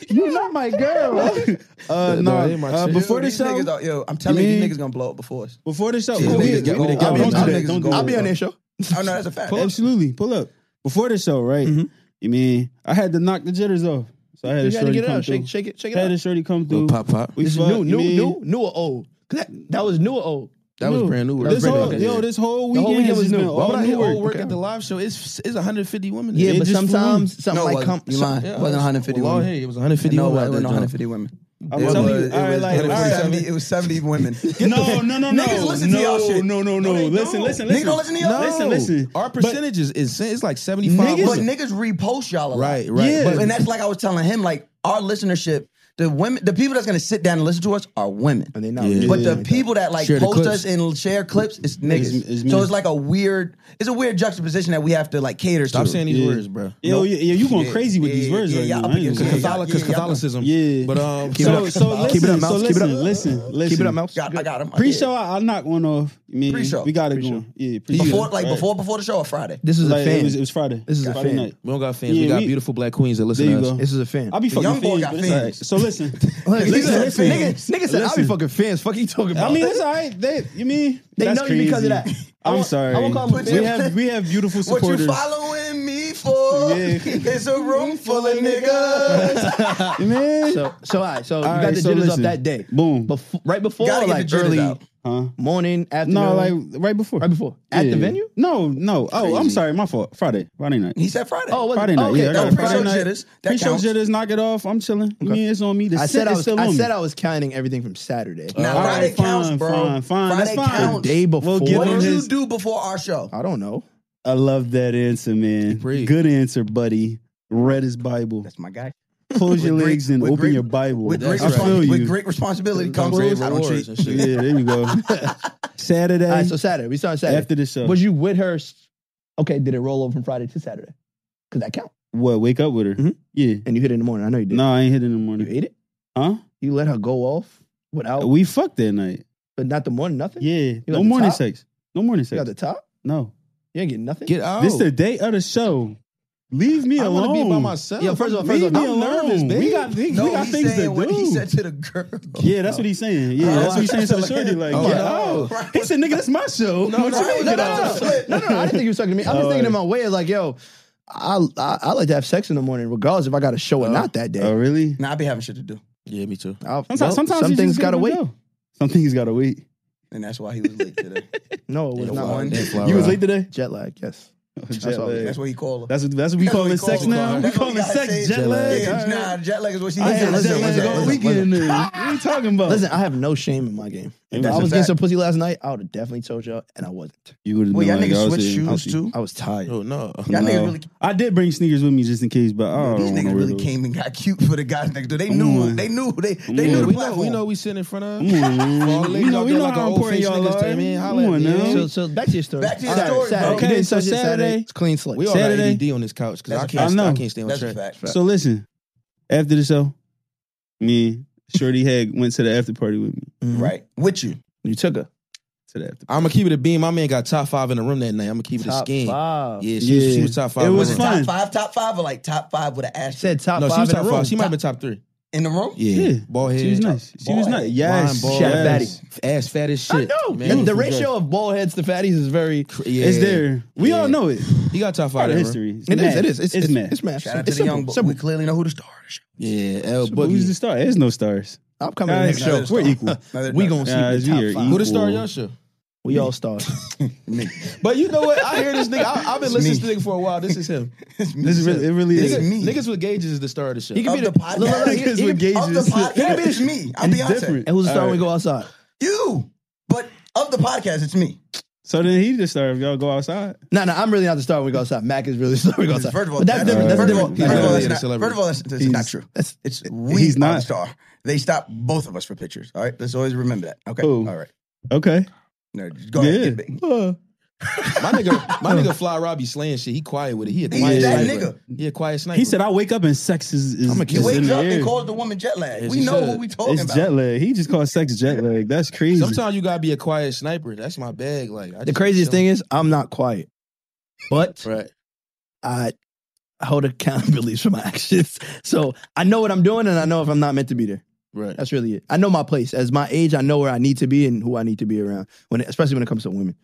S2: you not my girl. Uh,
S4: Yeah,
S2: no.
S4: dog, they my
S2: Uh,
S4: chick.
S2: before the
S3: these
S2: show,
S3: niggas, are- yo, I'm telling you,
S2: You
S3: these
S2: mean-
S3: niggas gonna blow up before us.
S2: before the show,
S4: Yeah,
S2: oh,
S4: niggas
S2: yeah,
S4: get-
S2: oh,
S4: niggas get-
S2: don't
S3: niggas
S2: do that.
S3: is
S2: Don't do
S3: gold.
S2: that.
S5: I'll be on that show.
S3: Oh no, that's a fact.
S2: Pull- Absolutely, pull up before the show, right? You mean I had to knock the jitters off, so I had
S5: You
S2: a
S5: got to
S2: shorty
S5: get it
S2: come
S5: out.
S2: through.
S5: Shake, shake it, shake it
S2: Had a
S5: out.
S2: shorty come through.
S4: Little pop pop.
S2: We
S5: This is
S2: fuck,
S5: new,
S2: you
S5: new,
S2: mean?
S5: new, new or old? 'Cause That that was new or old.
S4: That was brand new.
S2: This
S4: Brand new.
S2: whole,
S4: Okay.
S2: yo, this whole
S5: The
S2: weekend,
S5: whole weekend
S2: has
S5: was
S2: just
S5: new.
S2: been
S5: Why
S4: Why
S2: all
S4: would I
S2: new
S4: hear
S2: work.
S4: old work at the live show? It's it's 150 women.
S5: Yeah,
S4: there.
S5: but
S2: just
S5: sometimes something
S3: No, it
S5: like
S3: wasn't.
S5: come.
S3: You
S5: some-
S3: lying. It wasn't 150
S4: Well,
S3: women.
S4: hey, it was 150
S3: No, it
S4: women out
S3: wasn't
S4: there, John.
S3: 150 women.
S2: I'm
S3: It
S2: telling you.
S3: was-
S2: All right,
S3: it was-
S2: like,
S3: it
S2: all
S3: was
S2: right.
S3: 70 It was 70 women.
S2: No, no, no, no,
S3: Niggas listen to
S2: no,
S3: y'all shit.
S2: no, no, no. Listen, listen, listen.
S3: Niggas don't listen to y'all.
S4: No,
S2: Listen, listen.
S4: Our
S2: But-
S4: percentages is it's like 75.
S2: Niggas-
S3: But
S4: women.
S3: niggas repost y'all a lot.
S4: right, right.
S2: Yeah.
S4: But,
S3: And that's like I was telling him, like our listenership, the women, the people that's gonna sit down and listen to us are women.
S5: And they not.
S4: Yeah.
S3: But
S5: really
S3: the
S5: like that.
S3: people that like
S4: Share the
S3: post
S4: clips.
S3: us and share clips, it's niggas.
S2: It's- it's
S3: so
S2: me.
S3: it's like a weird, it's a weird juxtaposition that we have to like cater
S4: Stop
S3: to.
S4: saying these words, bro.
S2: Yo, yeah, yeah, you going
S3: Yeah,
S2: crazy with
S3: yeah,
S2: these words
S3: yeah,
S2: right
S3: yeah,
S2: now.
S3: I'm
S2: I ain't
S3: against
S2: gonna
S3: it.
S2: lie.
S4: Catholic, 'cause
S3: yeah, yeah,
S4: Catholicism.
S2: Yeah.
S4: But um,
S2: So, so listen,
S7: Keep it up,
S2: so
S7: Mouse.
S2: listen,
S7: Keep it up.
S2: listen, listen.
S5: keep it up, Mel.
S3: Got, I got him.
S2: Pre-show, I, I knock one off. I mean,
S3: Pre-show.
S2: we got it
S5: Pre-show.
S2: going. Yeah,
S3: Yeah.
S2: pre-show.
S3: Before, like
S2: Right.
S3: before, before the show or Friday.
S5: This is
S2: Like,
S5: a fan.
S2: It was, it was Friday.
S5: This is a
S2: Friday
S5: fan.
S2: night.
S4: we don't got fans. we
S2: Yeah,
S4: got
S2: we-
S4: beautiful black queens that listen
S2: There you
S4: to us.
S2: go.
S5: this is a fan.
S2: I be
S3: The
S2: fucking
S3: young boy
S2: fans,
S3: got
S2: but it's all right.
S3: fans.
S2: So listen,
S5: Look,
S3: Listen,
S5: nigga,
S3: listen.
S5: nigga, nigga said I be fucking fans. Fuck you talking
S2: I
S5: about.
S2: mean it's all right. They, you mean
S5: They
S2: that's
S5: know you because of that.
S2: crazy.
S5: I
S2: I'm
S5: won't-
S2: sorry.
S5: I won't call them
S2: we have we have beautiful
S3: What you
S2: supporters.
S3: following me for?
S2: Yeah.
S3: It's a room full of niggas.
S2: man.
S5: so so I so
S2: All
S5: you
S2: right,
S5: got the
S2: so
S5: jitters
S2: listen.
S5: up that day.
S2: Boom.
S5: Bef- right before
S3: Gotta get
S5: like
S3: the jitters
S5: early
S3: out.
S2: Huh?
S5: morning afternoon.
S2: No, like right before.
S5: right before at the
S2: Yeah.
S5: venue.
S2: No, no. Oh, I'm sorry. My fault. Friday. Friday night.
S3: he said Friday.
S5: Oh, what-
S2: Friday night.
S5: okay,
S2: yeah, I
S5: that
S2: got
S5: was
S2: it. Friday
S3: pre-show
S2: night.
S3: jitters. That
S2: pre-show
S3: counts.
S2: jitters. Knock it off. I'm chilling. I mean, it's on me. The
S5: I said
S2: sit
S5: I
S2: is
S5: was
S2: still
S5: I
S2: on
S5: said
S2: me.
S5: I was counting everything from Saturday.
S3: Now
S2: All
S3: Friday
S2: right, fine,
S3: counts, bro.
S2: fine, fine. That's
S3: Friday
S2: fine.
S3: counts.
S5: the day before.
S2: We'll give
S3: What
S2: him
S3: did you
S2: his-
S3: do before our show?
S5: I don't know.
S2: I love that answer, man.
S4: Great.
S2: Good answer, buddy. Read his Bible.
S3: That's my guy.
S2: Close your
S3: great-
S2: legs and
S3: with
S2: open
S3: great-
S2: your Bible.
S3: With great,
S2: I feel
S3: respons-
S2: you.
S3: with great responsibility comes
S4: great
S3: great I don't cheat.
S4: rewards and shit.
S2: yeah, there you go. Saturday.
S5: All right, so Saturday we started Saturday.
S2: after the show.
S5: Was you with her? s- Okay, did it roll over from Friday to Saturday? Could that count?
S2: what? Wake up with her?
S5: Mhm.
S2: Yeah.
S5: And you hit it in the morning. I know you did.
S2: No, I ain't hit in the
S5: you
S2: morning.
S5: ate it.
S2: Huh?
S5: You let her go off without,
S2: We fucked that night.
S5: but not the morning. Nothing.
S2: Yeah.
S5: got
S2: No
S5: Oh. the
S2: morning
S5: top?
S2: sex. No morning
S5: You got
S2: sex.
S5: the top.
S2: No.
S5: You ain't getting nothing.
S4: Get out.
S2: This the day of the show. Leave me
S4: Oh. I
S2: alone.
S4: want to be by myself.
S5: Yo, first of all, first
S2: Leave
S5: of
S2: me
S5: all, I'm
S2: alone.
S4: nervous,
S2: we
S4: babe.
S2: got things.
S3: No,
S2: we got
S3: he's
S2: things to
S3: saying what
S2: do.
S3: he said to the girl.
S2: yeah, that's what he's saying. Yeah,
S3: Oh,
S2: that's what he's saying to the
S3: like-
S2: shorty. Like,
S3: Oh,
S2: get
S3: wow.
S2: out. He said, "Nigga, that's my show."
S4: No,
S2: What you
S3: right,
S2: mean,
S3: no,
S2: get
S3: no,
S2: out?
S3: no. Flip.
S5: No, no, no, I didn't think you was talking to me. I'm just
S2: Oh,
S5: thinking in
S2: yeah.
S5: my way, like, yo, I, I I like to have sex in the morning, regardless if I got a show or not that day.
S2: Oh, really?
S3: Nah, I be having shit to do,
S4: yeah, me too.
S5: I'll-
S2: Sometimes,
S5: well,
S2: sometimes
S5: some
S2: you
S5: things
S2: just
S5: gotta
S2: gotta
S5: wait.
S2: Go. Some things gotta wait.
S3: and that's why he was late today.
S5: No, it was
S3: Yeah,
S5: not
S3: one.
S5: one.
S4: Damn, Fly
S2: You was
S4: Rod.
S2: late today.
S5: Jet lag. Yes.
S2: Jet
S5: all.
S2: lag.
S3: That's what he called her.
S2: That's what that's what we
S3: That's
S2: call
S3: what
S2: it
S3: we
S2: sex
S3: call it.
S2: now. We
S3: That's what
S2: call
S3: we
S2: it
S3: gotta say.
S2: sex jet
S3: Jet
S2: lag.
S3: Yeah,
S2: All right.
S3: Nah, jet lag is what she
S2: I
S3: said.
S2: had
S5: listen,
S2: jet lag
S5: listen,
S2: all
S5: listen,
S2: weekend. then. What are you talking about?
S5: Listen, I have no shame in my game. If
S3: That's
S5: I
S3: a
S5: was getting
S3: fact.
S5: some pussy last night, I would have definitely told y'all, and I wasn't.
S2: you would have been
S3: Well, y'all
S2: like, oh,
S3: niggas
S2: I'll
S3: switch
S2: see, I'll
S3: shoes
S2: see.
S3: too.
S5: I was tired.
S4: Oh no.
S3: Y'all
S2: No.
S3: niggas really.
S2: I did bring sneakers with me just in case, but I don't
S3: These
S2: wanna
S3: niggas
S2: wear
S3: really
S2: those.
S3: came and got cute for the guys next door. They
S2: Come
S3: knew.
S2: on.
S3: They knew. They they
S2: on.
S3: knew the
S4: we know, we
S3: platform.
S4: know we sitting in front of.
S2: Come on, man.
S4: All the
S2: We
S4: ladies
S2: Mm-hmm. know,
S4: out
S2: we
S4: there
S2: know
S4: like
S2: how
S4: old
S2: important
S4: face
S2: y'all
S4: niggas
S2: are.
S4: to me. Holla
S2: Come
S4: at
S2: on
S4: me.
S2: now.
S5: So, so back to your story.
S3: Back to your
S5: Saturday,
S3: story, bro.
S5: Saturday.
S2: Okay,
S5: You didn't
S2: so
S5: touch it
S2: Saturday-
S5: It's clean slate.
S4: We all
S2: Saturday.
S4: got ADD on this couch because
S3: That's
S4: I
S3: a
S4: can't.
S3: fact.
S4: I,
S2: I know.
S4: can't stay on
S3: That's a
S4: track.
S3: fact.
S2: So listen, after the show, me and Shorty Hag went to the after party with me.
S3: Right with you.
S5: You took her.
S2: To the after.
S4: I'm gonna keep it a beam. My man got top five in the room that night. I'm gonna keep it a
S5: Top
S4: skin.
S5: five.
S4: Yeah, she, Was,
S2: Yeah.
S4: she was top five.
S2: It
S4: in
S2: was
S4: the room.
S2: fun.
S3: Top five, top five, or like top five with an ass
S5: Said top
S4: No,
S5: five.
S4: she was
S5: in the
S4: top
S5: room.
S4: five. She might have been top three.
S3: in the room.
S4: Yeah,
S2: Yeah.
S4: ball head.
S2: She was nice. She was
S3: Boy.
S2: nice. Yes,
S4: Line ball,
S2: yes.
S4: ass, ass fat as shit.
S5: I know.
S4: Man,
S5: the
S4: it was
S5: ratio of bald heads to fatties is very.
S4: just- yeah.
S2: It's there. We all
S4: Yeah.
S2: know it.
S4: He got top
S2: Part of
S4: five. in the
S2: history. It's
S5: It is.
S2: math.
S5: It is. It's,
S2: it's math.
S5: It's math.
S3: Shout out to
S5: It's
S3: the
S5: simple,
S3: young boy.
S5: simple.
S3: We clearly know who the star is.
S4: room. Yeah, L
S2: Who's the
S4: Boogie.
S2: star? There's no stars.
S5: I'm coming
S2: Guys,
S5: next show.
S2: we're equal.
S5: We gonna see
S2: Guys, we
S5: the
S2: are
S4: Who
S5: top five.
S2: equal.
S4: the star of your show?
S5: We all stars.
S4: But you know what? I hear this nigga. I, I've been listening to this nigga for a while. This is him.
S2: This is really, it really
S4: Nigga,
S2: is.
S3: me.
S4: Niggas with gauges is the star of the show.
S5: He
S3: Of
S5: can be
S3: the
S5: the. Look, look, look, he-
S2: Niggas
S5: he
S2: with
S5: can-
S3: Of the
S2: gauges.
S3: podcast, it's me. I'm
S2: It's
S3: Beyonce.
S2: different.
S5: And who's the star
S2: All
S5: when we
S2: right.
S5: go outside?
S3: You, but of the podcast, it's me.
S2: So then he the star if y'all go outside.
S5: No, no, I'm really not the star when we go outside. Mac is really the star when we go outside.
S3: First of all,
S5: but that's different. That's
S3: first of all-
S5: different.
S3: First of all,
S4: Yeah,
S3: that's
S4: the
S3: not- first of all, that's that's not true.
S5: That's-
S3: It's we
S2: he's
S3: are
S2: not.
S3: the star. They stopped both of us for pictures. All right, let's always remember that. Okay,
S2: Who?
S3: all right.
S2: Okay.
S3: No, just go ahead.
S2: Yeah. Uh,
S3: Get big.
S4: My nigga, my nigga Fly Robbie slaying shit. He quiet with it. He a
S3: He's
S4: quiet
S3: that
S4: sniper.
S3: nigga.
S4: He a quiet sniper.
S2: He said, I wake up and sex is, is,
S4: I'ma
S3: You
S2: is in
S4: It's
S3: wake
S2: the
S3: up
S2: air.
S3: and cause the woman jet lag.
S4: Yes,
S3: we
S4: he
S3: know
S4: said.
S3: what we talking
S2: It's
S3: about.
S2: jet lag. He just called sex jet lag. That's crazy.
S4: sometimes you gotta be a quiet sniper. That's my bag. Like I
S5: The craziest thing is I'm not quiet, but
S4: right?
S5: I hold accountability for my actions. So I know what I'm doing, and I know if I'm not meant to be there.
S4: Right.
S5: That's really it. I know my place. As my age, I know where I need to be and who I need to be around. When especially when it comes to women,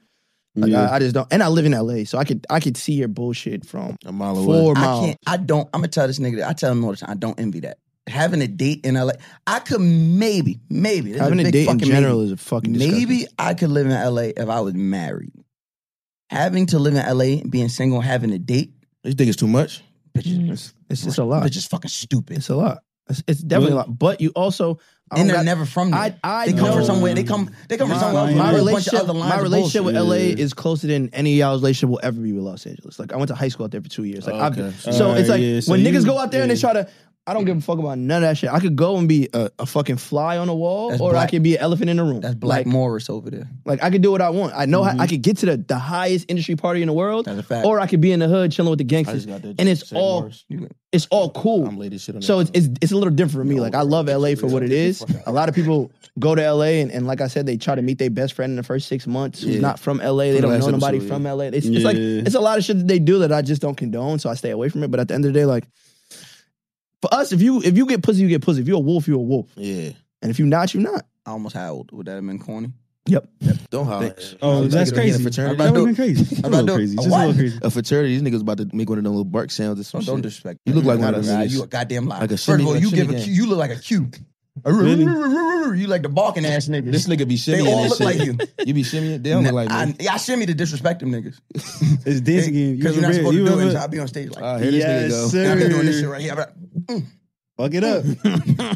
S5: like
S2: Yeah.
S5: I, I just don't. And I live in LA, so I could I could see your bullshit from
S4: A mile away.
S5: four
S3: I
S5: miles.
S3: can't. I don't. I'm gonna tell this nigga. That I tell him all the time. I don't envy that. having a date in LA, I could maybe, maybe this is
S5: Having a,
S3: big
S5: date in
S3: fucking
S5: general
S3: maybe.
S5: is a fucking disgusting.
S3: Maybe I could live in LA if I was married. Having to live in LA, being single, having a date,
S4: You think it's too much?
S3: bitches,
S5: It's, it's just a lot.
S3: bitches fucking stupid.
S5: It's a lot. It's, it's definitely a lot. But you also,
S3: And
S5: I don't
S3: they're
S5: got-
S3: never from there.
S5: I- I
S3: they come
S5: know-
S3: from somewhere. They come. They come
S2: My-
S3: from somewhere. else.
S2: my
S3: There's
S5: my
S3: a bunch of
S5: relationship,
S3: other lines
S5: my
S3: of
S5: relationship with
S3: bullshit.
S5: LA is closer than any of y'all's relationship will ever be with Los Angeles. Like I went to high school out there for two years. Like I've
S4: Okay.
S5: so
S2: Alright,
S5: it's
S3: Uh,
S5: like
S2: yeah, so
S5: when niggas
S2: you-
S5: go out there and they try to. I don't give a fuck about none of that shit. I could go and be a, a fucking fly on a wall,
S3: That's
S5: or I
S3: black-
S5: could be an elephant in a room.
S3: That's Black
S5: Like,
S3: Morris over there.
S5: Like I could do what I want. I know how, I could get to the, the highest industry party in the world,
S3: That's a fact.
S5: or I could be in the hood chilling with the gangsters,
S4: got that
S5: and it's
S4: St.
S5: all
S4: Morris.
S5: it's all cool.
S4: I'm late as shit on
S5: so
S4: that
S5: it's,
S4: phone.
S5: it's it's a little different for me. Like I love LA for what it is. A lot of people go to LA and, and like I said, they try to meet their best friend in the first six months who's
S4: Yeah.
S5: not from LA. They don't
S4: Last
S5: know nobody
S4: episode,
S5: from LA. It's, it's like
S2: Yeah.
S5: it's a lot of shit that they do that I just don't condone, so I stay away from it. But at the end of the day, like for us, if you if you get pussy, you get pussy. If you're a wolf, you're a wolf.
S4: Yeah.
S5: And if you not, you're not.
S3: I almost howled. Would that have been corny?
S5: Yep.
S4: Don't holler.
S2: Oh,
S4: Niggas
S2: that's
S4: gonna
S2: crazy.
S4: get A
S2: That
S4: fraternity.
S2: would have been crazy. A
S3: about
S2: little
S3: to-
S2: crazy. Just a
S3: what?
S2: little crazy.
S4: a fraternity. These niggas about to make one of them little bark sounds or some
S3: Don't, don't
S4: shit.
S3: disrespect.
S4: You
S3: me.
S4: look like one of
S3: Nah,
S4: them niggas.
S3: You a goddamn liar.
S4: Like a
S3: First of
S4: shimmy-
S3: all,
S4: like
S3: you
S4: shimmy
S3: give a
S4: gang.
S3: Q. You look like a Q. You like the balking ass nigga.
S4: This nigga be shimmying.
S3: all
S4: and
S3: look
S4: shit.
S3: like you.
S4: You be shimmying. They don't
S3: Nah,
S4: look like me.
S3: I, yeah, I shimmy to disrespect them niggas.
S2: It's dancing game.
S3: Because you're not
S2: ever-
S3: supposed to
S2: you
S3: do it.
S2: ever-
S3: So I'll be on stage like,
S4: Ah, here this nigga go.
S2: Yes,
S3: I'll be doing this
S2: sir.
S3: shit right here. I'll
S2: Fuck it up.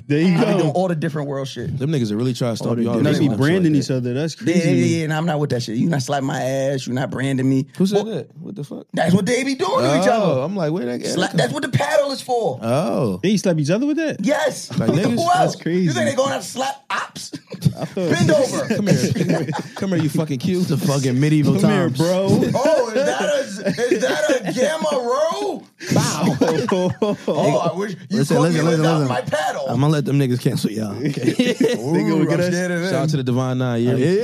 S2: There you
S3: be doing
S2: go.
S3: all the different world shit.
S4: Them niggas are really trying to stop you all.
S2: And they
S4: around
S2: be
S4: and shit
S2: branding
S4: like
S2: each other. That's
S3: Yeah, yeah,
S2: crazy.
S3: yeah, and I'm not with that shit. You not slap my ass. You not branding me.
S4: that. Who said
S3: Well,
S4: that? What the fuck?
S3: That's what they be doing to each
S4: Oh,
S3: other.
S4: I'm like, where that guy?
S3: Slap, that's what the paddle is for.
S4: Oh,
S2: They slap each other with that?
S3: Yes.
S4: Like
S3: Who
S4: niggas?
S3: else?
S4: That's
S3: You
S2: crazy.
S3: think they going out to slap ops?
S2: thought-
S3: Bend over.
S4: come here, come here, come here, you fucking cute. The fucking medieval
S2: Come here, bro.
S3: Oh, is that a is that a gamma roll? Wow. Oh, I wish you
S4: Listen,
S3: caught
S4: listen,
S3: me
S4: listen,
S3: without
S4: listen.
S3: my paddle.
S4: I'm gonna let them niggas cancel y'all.
S2: gonna
S4: Ooh,
S2: get
S4: I'm
S2: us.
S4: scared of them. Shout out to the Divine Nine. Yeah,
S2: Hey,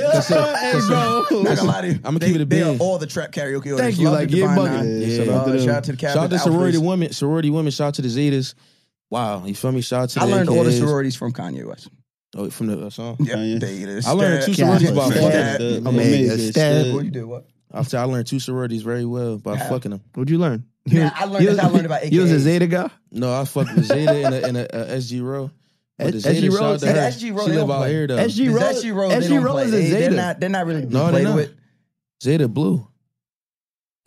S2: bro.
S3: not gonna lie to you.
S4: I'ma
S3: They-
S4: keep it a
S3: They are
S4: bean.
S3: all the trap karaoke artists.
S4: Thank you,
S3: Love
S4: like,
S3: the
S4: yeah,
S3: Divine
S4: bugging.
S3: Nine.
S4: Yeah, shout out
S3: Uh,
S4: to them.
S3: Shout out to the
S4: Shout out to
S3: Catholic
S4: sorority
S3: Alphas.
S4: women. Sorority women. Shout out to the Zetas. Wow, you feel me? Shout out to
S3: I
S4: the
S3: learned all the
S4: AKAs.
S3: sororities from Kanye West.
S4: Oh, from the uh, song.
S3: Yeah,
S2: Kanye.
S3: they- they-
S4: I learned two
S3: stab,
S4: sororities
S3: stab,
S4: by
S3: stab.
S4: fucking them.
S5: Omega stab.
S3: What you do? What?
S4: After I learned two sororities very well by
S3: Yeah.
S4: fucking them.
S5: What'd you learn?
S3: Nah, I learned. that's how I learned about AKA.
S5: You was a Zeta guy.
S4: No, I fucked with Zeta and a, and a, a SG Row. But the
S5: S- SG
S4: Zeta,
S5: Row-
S4: shout out to
S3: Hey,
S4: her.
S3: SG Row,
S4: she
S3: they
S4: live
S3: don't
S4: out
S3: play.
S4: here though.
S5: SG
S3: Is
S5: Row-
S3: SG Row, they
S5: SG
S3: don't
S5: Row
S3: play.
S5: is a
S3: They- They're
S5: Zeta.
S3: not. They're not really
S4: No, they
S3: played
S4: not.
S3: with.
S4: Zeta blue.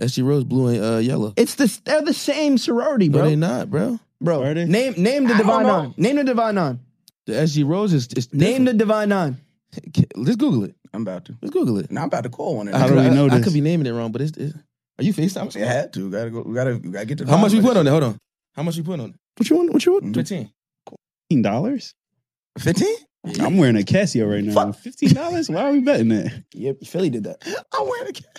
S4: SG Row's blue and uh, yellow.
S5: It's the they're the same sorority,
S4: No,
S5: bro.
S4: they not, bro.
S5: bro,
S2: Are they?
S5: name name the
S3: I don't
S5: divine
S3: know.
S5: nine. Name the divine nine.
S4: The SG Rose is, is
S5: Name the divine nine.
S4: the. Let's Google it.
S3: I'm about to.
S4: Let's Google it.
S3: Now I'm about to call one. of
S2: How
S3: them.
S2: do we
S4: I,
S2: know
S4: I,
S2: this?
S4: could be naming it wrong, but it's. it's are you FaceTime?
S3: Yeah, I had to. Gotta go. We gotta. We gotta get to. the
S4: How much we
S3: bottom of
S4: put on it? Hold on. How much we put on it?
S5: What you want? What you want?
S4: Fifteen.
S2: Fifteen dollars?
S3: this. Mm-hmm. Fifteen?
S2: I'm wearing a Casio right now. Fifteen dollars? Why are we betting that?
S5: Yep, Philly did that.
S3: I went again.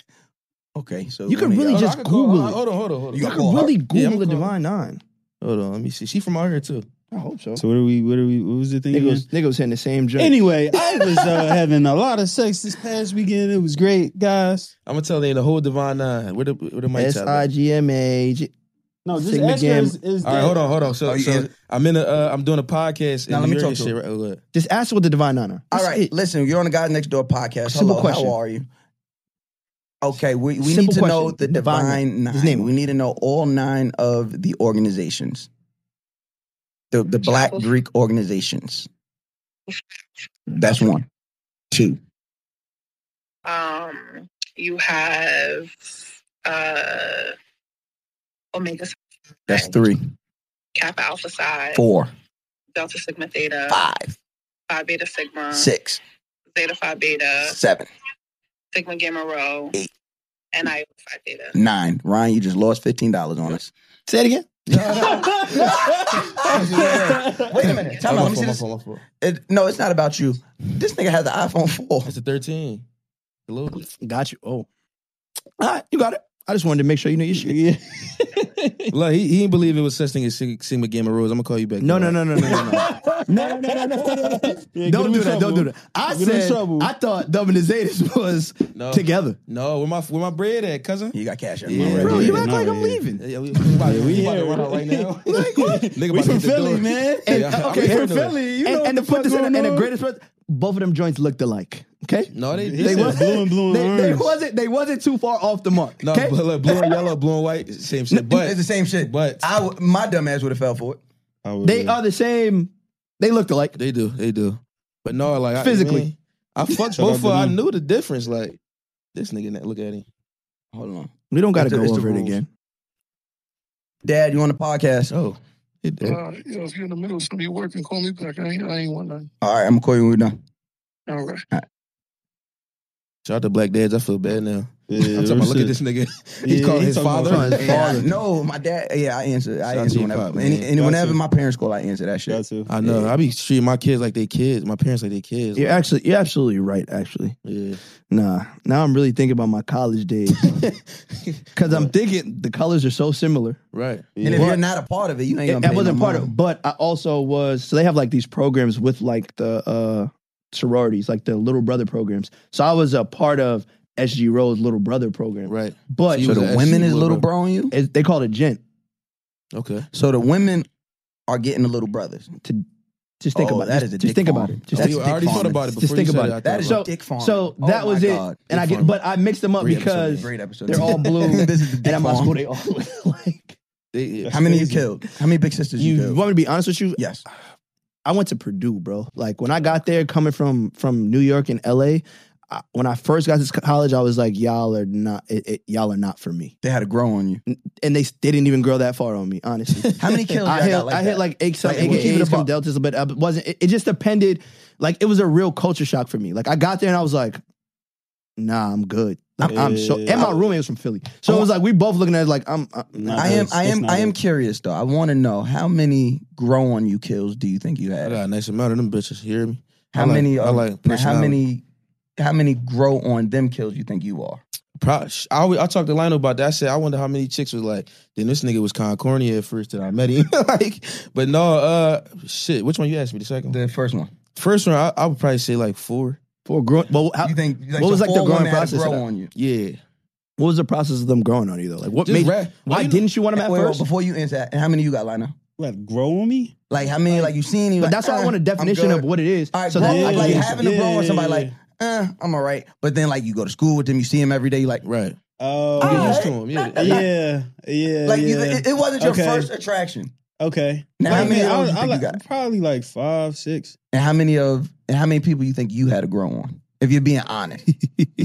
S3: Okay, so
S5: You can
S3: one of
S5: really
S3: y'all-
S5: just-
S4: I could call-
S5: Google it.
S4: Hold on, hold on, hold on.
S3: You
S5: You
S3: got
S5: could
S3: called her.
S5: really
S4: Yeah,
S5: Google
S4: I'ma
S5: the
S4: call her.
S5: divine nine.
S4: Hold on. Let me see. She from out here too.
S5: I hope so.
S2: So what are we? What are we? What was the thing?
S5: Nigga
S2: again?
S5: was, nigga was hitting the same joke.
S2: Anyway, I was uh, having a lot of sex this past weekend. It was great, guys.
S4: I'm gonna tell you the whole Divine Nine. Where the where the mic
S5: S
S4: tab?
S5: I
S4: at?
S5: G M A G.
S2: No, just
S5: Sigma
S2: extra is, is
S4: All right,
S2: that-
S4: hold on, hold on. So,
S3: Oh, you
S4: so
S3: answer-
S4: I'm in a uh, I'm doing a podcast.
S3: Now
S4: and
S3: let me
S4: you're
S3: talk
S4: in
S3: to
S4: shit,
S3: her.
S4: right? Look, look.
S5: Just ask what the divine nine are.
S3: All right, listen. You're on the Guys Next Door podcast.
S5: Simple
S3: Hello,
S5: question.
S3: how are you? Okay, we, we need
S5: Simple
S3: to know
S5: question.
S3: the divine
S5: Divine
S3: nine.
S5: His name.
S3: We need to know all nine of the organizations, the the Black Greek organizations. That's one, two.
S8: Um, you have uh, Omega Psi,
S3: That's three,
S8: Kappa Alpha Psi,
S3: four,
S8: Delta Sigma Theta,
S3: five,
S8: Phi Beta Sigma,
S3: six,
S8: Zeta Phi Beta,
S3: seven,
S8: Sigma Gamma Rho,
S3: Eight.
S8: and Iota Phi Theta.
S3: nine. Ryan, you just lost fifteen dollars on us.
S5: Say it again. Oh,
S3: Wait a minute. Time
S4: My
S3: out. Let me see
S4: fault, my
S3: this.
S4: fault, my fault.
S3: It, no, it's not about you. This nigga has an iPhone four.
S4: It's a 13. Hello.
S5: Got you. Oh, all right, you got it. I just wanted to make sure you knew your shit.
S4: Look, he, he didn't believe it was such thing as Sig- Sigma Gamma Rose. I'm gonna call you back.
S5: No,
S4: All
S5: no,
S4: right.
S5: no, no, no, no, no.
S2: No, no, no, no, no, no, no. Yeah, get him
S5: Don't do
S2: in
S5: that. Don't
S2: trouble.
S5: do that. I
S2: Get him in
S5: said
S2: trouble.
S5: I thought Dub and the Zetas was
S4: No.
S5: together.
S4: No, where my where my bread at, cousin?
S3: You got cash.
S4: Yeah.
S3: Yeah.
S5: Bro,
S4: yeah,
S5: you act
S2: no,
S5: like I'm
S2: yeah.
S5: leaving.
S4: Yeah, we, we about to, we about to
S2: here.
S4: run out right now. Nigga
S2: We
S4: about to
S2: from
S4: hit the
S2: Philly,
S4: door.
S2: man.
S4: Yeah,
S5: And-
S4: I'm- I'm
S5: okay,
S4: from
S5: from
S2: Philly, you
S5: and,
S2: know
S5: and to
S2: what
S5: put
S2: the
S5: this in,
S2: fuck
S5: in the
S2: going
S5: greatest, pers- both of them joints looked alike. Okay,
S4: No, they,
S2: They
S4: they
S2: was blue and blue and
S5: they,
S2: orange.
S5: they wasn't they wasn't too far off the mark.
S4: no,
S5: okay?
S4: but look, blue and yellow, blue and white, same shit. But
S3: it's the same shit.
S4: But
S3: I w- my dumb ass would have fell for it.
S2: I would
S5: They
S2: be-
S5: are the same. They looked alike.
S4: They do, they do. But no, like I-
S5: Physically.
S4: man, I, fucked
S2: Shout out
S4: both of.
S2: to
S4: I
S2: them.
S4: knew the difference. Like this nigga, ne- look at him.
S3: Hold on.
S5: We don't got to
S3: It's the-
S5: go
S3: it's the
S5: over it
S3: rules.
S5: again.
S3: Dad, you on the podcast?
S4: Oh, he did.
S9: Uh, you know, if you're in the middle of some of your work, you call me back. I ain't, I ain't want none.
S3: All right, I'm gonna call you when we're done.
S9: All right.
S4: Shout out to Black Dads. I feel bad now.
S2: Yeah,
S4: I'm talking about, look
S2: shit.
S4: at this nigga.
S2: Yeah,
S4: He's calling
S2: he
S4: his
S2: talking about
S4: father.
S2: calling his
S3: And I- no, my dad. Yeah, I answer. I
S4: Shout out
S3: answer
S4: to your
S3: whenever.
S4: pop,
S3: any,
S4: man.
S3: any,
S2: Got
S3: whenever
S2: you.
S3: my parents call, I answer that shit.
S2: Got to.
S4: I know. I be treating my kids like they kids. My parents like they kids.
S5: You're actually, you're absolutely right. Actually,
S4: Yeah.
S5: nah. Now I'm really thinking about my college days because I'm thinking the colors are so similar.
S4: Right.
S3: And if
S5: What?
S3: you're not a part of it, you ain't
S5: It,
S3: gonna.
S5: that
S3: pay
S5: wasn't
S3: no
S5: part
S3: mind.
S5: of. But I also was. So they have like these programs with like the uh sororities, like the little brother programs. So I was a part of SG Rose little brother program.
S4: Right.
S5: But
S4: So you
S3: So
S4: was
S3: the
S4: an
S3: women
S4: SG
S3: is little
S4: little
S3: bro on you.
S5: it, they called it gent.
S4: Okay.
S3: So the women are getting the little brothers.
S5: Just think
S3: Oh,
S5: about
S3: that
S5: it.
S3: is a dick
S5: Just, just think about
S3: farm.
S5: it. Just
S3: That's
S4: I
S5: think-
S3: dick
S4: already thought
S3: farming.
S4: about it before
S5: Just think
S4: you said
S5: about
S4: it.
S5: it.
S4: I
S3: That
S4: thought
S3: is
S4: about
S5: so-
S4: it.
S3: dick farming.
S5: So that
S3: Oh
S5: was
S3: my
S5: it,
S3: God.
S5: and I
S4: Dick
S5: get,
S4: farm.
S5: but I mixed them up
S4: Great episode,
S5: because
S3: Great episode.
S5: they're all blue,
S3: this is the dick
S5: and at my
S3: farm.
S5: school they all look like.
S4: They-
S3: How many you killed? How many big sisters you,
S5: You
S3: killed?
S5: want me to be honest with you?
S3: yes.
S5: I went to Purdue, bro. Like when I got there, coming from from New York and LA, I, when I first got to this college, I was like, y'all are not, it, it, y'all are not for me.
S3: They had to grow on you.
S5: And they, they didn't even grow that far on me, honestly.
S3: How many kills?
S5: I
S3: y'all
S5: hit,
S3: got like
S5: I hit
S3: that?
S5: like eight, some,
S3: Like,
S5: eight,
S3: we'll keep it
S5: eight, some
S3: above.
S5: deltas, but I wasn't. It, it just depended. Like it was a real culture shock for me. Like I got there and I was like, Nah, I'm good. I'm, I'm so. And my roommate was from Philly, so
S3: Oh.
S5: it was like we both looking at it like I'm. i
S9: Nah,
S3: I am.
S9: that's-
S3: I
S9: that's
S3: am.
S9: not
S3: I am
S9: it.
S3: curious though. I want to know how many grow on you kills do you think you
S4: I
S3: had?
S4: got a nice amount of them bitches. You hear me?
S3: How
S4: I like-
S3: many?
S4: I
S3: Are,
S4: like
S3: now, how
S4: personality.
S3: many? How many grow on them kills you think you are?
S4: Pro- sh- I, always- I talked to Lionel about that. I said, I wonder how many chicks was like, then this nigga was kind of corny at first that I met him. like, but no, uh, shit. Which one you asked me? The second one?
S3: The first one.
S4: First one, I, I would probably say like four.
S5: for growing. Well, how,
S3: you think? Like,
S5: what was,
S3: so
S5: like, the
S3: four
S5: growing
S3: women had to
S5: process of
S3: Grow
S5: that?
S3: on you.
S4: Yeah.
S5: what was the process of them growing on you though? Like what
S4: Just
S5: made?
S4: ra-
S5: why
S4: well, you know-
S5: didn't you want them at
S3: Wait, wait,
S5: first?
S3: before you answer, that, how many you got, Lionel?
S2: What, grow on me?
S3: Like how many? Like you seen? You
S5: but
S3: like,
S5: that's why
S3: uh,
S5: I want a
S3: I'm
S5: definition of
S3: good.
S5: what it is.
S3: All right,
S5: so
S3: grow,
S5: that I
S3: like
S5: can-
S2: yeah,
S3: having to grow on
S2: yeah,
S3: somebody
S2: yeah,
S3: like, eh, I'm all right. But then like you go to school with them, you see them every day. You like,
S4: Right.
S2: Oh,
S4: Get
S3: Alright.
S4: used to 'em, Yeah.
S2: yeah, yeah.
S3: like you,
S2: yeah.
S3: it, it wasn't your
S2: Okay.
S3: first attraction.
S2: okay.
S3: Now,
S2: Like,
S3: how many
S2: man,
S3: of
S2: I,
S3: those you
S2: I
S3: think you
S2: like,
S3: got?
S2: Probably like five, six.
S3: And how many of and how many people you think you had to grow on? If you're being honest,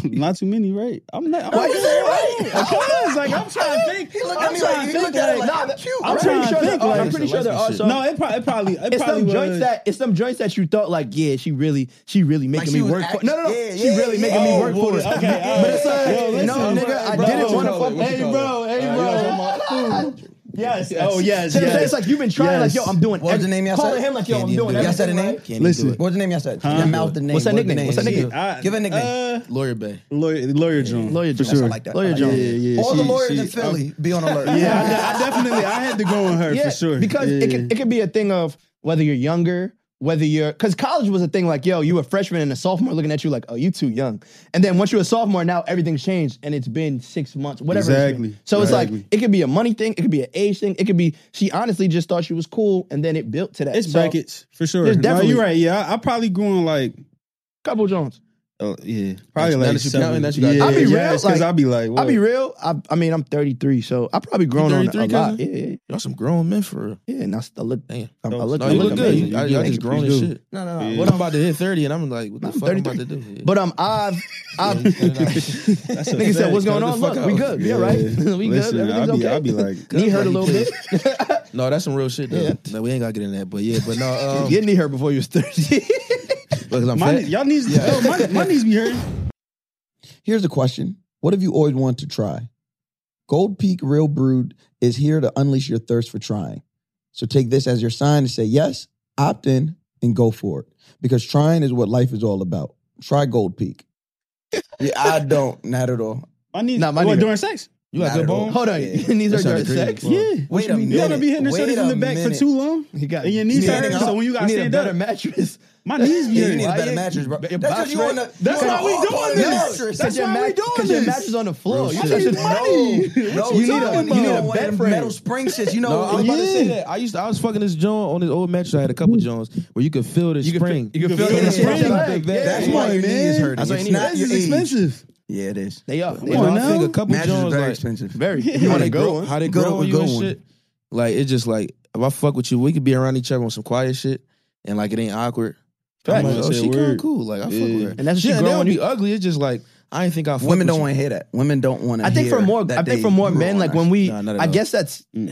S2: Not too many, right? I'm not.
S5: Oh,
S2: I'm
S3: Why
S2: not-
S3: you say right?
S2: Because like I'm trying to think.
S3: He looked at
S2: I'm
S3: me
S2: trying
S3: like-
S2: to
S3: he
S2: think,
S3: looked at it
S2: like-
S3: like, nah, that-
S5: I'm
S3: I'm
S5: pretty
S2: trying to
S5: sure
S2: think,
S5: that- oh,
S2: like-
S5: I'm pretty sure there are some.
S2: no, it probably, it probably, it
S5: it's
S2: probably
S5: some
S2: was.
S5: joints that it's some joints that you thought like yeah she really she really making
S3: she
S5: me
S3: was
S5: work
S3: act-
S5: for no no no
S3: yeah,
S5: she
S3: yeah,
S5: really
S3: yeah.
S5: making
S3: Oh,
S5: me work for it
S2: Okay, all
S5: but it's
S2: right.
S5: like
S2: Yo, listen,
S5: no
S2: bro,
S5: nigga I
S4: bro,
S5: didn't
S4: bro,
S5: want to
S4: bro,
S5: fuck
S4: what you
S5: hey
S4: call
S5: bro
S4: it?
S5: hey
S4: All
S5: bro
S2: Yes. Oh yes.
S5: See what I'm saying?
S2: yes.
S5: it's like you've been trying like yo I'm doing
S3: What was
S5: every-
S3: the name y'all
S5: calling
S3: said?
S5: him like yo I'm
S4: Can't even
S5: doing
S4: do it.
S3: Y'all said a
S5: everything
S3: name.
S4: Can't even
S2: Listen.
S4: do it.
S3: What's the name y'all said?
S2: Huh?
S3: Your mouth, the name.
S5: What's that
S3: what the
S5: nickname? What's
S3: is?
S5: that nickname?
S2: I-
S3: Give a nickname.
S2: Uh,
S4: Lawyer Bay.
S2: lawyer, lawyer John.
S5: Lawyer
S2: Mm, for
S5: Jones.
S2: sure.
S3: I like that.
S5: Lawyer
S3: I like that.
S5: Jones.
S2: Yeah, yeah,
S3: All the
S2: she-
S3: lawyers
S2: she- uh,
S3: in Philly be on alert.
S2: Yeah, I, de- I definitely I had to go on her
S5: yeah,
S2: for sure
S5: Because
S2: yeah.
S5: it could it could be a thing of whether you're younger, whether you're because college was a thing like, yo, you a freshman and a sophomore looking at you like, oh, you too young. And then once you're a sophomore, now everything's changed and it's been six months, whatever. it's been.
S2: Exactly.
S5: So it's
S2: Exactly.
S5: like it could be a money thing, it could be an age thing, it could be she honestly just thought she was cool and then it built to that.
S2: it's
S5: So,
S2: brackets for sure.
S5: There's
S2: no,
S5: definitely-
S2: you're right. Yeah, I, I probably grew on like
S5: Couple Jones.
S2: oh yeah, probably
S4: Now
S2: like
S4: that you
S2: seven.
S4: counting, that you got-
S2: yeah,
S5: I'll be real,
S2: because
S5: like-
S2: I'll be like,
S5: I'll be
S2: what?
S5: real. I, I mean, I'm 33, so I probably grown on a
S4: 33,
S5: lot. Yeah,
S4: cousin?
S5: yeah,
S4: Y'all some grown men for real.
S5: yeah. And I, st- I look,
S4: Damn.
S5: I, I
S2: No,
S5: look,
S4: No,
S5: I
S4: you
S2: look
S4: look good.
S2: amazing.
S4: You- I-
S2: You
S4: Y'all
S2: do.
S4: just grown
S2: Please
S4: as
S2: do.
S4: shit. No, no,
S2: Yeah.
S4: What I'm about to hit 30 and I'm like, what the
S5: I'm
S4: fuck I'm about to
S5: 33.
S4: do? Yeah.
S5: But um, I've, I've,
S2: That's a
S5: Nigga said,
S4: fact.
S5: "What's going
S4: Cut the
S5: on?
S4: fuck
S5: Look, we
S4: out."
S5: good. Yeah, right. we
S2: Listen,
S5: good. Everything's
S2: I'll be,
S5: okay."
S2: I'll be like,
S5: knee hurt a little bit.
S4: No, that's some real shit though. No, we ain't gotta get in that. But yeah, but no, um,
S5: Your knee hurt before you was thirty.
S4: because I'm
S2: my,
S4: fat.
S2: knees- y'all needs, yo, my, my knees be hurting.
S3: Here's a question. What have you always wanted to try? Gold Peak Real Brewed is here to unleash your thirst for trying. So take this as your sign to say yes, opt in, and go for it. Because trying is what life is all about. Try Gold Peak. yeah, I don't. Not at all.
S2: My knees,
S5: Nah, my
S2: what,
S5: knee
S2: during sex?
S4: You got
S3: Not
S4: good
S3: at all.
S4: bone?
S5: Hold on,
S3: Yeah.
S5: your knees
S4: That
S5: hurt
S4: sounded
S5: during
S4: crazy.
S5: sex.
S4: Well,
S2: Yeah.
S3: Wait a
S2: You gotta
S3: minute.
S2: be hitting the
S3: Wait
S2: shit
S3: a
S2: from the back
S3: minute.
S2: for too long,
S5: You got
S2: and your knees
S3: Standing
S2: hurt.
S3: up.
S2: So when you
S5: you
S2: gotta
S5: need a
S2: stand
S5: better
S2: up,
S5: mattress.
S2: my knees be
S3: Yeah, you need
S2: hurting.
S3: a better mattress, bro.
S5: Your
S3: That's
S5: box
S3: just you
S5: rate-
S3: on the.
S2: That's
S3: you
S2: why
S3: on
S2: we
S3: the
S2: doing
S3: hard
S2: this.
S3: mattress.
S2: That's
S5: your
S2: why we
S5: mat-
S2: doing
S5: your
S2: this.
S5: mattress on the floor.
S3: You
S5: You should-
S3: need money. No,
S2: What you
S3: you need a
S2: talking
S3: you need a
S2: about?
S3: bed
S5: frame.
S3: metal spring shit. You know,
S4: No, I was about to
S2: Yeah.
S4: say that. I used to, I was fucking this joint on this old mattress. I had a couple joints where you could feel the
S5: You could
S4: spring.
S5: feel- you could feel
S4: Yeah,
S5: it in the
S4: yeah,
S5: spring.
S4: yeah, yeah.
S5: That's
S3: That's
S4: Yeah.
S3: why your knee is
S2: man.
S3: hurting.
S4: That's why
S3: It's
S4: you need-
S3: not
S2: This
S3: your
S2: is
S3: age.
S2: expensive.
S3: Yeah, it is.
S5: They are.
S2: Come
S5: They
S4: You know,
S5: are.
S2: on.
S4: I think
S2: now.
S4: a couple
S3: Mattresses
S4: joints
S3: very
S4: like
S3: expensive.
S5: Very.
S4: how
S5: You want
S4: they
S5: to
S4: grow,
S5: go?
S4: how they
S3: Go
S4: grow
S3: with
S4: on you
S3: good
S4: and
S3: one.
S4: shit. Like it's just like if I fuck with you, we could be around each other on some quiet shit, and like it ain't awkward. I'm like,
S3: Facts.
S4: oh,
S3: Say
S4: she
S3: a
S4: kind of
S3: word.
S4: cool. Like I fuck
S3: Yeah.
S4: with her,
S3: And that's what you
S4: yeah,
S3: grow
S4: don't
S3: when
S4: be
S3: you-
S4: ugly. It's just like I ain't think I. Fuck
S3: Women
S4: with
S3: don't
S4: you.
S3: want to hear that. Women don't want to.
S4: I think for more-
S3: That
S4: I think
S3: they
S4: for more
S3: grew
S4: men,
S3: on
S4: like,
S3: that
S4: when
S3: shit.
S4: we-
S3: Nah, not at
S4: I
S3: all.
S4: guess
S5: that's
S4: Same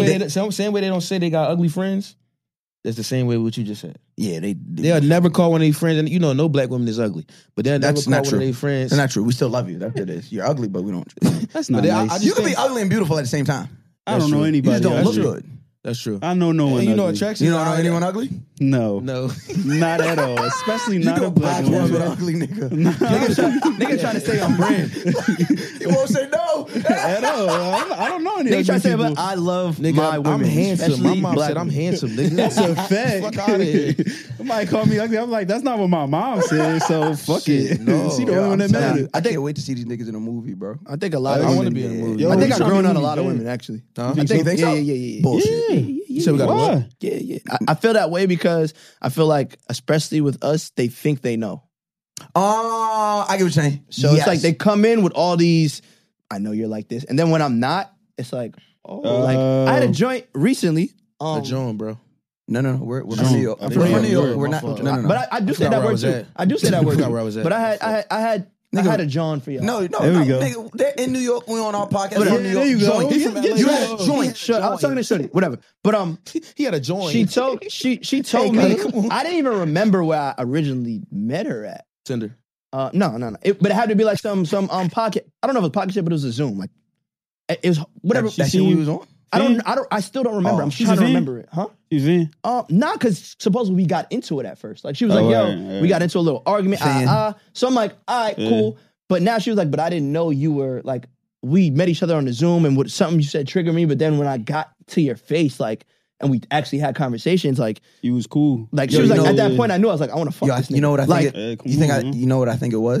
S4: way, they, same, same way they don't say they got ugly friends. That's the same way what you just said.
S3: Yeah, they
S4: they'll never call one of their friends, and you know no black woman is ugly, but they'll never
S3: That's
S4: call
S3: not
S4: one of
S3: true.
S4: their friends.
S3: That's not true. We still love you. That's what it is. You're ugly, but we don't.
S2: That's
S4: not
S3: I,
S4: nice.
S3: I just you can be ugly and beautiful at the same time.
S2: I don't know anybody
S3: You just don't
S2: ugly.
S3: look
S2: That's true.
S3: good.
S4: That's true.
S2: I know no one.
S3: you know
S2: ugly.
S3: attraction- You don't know anyone ugly?
S2: No,
S4: no,
S2: not at all. Especially not a black
S3: Podcast with
S2: woman.
S3: ugly nigga. nigga, try, nigga trying to stay on brand. he won't say no.
S2: at all. I'm- I don't know any.
S3: Nigga try to say,
S2: about
S3: but I
S5: love
S4: Nigga, I'm, I'm handsome. My mom said I'm handsome. Nigga,
S2: That's a fact.
S4: Fuck out of here.
S2: Somebody called me ugly. I'm like, that's not what my mom said. So fuck it. she the only one that made it.
S3: I can't wait to see these niggas in a movie, bro.
S5: I think a lot
S4: I
S5: of
S4: wanna
S5: women-
S4: be in a
S5: yeah.
S4: movie.
S5: I
S4: Yo,
S5: think
S4: we
S5: I've
S4: tryna
S5: grown
S4: be
S5: out a lot of
S4: big.
S5: women actually.
S4: Huh?
S5: I
S4: You
S5: think,
S4: think
S5: yeah,
S4: so?
S5: yeah, yeah, yeah,
S3: Bullshit.
S5: Yeah, yeah, yeah.
S4: said we got a
S5: Why?
S4: what?
S5: Yeah, yeah. I, I feel that way because I feel like, especially with us, they think they know.
S3: Oh, I get what you're saying.
S5: So
S3: Yes.
S5: it's like they come in with all these, I know you're like this. And then when I'm not, it's like, oh, like I had a joint recently. Um,
S4: a John, bro.
S3: No, no, no. We're, we're
S4: John.
S3: from New York.
S4: I
S3: I'm
S4: think
S3: from
S4: I'm
S3: New York.
S4: word.
S3: We're
S4: My
S3: not. No,
S4: fault.
S3: no, no.
S5: But I, I do say
S4: Forgot
S5: that
S4: where I
S5: word
S4: was
S5: too.
S4: at.
S5: I do say that word
S4: Forgot
S5: too.
S4: where I was at.
S5: But I had, I had, I had, I had a John for y'all.
S3: No, no,
S2: There
S3: no,
S2: we go.
S3: nigga. They're in New York. We on our podcast.
S5: But
S3: We're
S5: yeah,
S3: in New
S2: there
S3: York.
S2: you go.
S3: Joint.
S2: You- you-
S3: You
S2: you-
S3: had a joint.
S5: Shut. I was talking to Shorty. Whatever. But um,
S4: He had a joint.
S5: she told she she told
S4: Hey,
S5: me
S4: come on.
S5: I didn't even remember where I originally met her at.
S4: Tinder.
S5: Uh, no, no, no. It, but it had to be like some some um pocket. I don't know if it was pocket shit, but it was a Zoom. Like it it was whatever.
S3: That shit we was on.
S5: I don't. I don't. I still don't remember.
S3: Oh.
S5: I'm
S2: She's
S5: trying
S2: a
S5: to
S2: V?
S5: remember it. Huh?
S2: She's in.
S5: Um, not because supposedly we got into it at first. Like she was
S2: Oh,
S5: like, "Yo,
S2: right, right.
S5: we got into a little argument." Ah,
S3: Fan.
S5: ah. So I'm like, "All right,
S2: Yeah.
S5: cool." But now she was like, "But I didn't know you were like we met each other on the Zoom and what something you said triggered me." But then when I got to your face, like, and we actually had conversations, like,
S2: You was cool.
S5: like she
S3: Yo,
S5: was
S3: you
S5: like,
S3: know-
S5: at that point, I knew I was like, "I want to fuck."
S3: Yo, I-
S5: this
S3: you know
S5: nigga.
S3: what I
S5: Like,
S3: think?
S2: Hey,
S3: it-
S2: come
S3: You think I?
S2: on, man.
S3: You know what I think it was?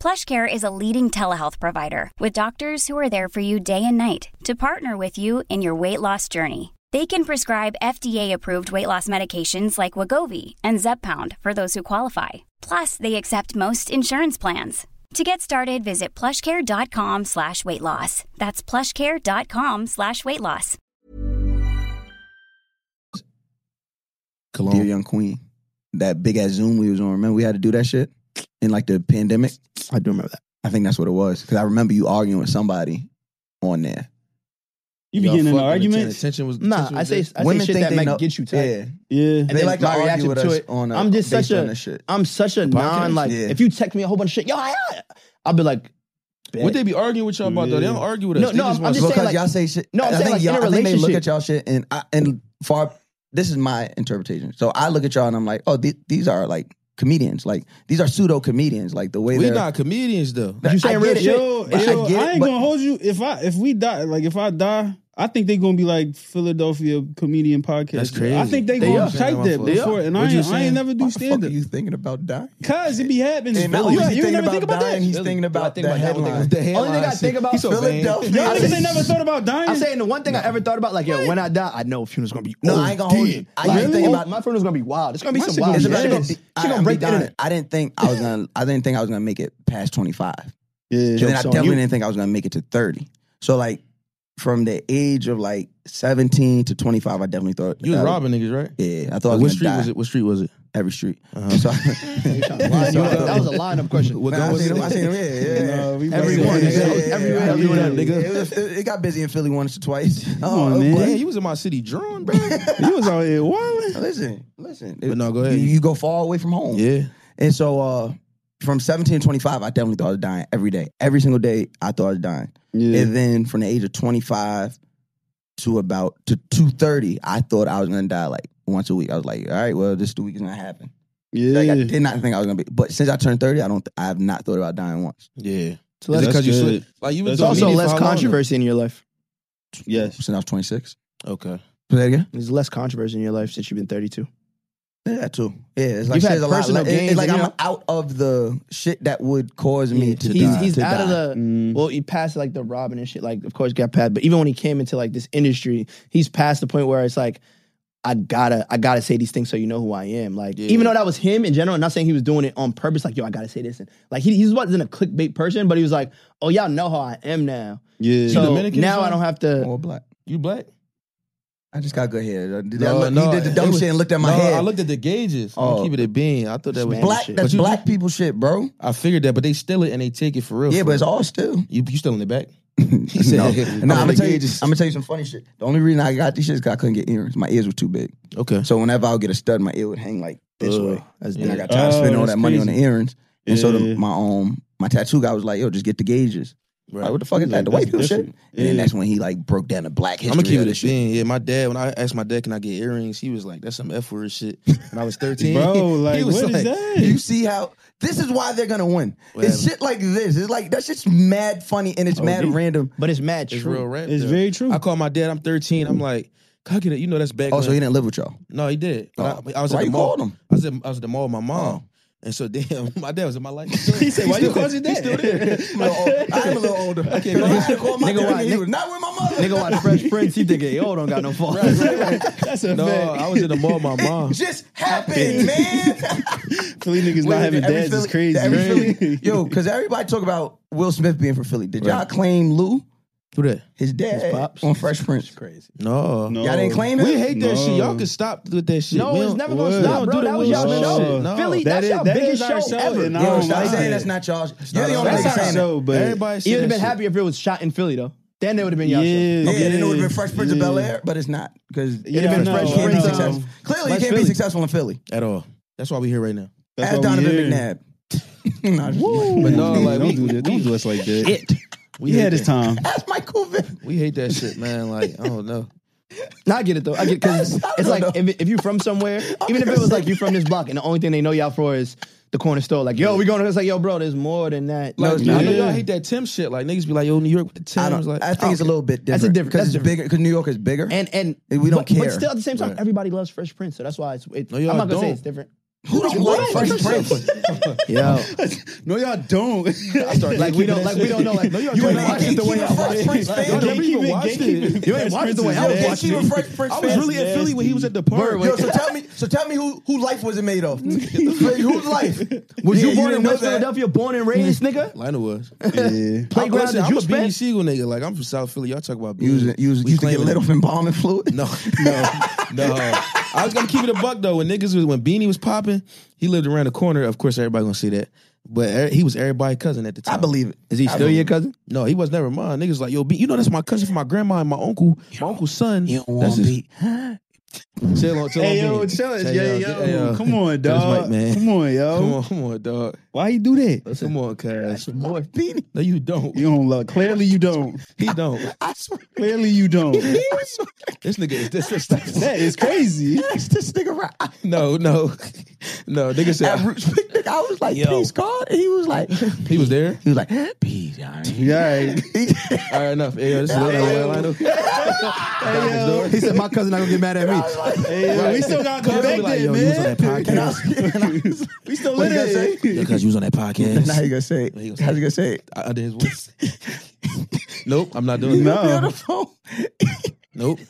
S1: PlushCare is a leading telehealth provider with doctors who are there for you day and night to partner with you in your weight loss journey. They can prescribe FDA-approved weight loss medications like Wagovi and Zepbound for those who qualify. Plus, they accept most insurance plans. To get started, visit plushcare.com slash weight loss. That's plushcare.com slash weight loss.
S4: Cologne.
S3: Dear Young Queen, that big ass Zoom we was on. Remember we had to do that shit in like the pandemic.
S5: I do remember that.
S3: I think that's what it was because I remember you arguing with somebody on there.
S2: You be
S4: Y'all
S2: getting in
S4: fucking
S2: arguments.
S4: Attention was
S5: Nah,
S4: attention
S5: I
S4: was there.
S5: say I say shit that might get you tight.
S3: Yeah,
S2: Yeah.
S5: And
S3: they
S5: then
S3: like to
S5: my
S3: argue
S5: reaction
S3: with
S5: to
S3: us
S5: it,
S3: on. A,
S5: I'm just
S3: based
S5: such a-
S3: on this shit.
S5: I'm such a non like.
S3: yeah.
S5: If you text me a whole bunch of shit, yo, I, I'll be like, bet.
S4: Would they be arguing with y'all about though? They don't argue with us.
S5: No,
S4: They
S5: no,
S4: just
S5: I'm
S4: want
S5: just
S4: to-
S3: because
S5: saying, like-
S3: y'all say shit.
S5: No, I'm
S3: I
S5: saying,
S3: think
S5: like,
S3: y'all,
S5: in a
S3: I think they look
S5: relationship.
S3: at y'all shit and I, and far. This is my interpretation. So I look at y'all and I'm like, oh, the- these are like comedians. Like these are pseudo comedians. Like the way
S4: we
S3: they're
S4: not comedians though.
S3: That-
S5: you
S3: I
S5: saying
S3: get
S5: real
S3: it.
S5: shit?
S2: Yo,
S3: But
S2: yo,
S3: I
S2: I,
S3: get it,
S2: ain't
S3: but-
S2: gonna hold you. If I if we die, like if I die, I think they gonna be like Philadelphia comedian podcast.
S4: That's crazy.
S2: I think they,
S4: They
S2: gonna
S4: are.
S2: type that
S4: They are.
S2: before, and I
S4: What you
S2: ain't, I
S4: saying?
S2: ain't never do
S3: Why the fuck
S2: stand
S3: are
S2: up.
S3: you thinking about dying?
S2: Cause it be happening.
S3: And not only
S2: you
S3: is he
S2: you
S3: thinking
S2: never think
S3: about
S2: about
S3: dying, he's
S2: that.
S3: thinking
S5: I
S3: about
S5: think
S3: the
S5: about that.
S3: headline.
S4: The
S5: Only thing I
S4: headline
S5: think
S4: shit.
S5: about
S4: He's so vain.
S3: Philadelphia.
S2: Y'all
S5: I
S2: niggas
S5: say-
S2: ain't never thought about dying.
S5: I'm saying the one thing I ever thought about, like, yo, when I die, I know funeral's gonna be.
S3: No,
S5: old,
S3: I ain't gonna hold
S5: dead.
S3: you. I
S5: Like,
S3: didn't think
S5: oh,
S3: about-
S5: my funeral's gonna be wild. It's gonna be
S2: My
S5: some
S2: shit
S5: wild.
S2: gonna
S5: shit.
S3: It's
S2: be dead.
S3: about
S5: She gonna,
S3: to
S5: she
S3: be- I-
S5: gonna
S3: I'm
S5: break the
S3: dying.
S5: internet.
S3: I didn't think I was gonna. I didn't think I was gonna make it past 25.
S2: yeah.
S3: And then I
S5: Jokes on
S3: definitely
S5: you.
S3: didn't think I was gonna make it to 30. So like from the age of like 17 to 25, I definitely thought
S4: You was
S3: that I-
S4: robbing niggas, right?
S3: Yeah, I thought I
S4: what
S3: was
S4: street
S3: gonna
S4: was
S3: die.
S4: it? What street was it?
S3: Every street.
S4: Uh-huh.
S3: So
S5: Line you up. That was a lineup question.
S4: What
S3: Nah, I
S4: gun was
S3: seen
S4: it?
S3: him. I seen him. Yeah, yeah, yeah.
S2: Nah, we about
S5: Every
S2: to-
S5: morning,
S3: Yeah, yeah,
S5: nigga.
S3: yeah,
S5: Every-
S3: yeah.
S5: every-
S3: Yeah,
S5: nigga.
S3: It, was, it, it got busy in Philly once or twice. Oh, Come
S2: on, man.
S4: Yeah, he was in my city drawing, bro.
S2: You was out here wilding.
S3: Listen, listen.
S4: But no, go ahead.
S3: You, you go far away from home.
S4: yeah.
S3: And so uh, from 17 to 25, I definitely thought I was dying every day. Every single day, I thought I was dying.
S2: Yeah.
S3: And then from the age of 25 to about to 230, I thought I was going to die like once a week. I was like, all right, well, this week is going to happen. Like, I
S2: Yeah.
S3: did not think I was going to be. But since I turned 30, I don't. I have not thought about dying once
S4: Yeah.
S5: So that's
S4: because you
S2: good.
S4: slipped. Like you was
S2: That's
S5: It's
S4: doing media
S5: also
S4: for
S5: less
S4: how long?
S5: controversy in your life.
S2: Yes.
S3: since I was 26.
S4: Okay.
S3: Say that again?
S5: There's less controversy in your life since you've been 32.
S4: Yeah, that too.
S3: Yeah, it's like
S4: like shit
S3: had
S4: is a lot
S3: personal
S4: le-
S3: gains. It's like
S4: and
S3: I'm
S4: you
S3: out of the shit that would cause me to
S5: he's,
S3: die.
S5: he's
S3: to
S5: out
S3: die.
S5: of the
S4: Mm-hmm.
S5: well he passed like the robbing and shit like of course got past but even when he came into like this industry he's past the point where it's like i gotta i gotta say these things so you know who i am like even though that was him in general I'm not saying he was doing it on purpose like yo i gotta say this and like he, he wasn't a clickbait person but he was like oh y'all know how i am now
S4: Yeah.
S5: so now i don't
S4: Oh.
S5: have to
S3: All black.
S4: You black?
S3: I just got good hair. I Uh, did- I look- he did the dumb
S4: it was-
S3: shit and looked at my
S4: no,
S3: head.
S4: I looked at the gauges.
S3: Oh.
S4: I'm keep it a bean. I thought that was
S3: black.
S4: Shit.
S3: That's
S4: But you-
S3: black people shit, bro.
S4: I figured that, but they steal it and they take it for real.
S3: Yeah,
S4: for
S3: but it's
S4: real.
S3: all still.
S4: You, you still in the back? He said,
S3: no, no I'm gonna
S4: the
S3: tell you.
S4: gauges.
S3: I'm gonna tell you some funny shit. The only reason I got these shits is 'cause I couldn't get earrings. My ears were too big.
S4: Okay.
S3: So whenever I would get a stud, my ear would hang like this
S4: Ugh,
S3: way.
S5: that's
S3: and I
S5: dead.
S3: got tired of
S2: Oh,
S3: spending all
S2: that's
S3: that money on the
S2: crazy.
S3: earrings. And so
S2: Yeah.
S3: the, my um my tattoo guy was like, "Yo, just get the gauges."
S4: Right.
S3: Like, what the fuck is
S2: Like,
S3: that? The
S2: that's
S3: white people shit. And
S2: different.
S3: then
S2: Yeah.
S3: that's when he like broke down the black history.
S4: I'm gonna keep it a
S3: shit.
S4: bean. Yeah, my dad. When I asked my dad, "Can I get earrings?" He was like, "That's some f word shit." When I was 13,
S2: Bro,
S4: he
S2: like,
S4: was
S2: what is
S4: like,
S2: that?
S3: You see how this is why they're gonna win.
S4: Whatever.
S3: It's shit like this. It's like that shit's mad funny and it's mad
S2: dude.
S3: random.
S5: but it's mad
S4: It's
S5: true
S4: real rap.
S2: It's
S4: though.
S2: very true.
S4: I call my dad. I'm 13. I'm like, "Can I get it?" You know, that's back.
S3: Oh, so
S4: when-
S3: he didn't live with y'all.
S4: No, he did. But
S3: Oh.
S4: I, I was
S3: Why
S4: at the
S3: you
S4: mall.
S3: called him?
S4: I was at, I was at the mall with my
S5: Oh.
S4: mom. And so damn, my dad was in my life. he
S2: said, "Why you called your dad?"
S4: He's still there.
S3: I'm a little old- I am a little older. Okay, I had to call my
S5: Nigga,
S3: dad,
S5: why-
S3: he was not with my mother.
S5: nigga watch fresh prince he thinking yo don't got no fault
S2: That's a
S4: no, I was in the mall with my mom.
S3: just happened, man.
S2: Philly niggas
S3: Wait,
S2: not having
S3: every
S2: dads is
S3: Philly-
S2: crazy.
S3: every Philly-
S2: Crazy.
S3: yo, because everybody talk about Will Smith being from Philly. Did y'all claim Lou,
S4: Who that?
S3: his dad,
S5: pops?
S3: on Fresh Prince?
S4: No.
S2: No.
S3: Y'all didn't claim him.
S4: We hate
S2: No.
S4: that shit. Y'all can stop with that shit.
S5: no
S4: We
S5: it's
S4: don't-
S5: never
S2: what?
S5: gonna stop
S4: We don't
S5: bro
S4: do
S5: that
S4: that
S5: was y'all
S4: with y'all.
S5: show
S4: No.
S5: philly
S2: That
S5: that's
S2: is-
S5: y'all
S2: that is
S5: biggest
S2: our
S5: show
S2: show,
S5: ever
S2: and I
S3: Yo,
S2: don't
S3: stop
S2: like
S3: saying
S2: it.
S3: that's not y'all's. You're the
S4: no,
S3: only
S4: that's
S3: nigga
S4: our
S3: saying
S2: show,
S3: that.
S2: but
S4: Everybody
S5: He
S4: said
S5: would have
S4: that
S5: been
S4: shit.
S5: happy if it was shot in Philly though. Then they would have been
S2: yeah,
S5: y'all show.
S3: Yeah, then it would have been Fresh Prince of
S2: yeah.
S3: Bel Air, but it's not because
S2: Yeah,
S3: it'd have been
S2: I
S3: Fresh
S2: know,
S3: can't
S2: I
S3: be
S2: know.
S3: successful. Clearly, you
S5: West
S3: can't be
S5: Philly.
S3: successful in Philly.
S4: at all. That's why we here right now.
S2: That's
S3: Ask
S2: why we
S3: Donovan
S2: here.
S3: McNabb. no, I'm just playing.
S4: But no,
S2: Yeah,
S4: like
S2: don't
S4: we,
S2: do that. Don't do us like that. It.
S4: we
S2: We had
S4: hate
S2: his
S4: that.
S2: time.
S3: Ask Michael Vick.
S4: We hate that shit, man. Like I don't know.
S5: Nah, I get it though. I get because
S3: I
S5: it's
S3: don't
S5: like
S3: know.
S5: if, if you from somewhere,
S4: Oh,
S5: even if it was like you from this block, and the only thing they know y'all for is the corner store. Like, yo, we going to it's like, yo, bro, there's more than that.
S4: Like,
S3: it's
S4: I
S3: not.
S4: know y'all
S2: Yeah.
S4: hate that Tim shit. Like niggas be like, yo, New York with the Tim.
S3: I don't.
S4: like,
S3: I think it's a little bit
S5: That's a
S3: different.
S5: different- that's
S3: Because it's
S5: different.
S3: bigger. Because New York is bigger.
S5: and and
S3: We don't
S5: but,
S3: care.
S5: But still, at the same time,
S4: Right.
S5: everybody loves Fresh Prince, so that's why it's. It,
S4: No,
S5: I'm
S4: y'all
S5: not gonna say
S4: don't.
S5: it's different.
S3: who don't like Fresh Prince?
S5: Yo,
S2: No, y'all don't.
S5: like we don't like we don't know. Like you ain't
S3: ain't
S5: watched it the way I
S3: gatekeeping
S5: watched
S3: Fresh Prince fan.
S4: Y'all never even
S2: Gatekeeping-
S4: watched
S2: gatekeeping.
S4: it.
S5: You ain't watched it the way I
S3: Yo,
S5: watched it.
S3: can't keep a Fresh Prince
S4: I was
S3: fan.
S4: really at Philly when he was at the
S5: Word,
S4: park.
S5: wait.
S3: Yo, so tell me, so tell me who who life wasn't made of? Like, whose life?
S5: Was
S3: Yeah,
S5: you born in
S3: didn't know
S5: West
S3: that.
S5: Philadelphia, born and raised, nigga?
S4: Lionel was.
S2: Yeah.
S5: Playground
S4: Listen,
S5: that
S4: I'm
S5: you
S4: a Beanie
S5: spent.
S4: Siegel nigga. Like I'm from South Philly. Y'all talk about
S3: You was,
S4: Beanie.
S3: you was
S4: We
S3: used to get
S4: claiming
S3: lit
S4: it.
S3: off embalming fluid.
S4: No, no, no. I was gonna keep it a buck though. When niggas was when Beanie was popping, he lived around the corner. Of course, everybody gonna see that. But er- he was everybody's cousin at the time.
S3: I believe it.
S5: Is he
S3: I
S5: still
S3: believe
S5: your cousin?
S4: No, he was never mine. Niggas like, yo, B, you know that's my cousin from my grandma and my uncle, my uncle's son.
S3: You don't
S4: That's
S3: want
S4: his-
S3: me.
S4: Chill on, chill on.
S2: Hey yo,
S4: Beanie.
S2: chill it,
S4: Chill
S2: yo,
S4: out,
S2: yo.
S4: hey, yo.
S2: Come on,
S4: That's
S2: dog.
S4: right, man.
S2: Come on, yo.
S4: Come on, come on, dog.
S2: Why you do that?
S4: Come on, cuz. No, you don't.
S2: You don't love. Clearly, you don't.
S4: He don't.
S2: Clearly, you don't.
S4: This nigga is disrespectful.
S2: that is crazy.
S3: Ask this nigga right.
S4: No, no, no. Nigga
S3: At
S4: said
S3: Roots Picnic, I was like, peace, God. And he was like, he
S4: he was there.
S3: was like, peace, all right.
S2: Yeah.
S4: All right, enough. Hey, yo, this is Lionel. Lionel.
S5: He said my cousin not gonna get mad at me.
S2: Hey, yo, we still got to go
S4: Cuz
S2: back
S4: be like,
S2: there,
S4: yo, you was on
S2: man.
S4: that podcast.
S2: We still
S3: What
S2: lit
S3: you gonna say?
S2: it.
S4: Yo, cuz you was on that podcast.
S3: Now you gonna say
S4: He
S3: it.
S4: gonna say
S3: How
S4: it.
S3: you gonna say it?
S4: I- under his voice. nope, I'm not doing
S2: No.
S4: that.
S3: Be on the phone.
S4: Nope.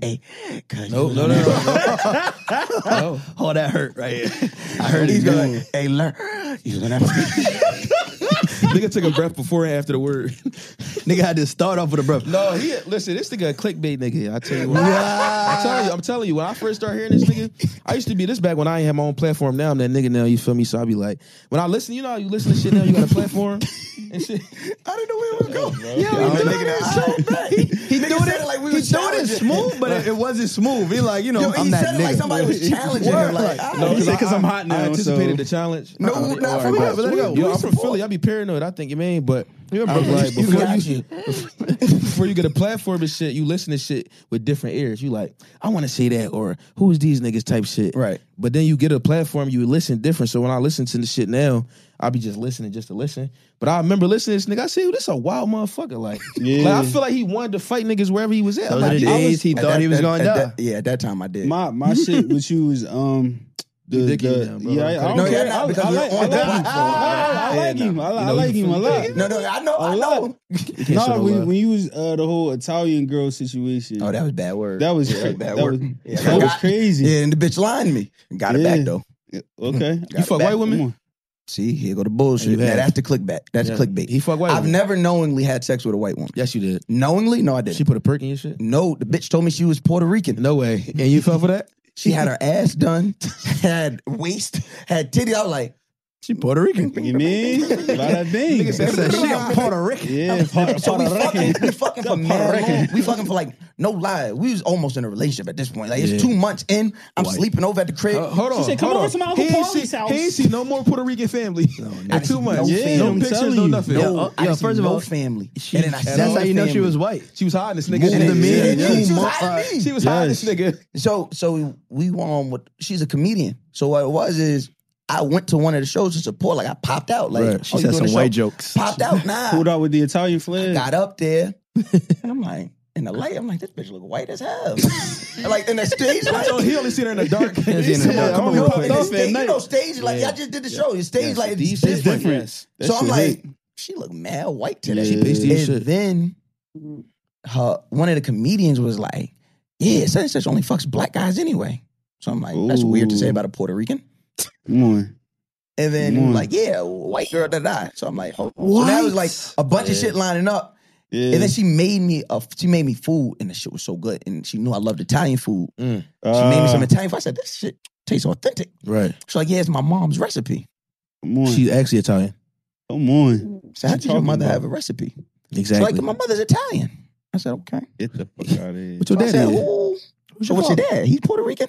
S3: Hey, cuz
S4: Nope. No, no, no. no. no.
S5: Oh, that hurt right here.
S3: I heard he's gonna, hey, learn. He's gonna have to.
S4: nigga took a breath before and after the word.
S5: Nigga had to start off with a breath.
S4: no, he listen, this nigga a clickbait nigga. I tell you what. I'm telling you, I'm telling you, when I first started hearing this nigga, I used to be this back when I ain't had my own platform. Now I'm that nigga now, you feel me? So I be like, when I listen, you know how you listen to shit now, you got a platform and shit.
S3: I didn't know where it was going. Yo,
S4: Yo,
S3: he doing
S4: nigga,
S3: it so bad. He, he doing it like we
S5: He
S3: was
S5: doing it
S3: challenging.
S5: smooth, but it, it wasn't smooth. He like, you know,
S3: Yo,
S5: I'm
S3: he
S5: that
S3: said it
S5: nigga.
S3: like somebody was challenging him. Like, I-
S2: He said, 'cause
S4: I-
S2: I'm hot now,
S4: I anticipated
S2: so-
S4: the challenge.
S3: No,
S4: Uh-uh.
S3: not
S4: All
S3: for
S4: bro,
S3: us.
S4: let it go.
S3: We-
S4: Yo,
S3: we
S4: I'm from
S3: support.
S4: Philly. I be paranoid. I think you mean, but I was
S3: bro.
S4: like,
S3: You
S4: before
S3: got
S4: you, before you get a platform and shit, you listen to shit with different ears. You like, I want to say that or who is these niggas type shit.
S3: Right.
S4: But then you get a platform, you listen different. So when I listen to the shit now, I be just listening just to listen. But I remember listening to this nigga. I said, "Yo, this a wild motherfucker. Like,
S2: Yeah.
S4: like, I feel like he wanted to fight niggas wherever he was at. I'm
S5: Those are
S4: like,
S5: the
S4: I was-
S5: days he
S3: At
S5: thought
S3: that-
S5: he was
S3: at-
S5: going
S3: at
S5: down.
S3: that- Yeah, at that time I did.
S2: My my shit with you is um
S4: You dicking
S3: the-
S4: him, bro.
S2: Yeah, I, I don't
S3: No,
S2: care.
S3: you're
S2: I,
S3: not,
S2: I,
S3: because
S2: like,
S3: you're
S2: I
S3: on the
S2: like him.
S3: platform.
S2: I, I like
S4: Yeah,
S2: him. I,
S4: nah.
S2: li- I
S4: You know,
S2: like
S4: you
S2: him a
S4: from
S2: lot.
S4: Vegas?
S3: No, no, I know, I know.
S4: can't say
S2: No,
S4: no lie.
S2: when, when you was uh, the whole Italian girl situation,
S3: Oh, that was bad word.
S2: that was
S3: Yeah,
S2: cra-
S3: bad
S2: that
S3: word.
S2: was-
S3: Yeah,
S2: that
S3: I
S2: was
S3: got-
S2: crazy.
S3: Yeah, and the bitch lying to me. Got it
S2: Yeah.
S3: back though.
S2: Okay,
S3: Got it
S4: fuck
S3: back.
S4: white women?
S2: Come on.
S3: See, here go the bullshit.
S4: You
S3: Now,
S4: have.
S3: that's the clickbait. That's
S4: Yeah.
S3: clickbait.
S4: He fuck white.
S3: I've
S4: women.
S3: never knowingly had sex with a white woman.
S4: Yes, you did.
S3: Knowingly? No, I didn't.
S4: She put a perk in your shit.
S3: no, the bitch told me she was Puerto Rican.
S4: No way. And you fell for that?
S3: She had her ass done, had waist, had titty. I was like,
S5: She Puerto Rican.
S2: You mean? Bada ding.
S5: said she a Puerto Rican.
S2: Yeah, part,
S3: So we
S2: part of
S3: fucking,
S2: record.
S3: we fucking for mad long. We fucking for like no lie. We was almost in a relationship at this point. Like it's
S4: Yeah.
S3: two months in. I'm sleeping over at the crib.
S4: Uh, hold on.
S2: said, "Come
S4: hold
S2: over
S4: on.
S2: to my Uncle
S4: he ain't
S2: Paulie's
S4: see-
S2: house."
S4: He ain't seen no more Puerto Rican family. In two months.
S3: no
S4: Yeah,
S3: family.
S4: no
S3: I'm
S4: pictures,
S2: telling
S4: no
S2: you.
S4: nothing.
S3: no,
S4: Yo,
S3: I
S5: uh, yo,
S3: didn't see
S5: first of
S3: no
S5: all,
S3: family.
S5: She-
S3: and then I
S5: that's how you know she was
S3: white.
S5: white.
S4: She was hiding this nigga.
S3: Moved
S4: She
S3: in
S4: was
S3: the media.
S4: hiding-
S3: She was
S5: months.
S3: hiding me.
S4: She was hiding this
S2: Yes.
S4: nigga.
S3: So so we um with she's a comedian. So what it was is I went to one of the shows to support. Like I popped out. Like
S5: Right. She
S3: oh, you
S5: said
S3: doing
S5: some
S3: the
S5: white
S3: show?
S5: jokes.
S3: Popped out. Nah.
S2: Pulled out with the Italian flag.
S3: got up there, and I'm like, in the light, I'm like, this bitch look white as hell. like in the stage, light.
S4: So he only seen her in the dark.
S5: in the
S4: Somebody
S5: dark.
S4: come
S3: No,
S4: over
S3: in
S4: here.
S3: the
S2: Up
S3: stage,
S2: at
S3: you know,
S2: night.
S3: stage like I just did the show. Your stage like it's,
S4: these
S3: different.
S4: shit different.
S2: That
S3: So I'm
S2: shit
S3: like,
S2: hit.
S3: she look mad white today.
S2: She pasty
S3: and
S4: as shit.
S3: then her one of the comedians was like, "Yeah, such and such only fucks black guys anyway." So I'm like, "That's weird to say
S2: Ooh.
S3: about a Puerto Rican."
S2: Come on.
S3: And then he
S2: Mm.
S3: was like, "Yeah, white girl da da." So I'm like, "Hold on." So now it was like a bunch of shit lining up.
S2: Yeah.
S3: And then she made me a, she made me food, and the shit was so good. And she knew I loved Italian food. She made me
S2: uh,
S3: some Italian food. I said, "This shit tastes authentic."
S4: Right.
S3: She's like, "Yeah, it's my mom's recipe."
S2: Come on.
S4: She's actually Italian.
S2: Come on.
S3: So how
S2: She
S3: did your
S2: talking
S3: mother
S2: about-
S3: have a recipe? She's
S4: Exactly.
S3: like, "My mother's Italian." I said, "Okay."
S2: Get the fuck out of here.
S4: What your
S3: So I
S4: daddy?
S3: said,
S4: is?
S3: "Ooh, so what's your dad? He's Puerto Rican?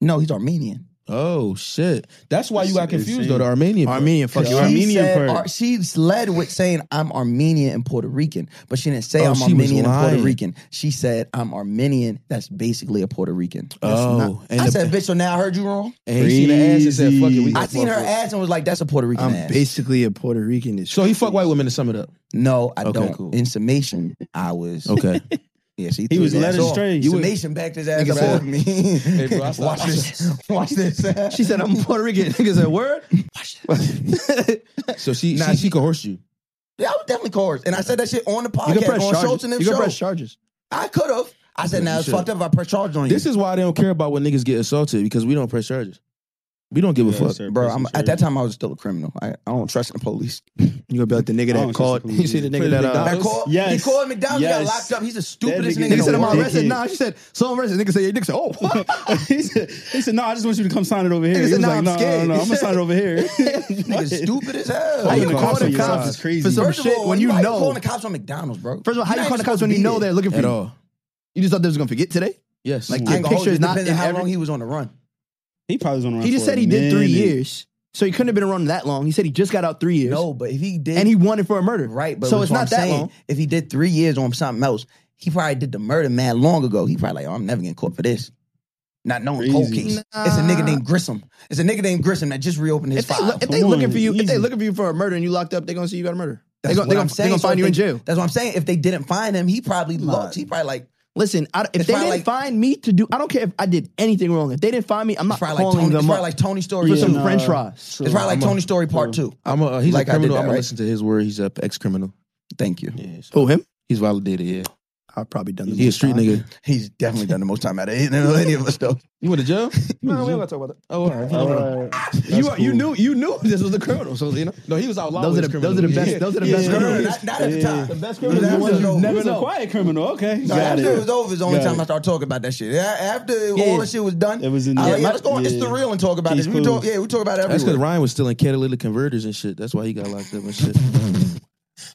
S3: No, he's Armenian.
S4: Oh shit. That's why you
S2: This
S4: got
S2: shit is
S4: confused
S2: insane.
S4: though. The Armenian. part.
S5: Armenian, fuck
S3: She
S5: you.
S2: Armenian
S3: said,
S2: part.
S3: Ar- she led with saying I'm Armenian and Puerto Rican, but she didn't say
S4: Oh,
S3: I'm
S4: she was
S3: Armenian and Puerto
S4: lying.
S3: Rican. She said I'm Armenian. That's basically a Puerto Rican.
S4: Oh, and
S3: I
S4: the-
S3: said, bitch. So now I heard you wrong.
S4: And he seen the ass and said, "Fuck it." We
S3: I
S4: gonna
S3: seen her
S4: fuck with-
S3: ass and was like, that's a Puerto Rican
S5: I'm
S3: ass.
S5: basically a Puerto Rican. is
S4: So he fuck white women to sum it up.
S3: no, I
S4: Okay,
S3: don't.
S4: cool.
S3: In summation, I was
S4: Okay.
S3: Yeah, so he,
S2: He
S3: threw
S2: was
S3: his ass
S2: led
S3: off.
S2: astray.
S3: You
S2: You
S4: was-
S3: summation backed his ass
S4: Nigga
S3: up
S4: said-
S3: off me.
S4: bro, I
S3: watch
S4: stopped.
S3: this. Watch this.
S5: She said, I'm Puerto Rican. Nigga said, word?
S4: So she
S3: Nah,
S4: she,
S3: she-
S4: she coerced you.
S3: Yeah, I was definitely coerced. And I said that shit on the
S5: You can
S3: podcast,
S5: press
S3: on Schultz
S5: charges.
S3: and
S5: You
S3: them
S5: can
S3: show.
S5: press charges.
S3: I could have. I said, now
S4: you
S3: it's
S4: should.
S3: fucked up if I press charge on you.
S4: This is why they don't care about when niggas get assaulted because we don't press charges. We don't give a
S2: Yeah,
S4: fuck.
S2: sir.
S3: Bro, I'm, at that time I was still a criminal. I, I don't trust the police.
S5: You gonna be like the nigga
S2: I
S5: that
S2: don't
S5: called.
S2: trust the
S5: You see the
S2: police.
S5: nigga that uh,
S3: I call,
S2: Yes.
S3: He called McDonald's. He
S2: Yes.
S3: got locked up. He's the
S2: That
S3: stupidest
S2: nigga
S3: nigga.
S5: Nigga
S2: is
S3: in
S5: said,
S3: the
S5: I'm
S2: a
S3: world.
S5: arrested.
S2: dickhead.
S5: Nah, she said, so I'm arrested. Nigga said, yeah. Nigga said, oh, what?
S2: he, said, he said, no, I just want you to come sign it over here.
S5: Nigga
S2: He
S5: said,
S2: was
S5: "Nah,
S2: like,
S5: I'm
S2: no, no,
S5: scared."
S2: no, I'm going to sign it over here.
S3: Nigga stupid as
S5: How you
S2: the cops
S3: hell.
S5: call
S2: on
S5: the
S2: your side
S5: cops
S2: is crazy.
S5: for some
S3: First of
S5: shit
S3: all,
S5: when you
S3: why
S5: know?
S3: calling the cops on McDonald's, bro?
S5: First of all, how
S3: You're not
S5: you call the
S3: even
S5: cops
S3: supposed
S5: when you
S3: to
S5: know
S3: be
S5: they're looking for
S4: At
S5: you?
S4: all.
S5: You just thought they was gonna forget today?
S4: Yes.
S5: Like,
S3: I ain't gonna hold
S5: picture
S3: you.
S5: is not
S3: Depends on
S5: in
S3: how
S5: every-
S3: long he was on the run.
S2: He probably was on around
S5: He just
S2: for
S5: said
S2: a
S5: he did three
S2: minute.
S5: years. So he couldn't have been around that long. He said he just got out three years.
S3: No, but if he did,
S5: And he wanted for a murder.
S3: right. But
S5: so
S3: that's
S5: it's
S3: what
S5: not
S3: I'm
S5: that
S3: saying.
S5: long.
S3: If he did three years on something else, he probably did the murder man long ago. He probably like, oh, I'm never getting caught for this. Not knowing cold
S2: Crazy.
S3: case. It's a nigga named Grissom. It's a nigga named Grissom that just reopened his
S5: If they,
S3: file.
S5: look- if they
S2: Come
S5: looking
S2: on,
S5: for you, if they
S2: easy.
S5: looking for you for a murder and you locked up, they gonna see you got a murder. They
S3: That's
S5: gonna,
S3: what
S5: they
S3: I'm
S5: gonna, they
S3: saying.
S5: gonna
S3: So if
S5: find you in
S3: they-
S5: jail.
S3: That's what I'm saying. If they didn't find him, he probably
S5: Nah.
S3: lost. He probably like
S5: Listen, I, if
S3: It's
S5: they
S3: probably
S5: didn't
S3: like-
S5: find me to do, I don't care if I did anything wrong. If they didn't find me, I'm
S3: it's
S5: not
S3: probably
S5: calling
S3: like Tony. It's
S5: them
S3: probably
S5: up
S3: like Tony
S5: for
S3: Story.
S2: Yeah,
S5: some
S2: nah.
S5: French fries.
S2: True.
S3: It's probably like
S4: I'm a-
S3: Tony Story Part Two.
S4: I'm a uh, he's
S3: Like
S4: a
S3: I did
S4: criminal.
S3: that,
S4: I'm gonna
S3: right?
S4: listen to his word. He's a ex criminal.
S3: Thank you.
S4: Yeah. so
S5: Who him?
S4: He's validated. Yeah.
S5: I've probably done. the
S4: He a
S5: most
S4: street
S5: time.
S4: nigga.
S3: He's definitely done the most time out of any of us though.
S4: You went to jail?
S5: No, we don't gotta talk about that.
S4: Oh, all right.
S5: You are, you
S2: cool.
S5: knew you knew this was a criminal. So you know
S4: No, he was out loud.
S5: those are the those are the best those are the
S2: Yeah.
S5: best
S2: Yeah.
S3: No, not,
S5: criminals.
S3: not at the time.
S4: The best
S3: It was after
S4: criminal.
S3: it was over.
S2: He was a
S5: know.
S2: quiet criminal. Okay.
S3: No,
S2: Got
S3: after it.
S2: it.
S3: was over is the only
S2: Got
S3: time
S2: it.
S3: I started talking about that shit. A- After all
S5: Yeah.
S3: that shit was done,
S2: It was in
S3: I
S2: the-
S3: like,
S2: Yeah,
S3: yeah, let's go. on. It's
S2: yeah.
S3: the real and talk about
S2: He's
S3: this. We talk,
S2: cool.
S3: yeah, we talk about it
S4: That's because
S3: everywhere.
S4: Ryan was still in catalytic converters and shit. That's why he got locked up and shit.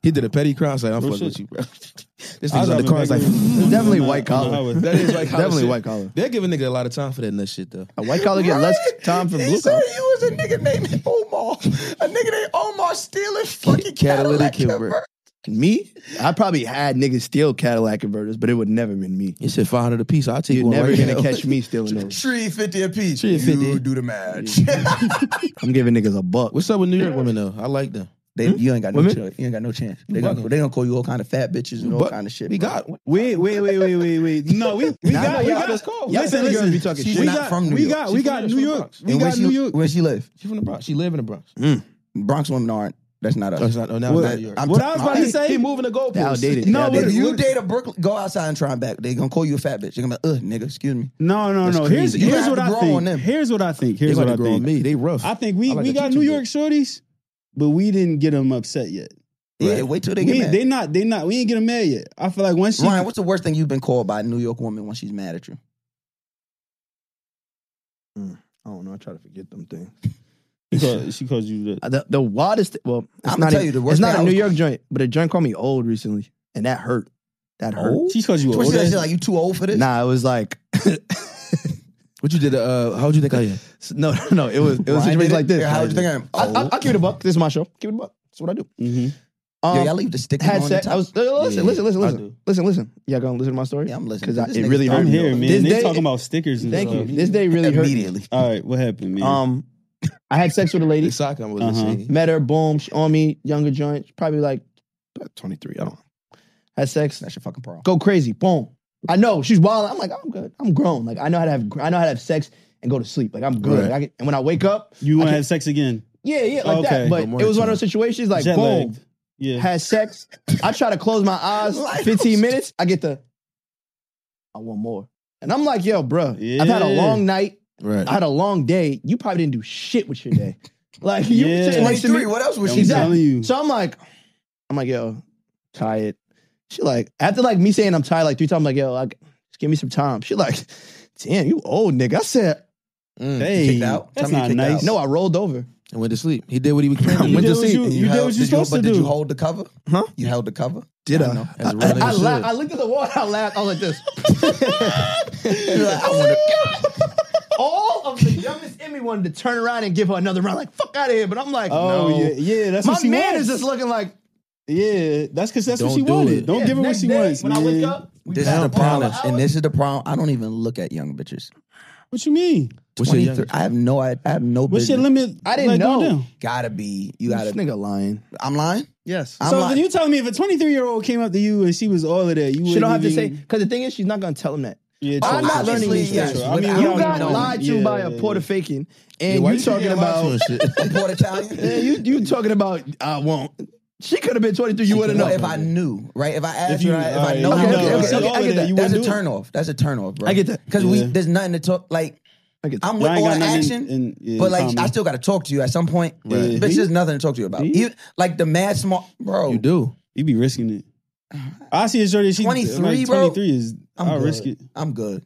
S4: he did a petty crime. I was like, I'm
S2: Real
S4: fucking with
S2: shit.
S4: you, bro. This
S2: I
S4: nigga's
S2: was
S4: on the
S2: driving
S4: car. It's
S2: back
S4: like,
S2: with-
S5: It's definitely
S2: on the-
S5: white
S2: on the
S5: collar.
S2: highway.
S4: that is white collar.
S5: Definitely
S4: shit.
S5: white collar.
S4: They're giving nigga a lot of time for that nut shit, though.
S5: A white collar get less
S3: Right?
S5: time for
S3: He
S5: blue
S3: said
S5: collar.
S3: you was a nigga named Omar. A nigga named Omar stealing fucking
S4: Catalytic
S3: catalytic
S4: convert.
S3: convert.
S5: Me, I probably had niggas steal Cadillac converters, but it would never been me.
S4: You said 500 a piece. I'll take
S5: You're
S4: one
S5: never
S4: right
S5: gonna
S4: now.
S5: catch me stealing those.
S3: Three fifty a piece.
S4: Three
S3: You
S4: fifty.
S3: do the match.
S5: I'm giving niggas a buck.
S4: What's up with New York women, though? I like them.
S3: They, You ain't got no
S5: Women?
S3: chance. You ain't got no chance. They
S5: You
S3: gonna
S5: bugging.
S3: they gonna call you all kind of fat bitches and all
S5: But
S3: kind of shit.
S5: we
S3: bro.
S5: got
S2: Wait, wait, wait, wait, wait, wait. No, we we
S3: Nah,
S2: got
S3: nah,
S2: we
S3: y'all
S2: got.
S3: just
S4: call.
S3: Y'all
S2: Listen,
S3: said you're
S2: listen.
S3: gonna be talking
S2: She's
S3: shit.
S2: not
S3: She's
S2: from
S3: from
S2: New
S3: New
S2: We
S3: York.
S2: got
S4: She's
S2: we
S4: from
S2: got
S4: the-
S2: New
S4: from
S2: York.
S4: Bronx.
S2: We
S3: And where
S2: got
S3: she
S2: New York.
S3: where she live?
S4: She from the Bronx. She live in the Bronx.
S5: Mm.
S3: Bronx women aren't. That's not us.
S4: That's not. Oh, now
S3: What-
S4: it's not New York.
S3: I'm
S4: What
S3: t-
S4: I was about to
S3: he-
S4: say.
S3: he
S4: He moving the goalposts.
S5: They outdated.
S2: No,
S5: They
S2: what-
S5: outdated.
S3: If you
S2: what-
S3: date a Brooklyn, go outside and try and back. They gonna call you a fat bitch. They gonna be like, ugh, nigga, excuse me.
S2: No, no,
S3: That's
S2: no.
S3: crazy.
S2: Here's
S3: You
S2: here's
S3: have
S2: what
S3: to
S2: I
S3: grow on them.
S2: think. Here's what I think.
S4: They
S2: Here's
S4: about
S2: what
S4: to
S2: I
S4: grow on
S2: think.
S4: me. They rough.
S2: I think we
S4: I like
S2: we
S4: that
S2: got
S4: you
S2: New
S4: too
S2: York shorties, but we didn't get them upset yet.
S3: Yeah, wait till they get
S2: we,
S3: mad.
S2: They not. They not. We ain't get them mad yet. I feel like once she
S3: Ryan, what's the worst thing you've been called by a New York woman when she's mad at you?
S5: I don't know. I try to forget them things.
S2: she called, she calls you the
S5: Uh, The, the wildest. Well, it's
S3: I'ma
S5: not.
S3: tell
S5: a,
S3: you the worst
S5: it's not
S3: thing
S5: a
S3: I
S5: New
S3: was-
S5: York joint, but a joint called me old recently, and that hurt. That hurt.
S2: she calls you
S3: What she said,
S2: old.
S3: she like you too old for this?
S5: Nah, it was like.
S4: What you did? Uh, how'd you think I am?
S5: No, no, no. It was it was a
S3: Ryan did
S5: situation
S3: it?
S5: like this.
S3: Yeah, how'd you think I am?
S5: I, I, I'll give it a buck. This is my show. Give it a buck. That's what I do.
S2: Mm-hmm.
S5: Um,
S3: Yo, y'all leave the stick
S5: had
S3: on the
S5: sex.
S3: top.
S5: I was uh, listen,
S4: Yeah,
S5: listen, listen,
S4: I
S5: listen,
S4: do.
S5: listen, listen. Y'all gonna listen to my story?
S3: yeah, I'm listening.
S5: Because
S3: to
S5: I-
S3: this
S5: it
S3: nigga
S5: really
S3: started
S2: I'm
S5: hurt
S3: me
S2: here,
S3: off.
S2: man.
S5: This
S2: they
S5: day-
S2: talking about stickers and
S5: Thank you.
S2: stuff.
S5: This day really hurt. me.
S3: immediately.
S2: All right, what happened, man?
S5: Um, I had sex with a lady.
S4: This sock I was
S2: Uh-huh.
S4: saying.
S5: Met her. Boom. She on me. Younger joint. Probably like 23. I don't know. Had sex.
S3: That's your fucking problem.
S5: Go crazy. Boom. I know she's wild. I'm like I'm good. I'm grown. Like I know how to have. I know how to have sex and go to sleep. Like I'm good.
S4: Right.
S5: I can, and when I wake up,
S2: you want
S5: I
S2: to
S5: can-
S2: have sex again?
S5: yeah, yeah, like
S2: Okay.
S5: that. But
S4: No
S5: it
S4: more
S5: was
S4: than
S5: one of those situations. Like
S2: Jet
S5: boom.
S2: lagged. Yeah.
S5: Had sex. I try to close my eyes.
S3: Like-
S5: 15 minutes. I get the. I want more. And I'm like, yo, bruh, I've had a
S2: Yeah.
S5: long night.
S4: Right.
S5: I had a long day. You probably didn't do shit with your day. Like you
S2: Yeah.
S5: yeah. sitting next to me.
S3: 23. What else was
S2: I'm
S3: she
S5: Exactly.
S2: telling you.
S5: So I'm like, I'm like, yo, tired. She like, after like me saying I'm tired like three times, I'm like, yo, like, just give me some time. She like, damn, you old nigga. I said,
S3: Mm,
S2: Hey,
S3: you kicked out.
S2: that's
S3: Tell me
S2: not
S3: you kicked
S2: nice.
S3: out.
S5: no, I rolled over.
S4: And went to sleep. He did what he was trying to
S5: I
S4: do.
S2: You
S5: went
S2: did
S5: to
S2: what
S5: sleep.
S2: you,
S3: And
S2: you did what
S3: held-
S2: you're
S3: did you-
S2: supposed to
S3: but Did you
S2: do.
S3: hold the cover?
S5: Huh?
S3: You held the cover.
S5: Did I?
S3: know.
S5: I,
S4: As a real
S5: I-
S4: nigga
S5: I
S4: should.
S5: laugh- I looked at the wall. and I laughed. I was like this.
S3: You're like, I wanna-
S5: All of the youngest in me wanted to turn around and give her another round. Like fuck out of here. But I'm like,
S2: Oh
S5: no.
S2: yeah, yeah. That's
S5: My
S2: what she
S5: man
S2: wants.
S5: is just looking like.
S2: yeah, that's because that's what
S4: Don't
S2: she
S4: do
S2: wanted.
S4: it.
S2: Don't
S5: yeah,
S2: give her what
S5: next
S2: she
S5: day,
S2: wants,
S5: When
S2: man.
S5: I wake up, we
S3: This is
S4: Down
S3: the problem,
S4: promise.
S3: and this is the problem. I don't even look at young bitches.
S2: What you mean?
S4: What's your
S3: 23
S4: youngest?
S3: I have no. I, I have no.
S2: What's your
S3: business.
S2: limit?
S5: I didn't
S2: like, going
S5: know.
S2: down?
S3: Gotta be. You
S5: This
S3: gotta.
S5: nigga lying.
S3: I'm lying.
S5: Yes.
S3: I'm
S2: so
S3: lying.
S2: you telling me if a 23 year old came up to you and she was all of that, you
S5: She
S2: wouldn't
S5: don't have to say
S2: even-
S5: because the thing is, she's not gonna tell him that.
S2: Yeah,
S5: I'm
S2: true,
S5: not
S2: true,
S5: learning
S2: true,
S5: these
S2: true,
S5: things.
S2: true. I mean,
S3: You
S2: we
S5: You
S2: don't
S5: got
S2: know.
S5: lied to
S2: Yeah,
S5: by a
S2: yeah,
S5: Puerto
S2: yeah.
S5: Rican,
S4: Yeah,
S5: and
S4: why
S5: you
S4: keep
S5: talking
S4: getting lied to
S5: about
S4: and shit?
S3: I'm Port
S5: Yeah,
S3: Italian.
S5: you you talking about I won't. She could have been 23. You wouldn't know.
S3: Well, if I knew, right? If I asked
S2: If
S3: if
S2: you-
S3: you, if I
S2: alright,
S3: know,
S2: you
S3: how
S5: know,
S3: okay,
S5: if
S3: okay,
S5: you
S3: okay,
S5: know
S3: I get
S2: that,
S3: that.
S2: you wouldn't
S3: That's a
S2: do it.
S3: turn off. That's a turn off, bro.
S5: I get that.
S3: because we
S2: Yeah.
S3: there's nothing to talk. Like
S5: I get that.
S3: I'm
S2: Y'all
S3: with
S2: ain't
S3: all
S2: got
S3: the
S2: nothing
S3: action,
S2: in- in
S3: but like
S2: common.
S3: I still got to talk to you at some point.
S4: Right.
S3: Bitch,
S2: Do you?
S3: there's nothing to talk to you about.
S2: Do you?
S3: Even- like the mad small bro.
S4: You do.
S2: You be risking it. I see a shorty. She
S3: 23,
S2: like,
S3: bro.
S2: 23 is.
S3: I'm
S2: I'll
S3: good.
S2: risk it.
S3: I'm good.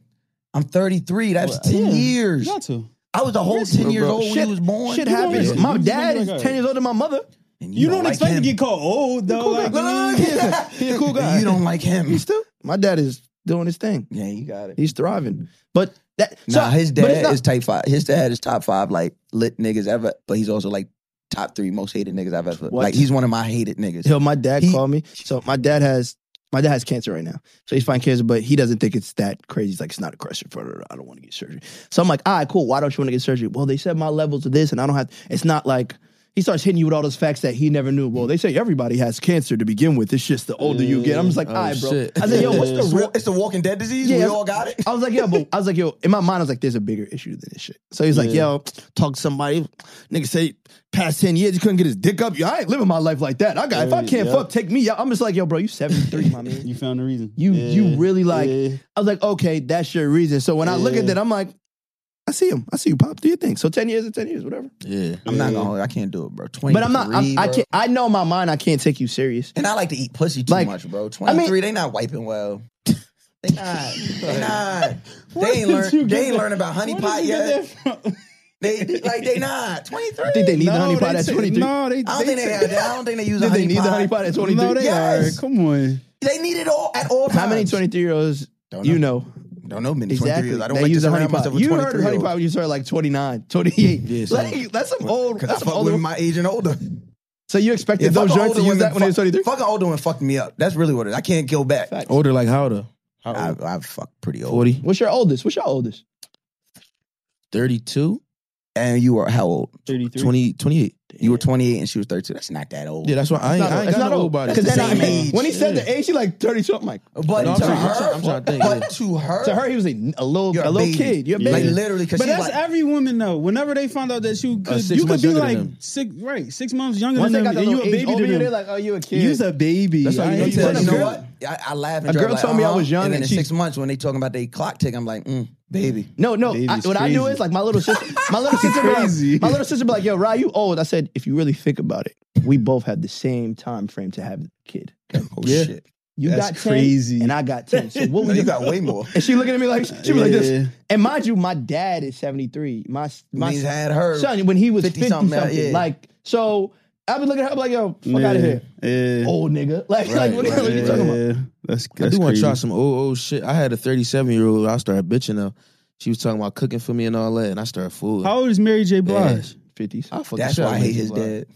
S3: I'm 33. That's
S2: Well,
S3: 10
S2: yeah,
S3: years.
S2: Got to.
S3: I was a whole 10 years old when
S5: shit-
S3: you was born.
S5: Shit
S3: You know
S5: happens.
S3: it.
S2: risky.
S5: My
S2: You just
S5: dad
S2: gonna be
S5: is
S2: like,
S5: 10 years older than my mother.
S3: And
S2: You, don't,
S3: like
S2: expect
S3: him.
S2: to get called old though. like,
S3: Look, look, look, yeah.
S4: He a cool guy.
S3: You don't like him.
S5: Still, my dad is doing his thing.
S3: Yeah, you got it.
S5: He's thriving. But that
S3: Nah,
S5: so-
S3: his
S5: but it's
S3: dad
S5: not-
S3: is type five. His dad is top five like lit niggas ever, but he's also like top three most hated niggas I've ever.
S5: What?
S3: Like he's one of my hated niggas.
S5: Yo, my dad
S3: He-
S5: called me. So my dad has my dad has cancer right now. So he's fighting cancer, but he doesn't think it's that crazy. He's like, it's not a question for I don't want to get surgery. So I'm like, all right, cool. Why don't you want to get surgery? Well, they said my levels are this, and I don't have. It's not like he starts hitting you with all those facts that he never knew. Well, they say everybody has cancer to begin with. It's just the older you get. I'm just like,
S4: Oh,
S5: all right, bro.
S4: shit.
S5: I said, yo, what's
S3: it's
S5: the
S3: the,
S5: real?
S3: wa- it's the Walking Dead disease.
S5: Yeah,
S3: we
S5: that's-
S3: all got it.
S5: I was like, yeah, but I was like, yo, in my mind, I was like, there's a bigger issue than this shit. So he's like, yo, talk to somebody. Nigga say past 10 years, he couldn't get his dick up. Yo, I ain't living my life like that. I got, if I can't
S2: Yeah.
S5: fuck, take me out. I'm just like, yo, bro, you 73, my man.
S2: You found the reason.
S5: You,
S2: Yeah.
S5: you really like,
S2: Yeah.
S5: I was like, okay, that's your reason. So when I look at
S2: Yeah.
S5: that, I'm like, I see him. I see you, Pop. Do your thing. So 10 years or 10 years, whatever.
S4: Yeah.
S3: I'm not gonna. hold it. I can't do it, bro. Twenty.
S5: But I'm not, I'm, I can't, I know in my mind I can't take you serious.
S3: And I like to eat pussy too
S5: Like,
S3: much, bro.
S5: I mean-
S3: 23, they not wiping well. They not. They not. they
S2: Where
S3: ain't
S2: did you
S3: learn.
S2: get
S3: They ain't
S2: that-
S3: learn about honey
S2: Where did
S3: pot
S2: you get
S3: yet.
S2: that from?
S3: They like they not. 23.
S5: I think they need the honey
S2: No,
S5: pot
S2: they
S5: at
S2: said-
S5: 23.
S2: No, they.
S3: I don't
S2: they
S3: think they.
S2: said-
S3: Had, I don't think they use a
S5: Did
S3: honey
S5: they need
S3: pot.
S5: the honey pot at 23?
S2: No, they
S3: Yes.
S2: are. Come on.
S3: They need it all at all times.
S5: How many 23 year olds
S3: Don't know.
S5: you know
S3: Don't know many. 23
S5: Exactly.
S3: years. I don't
S5: they
S3: like
S5: use
S3: to
S5: a honey
S3: surround myself
S5: pot.
S3: with
S5: You heard
S3: 23
S5: honey
S3: years.
S5: pot when you started like 29, 28.
S4: Yeah, so-
S5: like, that's some old.
S3: Because I
S5: That's some
S3: fuck with
S5: older.
S3: my age and older.
S5: so you expected
S3: fuck
S5: those
S3: an
S5: joints
S3: older
S5: to use
S3: woman
S5: that when they were
S3: fuck-
S5: 23?
S3: Fucking older one fucked me up. That's really what it is. I can't go back.
S5: Facts.
S4: Older like how though? How
S3: I,
S4: old?
S3: I fucked pretty old.
S4: 40?
S5: What's your oldest? What's your oldest?
S4: 32?
S3: And you were how old?
S2: 33.
S4: 20, 28.
S3: You were 28 and she was 32. That's not that old.
S4: Yeah, that's why I ain't, I ain't got no old body.
S3: Because that ain't age.
S5: When he said the age, she like 30 something. I'm like,
S3: But
S4: No, I'm
S3: to
S4: trying- I'm
S3: her,
S4: trying- I'm trying to think, yeah.
S3: but to her,
S5: to her, he was a, a little,
S3: You're
S5: a
S3: a
S5: little
S3: baby.
S5: kid. You're a
S3: like
S5: baby.
S3: literally, because
S2: But
S3: she's
S2: that's
S3: like,
S2: every woman though. Whenever they find out that you could,
S4: six
S2: you could
S4: months
S2: be
S4: younger than
S2: like
S4: them.
S2: six, right? Six months younger
S5: Once they
S2: than them,
S5: got the
S2: and you
S5: little
S2: a
S5: age
S2: baby
S5: over
S2: to
S5: you,
S2: them.
S5: they're like, oh, you a kid.
S2: You's a baby.
S4: That's how you
S2: I
S4: know
S2: ain't
S4: you
S2: telling
S4: a
S3: you know
S4: girl-
S3: what? I, I laugh. And
S5: A
S3: joke,
S5: girl
S3: like,
S5: told me I
S3: uh-huh.
S5: was young
S3: and then
S5: and
S3: in
S5: she-
S3: six months when they talking about they clock tick, I'm like, mm, baby.
S5: No, no. I, what
S2: Baby's
S5: I do
S2: crazy.
S5: is like my little sister. My little sister, be like-
S2: Crazy.
S5: my little sister, be like, "Yo, Rye, you old?" I said, "If you really think about it, we both had the same time frame to have the kid.
S3: Oh
S2: Yeah.
S3: shit!
S5: You
S2: That's
S5: got ten,
S2: crazy.
S5: and I got ten. So what
S3: No,
S5: was
S3: you got way more.
S5: And she looking at me like she be like
S2: Yeah.
S5: this. And mind you, my dad is seventy three. My my
S3: Means had her.
S5: son when he was
S3: 50
S5: fifty something.
S3: something, yeah.
S5: Like so, I was looking at her I'm like, "Yo, fuck out of here,
S2: Yeah.
S5: old nigga." Like, like what,
S2: yeah,
S5: are you talking about?
S2: That's,
S4: I
S2: that's
S4: do want
S2: crazy.
S4: to try some old old shit. I had a 37 year old. I started bitching her. She was talking about cooking for me and all that, and I started fooling.
S2: How old is Mary J. Blige?
S5: Fifty.
S4: I fucking
S3: That's
S4: shot
S3: why I
S4: Mary
S3: hate
S4: J.
S3: his
S4: Blige.
S3: dad.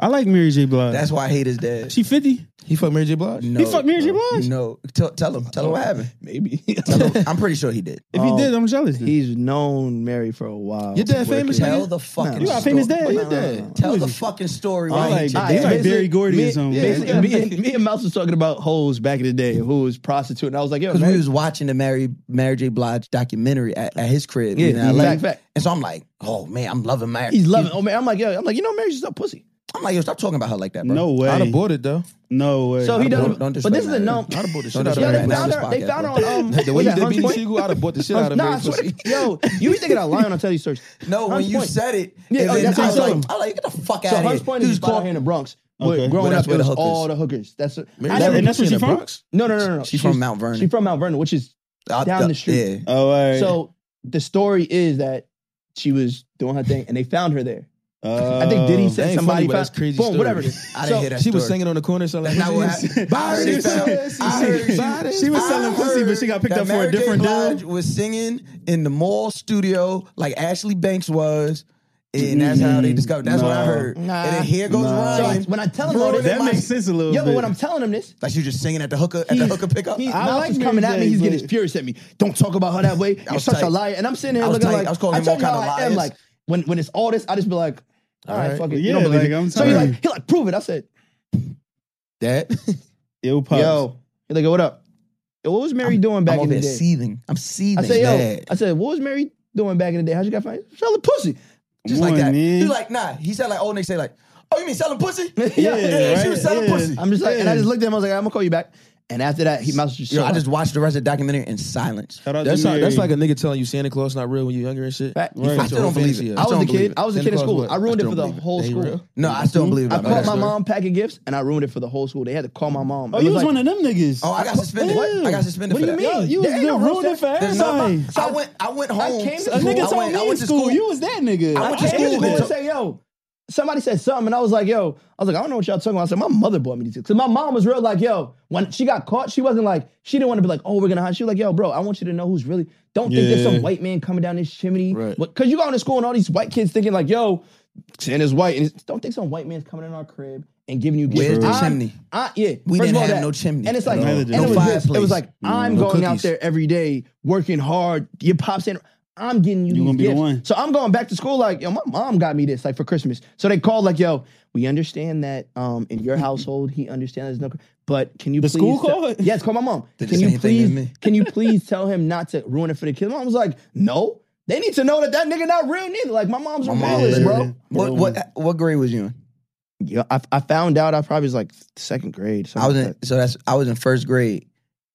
S2: I like Mary J. Blige.
S3: That's why I hate his dad.
S2: she fifty.
S4: He fucked Mary J. Blige.
S3: No,
S2: He fucked Mary J. Blige.
S3: No, tell, tell him. Tell him what happened.
S5: Maybe
S3: Tell him. I'm pretty sure he did.
S2: If he
S5: Oh,
S2: did, I'm jealous. then.
S5: He's known Mary for a while.
S4: Your dad famous?
S3: Tell
S4: nigga?
S3: the fucking.
S5: You got a
S3: story.
S2: famous dad.
S3: What
S2: Your
S3: you
S4: dad.
S3: did. Tell the fucking story.
S2: I
S3: Why
S2: like,
S3: he
S2: he's
S3: did.
S5: All right,
S2: like
S5: basically,
S2: Barry Gordy
S5: me-
S2: or something.
S5: Basically, me, and, me and Mouse was talking about hoes back in the day, who was prostituting. I was like, yo,
S3: Because
S5: man.
S3: we was watching the Mary Mary J. Blige documentary at, at his crib.
S5: Yeah,
S3: in LA.
S5: fact, fact.
S3: And so I'm like, oh man, I'm loving Mary.
S5: he's loving. Oh man, I'm like, yo, I'm like, you know, Mary's just a pussy.
S3: I'm like, yo, stop talking about her like that, bro.
S2: No
S4: I'd have
S2: way.
S4: bought it though.
S2: No way.
S5: So he
S3: don't-
S5: doesn't.
S3: don't
S5: but
S3: disrespect
S5: this is a
S3: Mary.
S5: numb.
S4: I'd have bought the
S3: Don't
S4: shit out
S5: Yo,
S4: of
S5: they
S4: Mary.
S3: disrespect
S5: found
S3: Mary.
S5: her. They found her on. Um,
S4: The way
S5: was
S4: you
S5: that
S4: did
S5: Hunt
S4: BT
S5: Point?
S4: Siegel, I'd have bought the shit out of
S5: Nah, I
S4: Mary.
S5: swear, yo, you be thinking out loud when I tell these stories.
S3: No, when
S5: Hunts
S3: you
S5: Point.
S3: said it,
S5: Yeah,
S3: and
S5: oh,
S3: then
S5: that's what
S3: I
S5: I'm
S3: was
S5: saying.
S3: like, I like, get the fuck
S5: So
S3: out of
S5: Hunts
S3: here.
S5: Point is
S3: Dude's
S5: just out
S3: called-
S5: here in the Bronx.
S2: Okay.
S5: But growing
S3: But that's
S5: up,
S3: where
S5: it
S3: the
S5: was
S3: hookers.
S5: all the hookers. That's a-
S4: Mary
S5: I
S4: J.
S5: never-
S2: and that's where
S4: in
S2: she
S4: the
S2: from?
S4: Bronx?
S5: no, no, no, no, no.
S3: She's from Mount Vernon.
S5: She's from Mount Vernon, which is
S3: Out
S5: down the street.
S3: Yeah.
S2: Oh, all right.
S5: so. The story is that she was doing her thing, and they found her there. I think
S2: Oh,
S5: Diddy
S4: that
S5: said
S4: ain't
S5: somebody
S4: funny, but that's
S5: found-
S4: crazy
S5: boom,
S4: story.
S5: whatever.
S3: I
S5: So,
S3: didn't hear that.
S4: She was
S3: story.
S4: singing on the corner. So like,
S3: That's not what
S4: Jesus.
S3: happened. I heard
S4: She
S3: it,
S4: fell.
S3: fam. I heard it.
S4: Body.
S2: She was selling
S3: I
S2: pussy, but she
S3: heard
S2: got picked
S3: that
S2: up for
S3: Mary
S2: a
S3: J.
S2: different
S3: Blige
S2: dude.
S3: was singing in the mall studio like Ashley Banks was. And that's how they discovered. That's what I
S2: Nah.
S3: heard. And then here goes
S2: Nah.
S5: Mm-hmm. so I-
S3: Ryan.
S5: when I tell him all
S3: Ruining
S5: this,
S2: That
S3: my-
S2: makes sense a little
S5: Yeah,
S2: bit.
S5: but when I'm telling him this,
S3: Like she was just singing at the hooker at the
S5: He's-
S3: hooker pickup.
S5: he,
S3: I,
S5: Mouse
S2: like
S5: is coming
S2: Mary
S5: at me.
S2: J,
S5: He's getting
S2: but-
S5: his furious at me. Don't talk about her that way. You're
S3: was
S5: such a
S3: tight.
S5: liar. And I'm sitting here
S3: I was
S5: looking
S3: tight.
S5: like
S3: I was calling him
S5: tell
S3: all
S5: you
S3: kind of
S5: how I am.
S3: liars.
S5: Like when when it's all this, I just be like, all right,
S4: All right.
S5: fuck it.
S2: Well,
S5: you don't
S2: yeah,
S5: believe
S2: like,
S5: it.
S2: I'm
S5: so he
S2: sorry.
S5: like he like prove it. I said,
S4: That
S2: Yo, pops.
S5: yo, he like, yo, what up? Yo, what was Mary doing back
S3: am
S5: in
S3: over
S5: the
S3: here
S5: day?
S3: seething. I'm
S5: I
S3: seething.
S5: said, yo,
S3: bad.
S5: I said, what was Mary doing back in the day? How'd you got fired? Selling pussy.
S3: just
S2: Come
S3: like
S2: on,
S3: that.
S2: man.
S3: He like nah. He said like old niggas say like, oh you mean selling pussy? yeah, she was
S2: right,
S3: selling
S2: yeah.
S3: pussy.
S5: I'm just like, and I just looked at him. I was like, I'm gonna call you back. And after that, he mouse just.
S3: Yo, I
S5: shut
S3: just
S5: up.
S3: watched the rest of the documentary in silence.
S2: Shout out
S4: that's
S2: to
S4: not,
S2: Mary.
S4: that's like a nigga telling you Santa Claus not real when you're younger and shit.
S5: Fact.
S4: You fucked
S3: I still
S4: your
S3: don't
S4: whole
S3: believe
S4: fantasy
S3: it.
S4: up.
S3: I
S5: I was
S3: don't
S5: the
S3: believe
S5: kid.
S3: it.
S5: I was the
S4: Santa
S5: kid in
S4: Claus
S5: school.
S4: what?
S5: I ruined
S4: I
S5: it
S4: still
S5: for the
S4: believe it.
S5: whole
S4: They ain't
S5: school.
S4: real.
S3: No, I still don't believe it.
S5: I
S3: I
S5: caught
S3: believe
S5: my
S3: it.
S5: mom packing gifts, and I ruined it for the whole school. They had to call my mom.
S2: Oh, you was one of them niggas.
S3: Oh, I got suspended.
S2: What?
S3: I got suspended
S5: What
S3: for
S5: do you
S3: that.
S2: Yo,
S5: mean?
S2: you was
S5: There ain't
S2: good
S5: no
S2: ruining
S5: roster.
S2: for
S3: There's no-
S2: everybody.
S3: I went. I went home.
S5: came to
S2: A nigga
S5: school.
S3: I
S2: told
S3: went, I
S2: me in
S3: went to
S2: school.
S3: school.
S2: You was that nigga.
S3: I went to
S5: I came to
S3: school.
S5: school and say, "Yo, somebody said something," and I was like, "Yo," I was like, "I don't know what y'all talking about." I said, "My mother bought me these because my mom was real like, yo, when she got caught, she wasn't like she didn't want to be like, oh, we're gonna hide." She was like, "Yo, bro, I want you to know who's really. Don't think there's
S2: Yeah.
S5: some white man coming down this chimney,
S4: Right.
S5: Because you go into school and all these white kids thinking like, yo, Santa's white, and it's, don't think some white man's coming in our crib." And giving you
S3: Where's
S5: gifts.
S3: the
S5: I'm-
S3: chimney?
S5: I, yeah,
S3: We didn't
S5: first of all
S3: have
S5: that.
S3: no chimney
S5: And it's
S3: at
S5: like,
S2: all.
S5: and
S2: No
S5: it was this- it
S3: fireplace.
S5: was like, I'm
S3: No
S5: going out
S3: cookies.
S5: there every day, working hard. Your pops saying, I'm getting you.
S2: You gonna
S5: these
S2: be the
S5: gifts."
S2: one.
S5: So I'm going back to school like, yo, my mom got me this like for Christmas. So they called like, yo, we understand that um in your household he understands there's no, but can you
S2: The
S5: please
S2: school
S5: tell-
S2: called?
S5: Yes, call my mom.
S3: Did the
S5: can you
S3: same thing to
S5: please
S3: me.
S5: can you please tell him not to ruin it for the kids? Mom was like, no, they need to know that that nigga not real neither. Like my mom's
S3: My
S5: a
S3: mom
S5: realist,
S3: literally-
S5: bro.
S3: What what what grade was you in?
S5: Yeah, I, I found out I probably was like second grade.
S3: I was
S5: something
S3: in.
S5: like
S3: So that's. I was in first grade,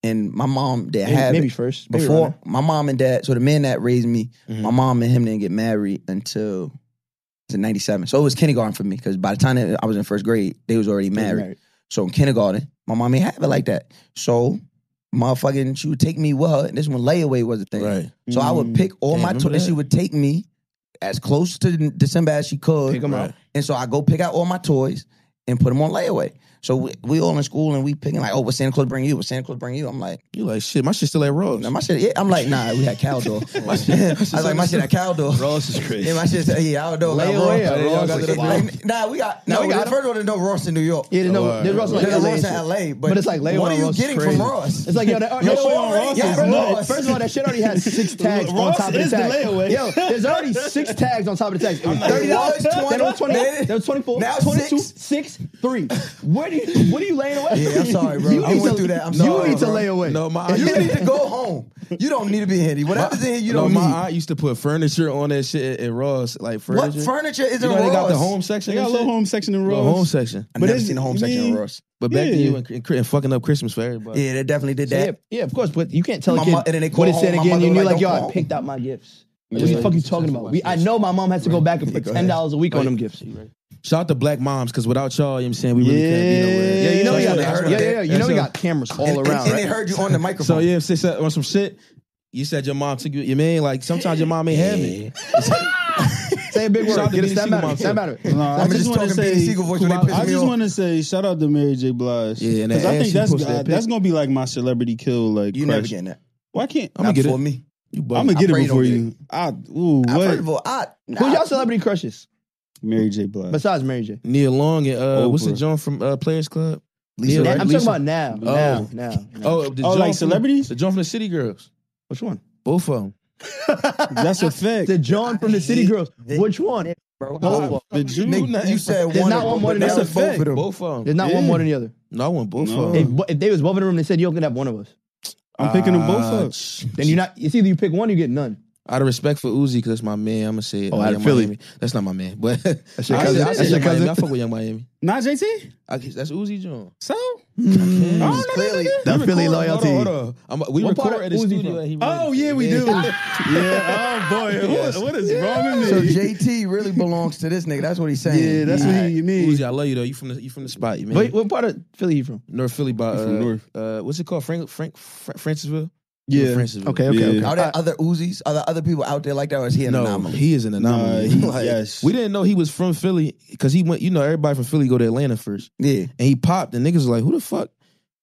S3: and my mom did
S5: that.
S3: have
S5: maybe,
S3: it.
S5: maybe first maybe around
S3: before
S5: there.
S3: my mom and dad. So the man that raised me,
S4: Mhm.
S3: my mom and him didn't get married until was it '97. So it was kindergarten for me because by the time that I was in first grade, they was already
S5: Maybe
S3: married. So in kindergarten, my mom ain't have it like that. So motherfucking, she would take me with her. And this one layaway was a thing.
S4: Right.
S3: So I
S5: Mm.
S3: would pick all
S4: Damn,
S3: my
S4: remember
S3: toys. She
S4: that?
S3: would take me as close to December as she could.
S5: Pick 'em
S4: Right.
S5: out.
S3: And so I go pick out all my toys. and put them on layaway. So we, we all in school and we picking like, oh, what Santa Claus bring you? What Santa Claus bring you? I'm like,
S4: You like shit. My shit still at Rose.
S3: no, my shit. Yeah, I'm like, nah, we had cow door.
S4: My shit-
S3: I was like, my shit at cow door.
S4: Ross is crazy.
S3: Yeah, my shit. Yeah, I don't know. about
S5: Layaway,
S3: Ross.
S5: I didn't know
S3: Ross,
S5: about that.
S3: like, nah, we got no.
S5: No,
S3: we
S5: we
S3: got
S5: got
S3: first one to know Ross in New York.
S5: Yeah, no,
S4: Oh,
S5: there was
S3: There's
S5: like
S3: a
S5: LA
S3: Ross in
S5: shit.
S3: LA, but,
S5: But it's like layaway
S3: What are
S5: on
S3: you
S5: Ross
S3: getting
S5: crazy.
S3: from Ross?
S5: It's like yo, that, yo,
S3: shit on Ross
S5: yeah,
S3: is
S5: first, of all,
S3: nuts.
S5: first of all, that shit already has six tags on
S4: Ross
S5: top of the
S4: is the
S5: tag.
S4: layaway.
S5: Yo, there's already six tags on top of the tag. It was
S3: like,
S5: thirty dollars,
S3: what?
S5: then it was twenty,
S3: Then-
S5: then it was twenty-four,
S3: now
S5: twenty-two,
S3: six.
S5: six, three. Where do you, what are you laying away?
S3: Yeah, I'm sorry, bro.
S5: You
S3: I
S5: need
S3: went
S5: to-
S3: through that. I'm
S5: you
S3: sorry,
S5: need to
S3: bro.
S5: lay away.
S4: No, my aunt,
S3: You need to go home. You don't need to be here. Whatever's in here, you
S4: no,
S3: don't
S4: my
S3: need.
S4: aunt used to put furniture on that shit at, at Ross, like furniture.
S3: What furniture is
S4: You
S3: in
S4: know, they got the
S3: Ross?
S4: home section.
S2: They got a
S4: and
S2: little
S4: shit?
S2: home section in
S4: Little
S2: Rose.
S4: home section.
S3: I've
S2: But
S3: never
S2: it's-
S3: seen a home
S2: I
S3: section in
S2: mean-
S3: Ross.
S4: But back to
S2: Yeah.
S4: you and, and, and fucking up Christmas for everybody.
S3: Yeah, they definitely did
S5: So,
S3: that.
S5: yeah, yeah, of course, but you can't tell
S3: My
S5: a kid
S3: mo- and then they call
S5: what it said
S3: home, my
S5: again.
S3: mother
S5: You knew
S3: like, "Don't
S5: like, yo,
S3: call
S5: I
S3: home."
S5: picked out my gifts.
S4: Yeah,
S5: What the
S4: yeah,
S5: fuck you
S4: yeah.
S5: talking about? We, I know my mom has to go back and put
S3: go ahead.
S5: ten dollars a week on them gifts.
S4: Shout out to black moms, because without y'all, you know what I'm saying, we really can't be nowhere.
S5: Yeah, you know
S4: so,
S5: we got
S3: what I heard
S5: yeah,
S3: about
S5: yeah,
S3: that.
S5: yeah, you
S4: That's
S5: know we
S4: what-
S5: got cameras
S3: And-
S5: all
S3: and-
S5: around.
S3: and
S5: right?
S3: they heard you on the microphone.
S4: So yeah, if they said on some shit, you said your mom took you, you mean like sometimes your mom ain't have it.
S5: Say a big
S4: Shout
S5: word.
S4: out to
S5: Get a
S4: BDC
S5: snap out of
S4: mom,
S5: it.
S4: too.
S5: Snap out of it.
S2: No, I
S3: I'm
S2: just
S3: just
S2: want to
S3: talking
S2: say,
S3: Benny Siegel voice when they piss
S2: I
S3: me
S2: just
S3: off.
S2: want to say, shout out to Mary J. Blige.
S4: Yeah, and that
S2: because I
S4: ass
S2: think
S4: she
S2: that's
S4: posted that
S2: uh,
S4: pic.
S2: that's gonna be like my celebrity kill. Like
S3: you
S2: crush.
S3: never getting that.
S2: Why can't
S4: I'ma
S3: Not
S4: get it.
S3: for me.
S4: You
S2: I'm gonna
S3: I
S2: get
S3: pray
S2: it
S3: you
S2: before
S3: don't get
S2: you? I ooh
S3: I, first
S2: what?
S3: of all, I
S5: Who
S3: nah,
S5: y'all celebrity crushes
S2: Mary J. Blige.
S5: besides Mary J?
S4: Neil Long and uh, what's the
S2: Oprah.
S4: John from uh, Players Club?
S3: Lisa
S4: Neil-
S3: Wright.
S5: I'm talking about now.
S4: Oh.
S5: Now, now. now.
S4: Oh, the
S2: Oh,
S4: John
S2: like
S4: from-
S2: celebrities?
S4: The John from the City Girls.
S5: Which one?
S4: Both of them.
S2: That's a fact.
S5: The John from the City Girls.
S3: the-
S5: Which one?
S3: bro.
S5: Both of them.
S2: The Jew.
S3: Nick, you said
S5: There's
S3: one.
S5: not
S3: of them,
S5: one more
S3: but
S5: than
S3: that
S5: that.
S3: was both of them.
S4: Both of them.
S5: There's not one
S2: Yeah.
S5: more than the other.
S4: No, I want both
S2: No.
S4: of
S5: If,
S4: them.
S3: Hmm.
S5: bo- if they was both in the room, they said you don't can have one of us.
S2: I'm picking them both up.
S5: Then you're not. It's either you pick one, or you get none.
S4: Out of respect for Uzi, because that's my man. I'm gonna say it.
S5: Oh, out of
S4: Young
S5: Philly.
S4: Miami. That's not my man, but that's
S5: your cousin.
S4: I,
S5: That's
S4: say
S5: your
S4: Young Miami.
S5: cousin.
S4: I fuck with Young Miami.
S2: Not JT.
S4: I, that's Uzi John.
S2: So
S4: I
S2: I don't know that
S3: Clearly,
S2: nigga.
S5: That
S4: We
S5: Philly
S4: record-
S5: loyalty.
S4: Hold on, hold on. I'm, we
S5: What part
S4: record at
S5: of
S4: the
S5: Uzi
S4: studio.
S5: from?
S4: and he
S2: Oh
S4: runs it.
S2: yeah, we do. yeah. Oh boy,
S4: Yes.
S2: what, what is wrong with
S3: So
S2: me?
S3: JT really belongs to this nigga. That's what he's saying.
S2: yeah, that's what
S3: Alright.
S2: you mean.
S4: Uzi, I love you though. You from the you from the spot, you man.
S5: Wait, what part of Philly you from?
S4: North Philly, by uh,
S2: from North.
S4: uh, what's it called? Frank Frank Fra- Francisville.
S2: Yeah.
S4: Francisville.
S5: Okay,
S2: Yeah.
S5: okay,
S3: Are
S5: okay.
S3: there other Uzis? Are there other people out there like that, or is he an
S4: no,
S3: anomaly?
S4: he is an anomaly.
S2: Nah, he-
S4: Like,
S2: yes.
S4: we didn't know he was from Philly because he went. You know, everybody from Philly go to Atlanta first,
S3: Yeah.
S4: and he popped, and niggas was like, "Who the fuck?"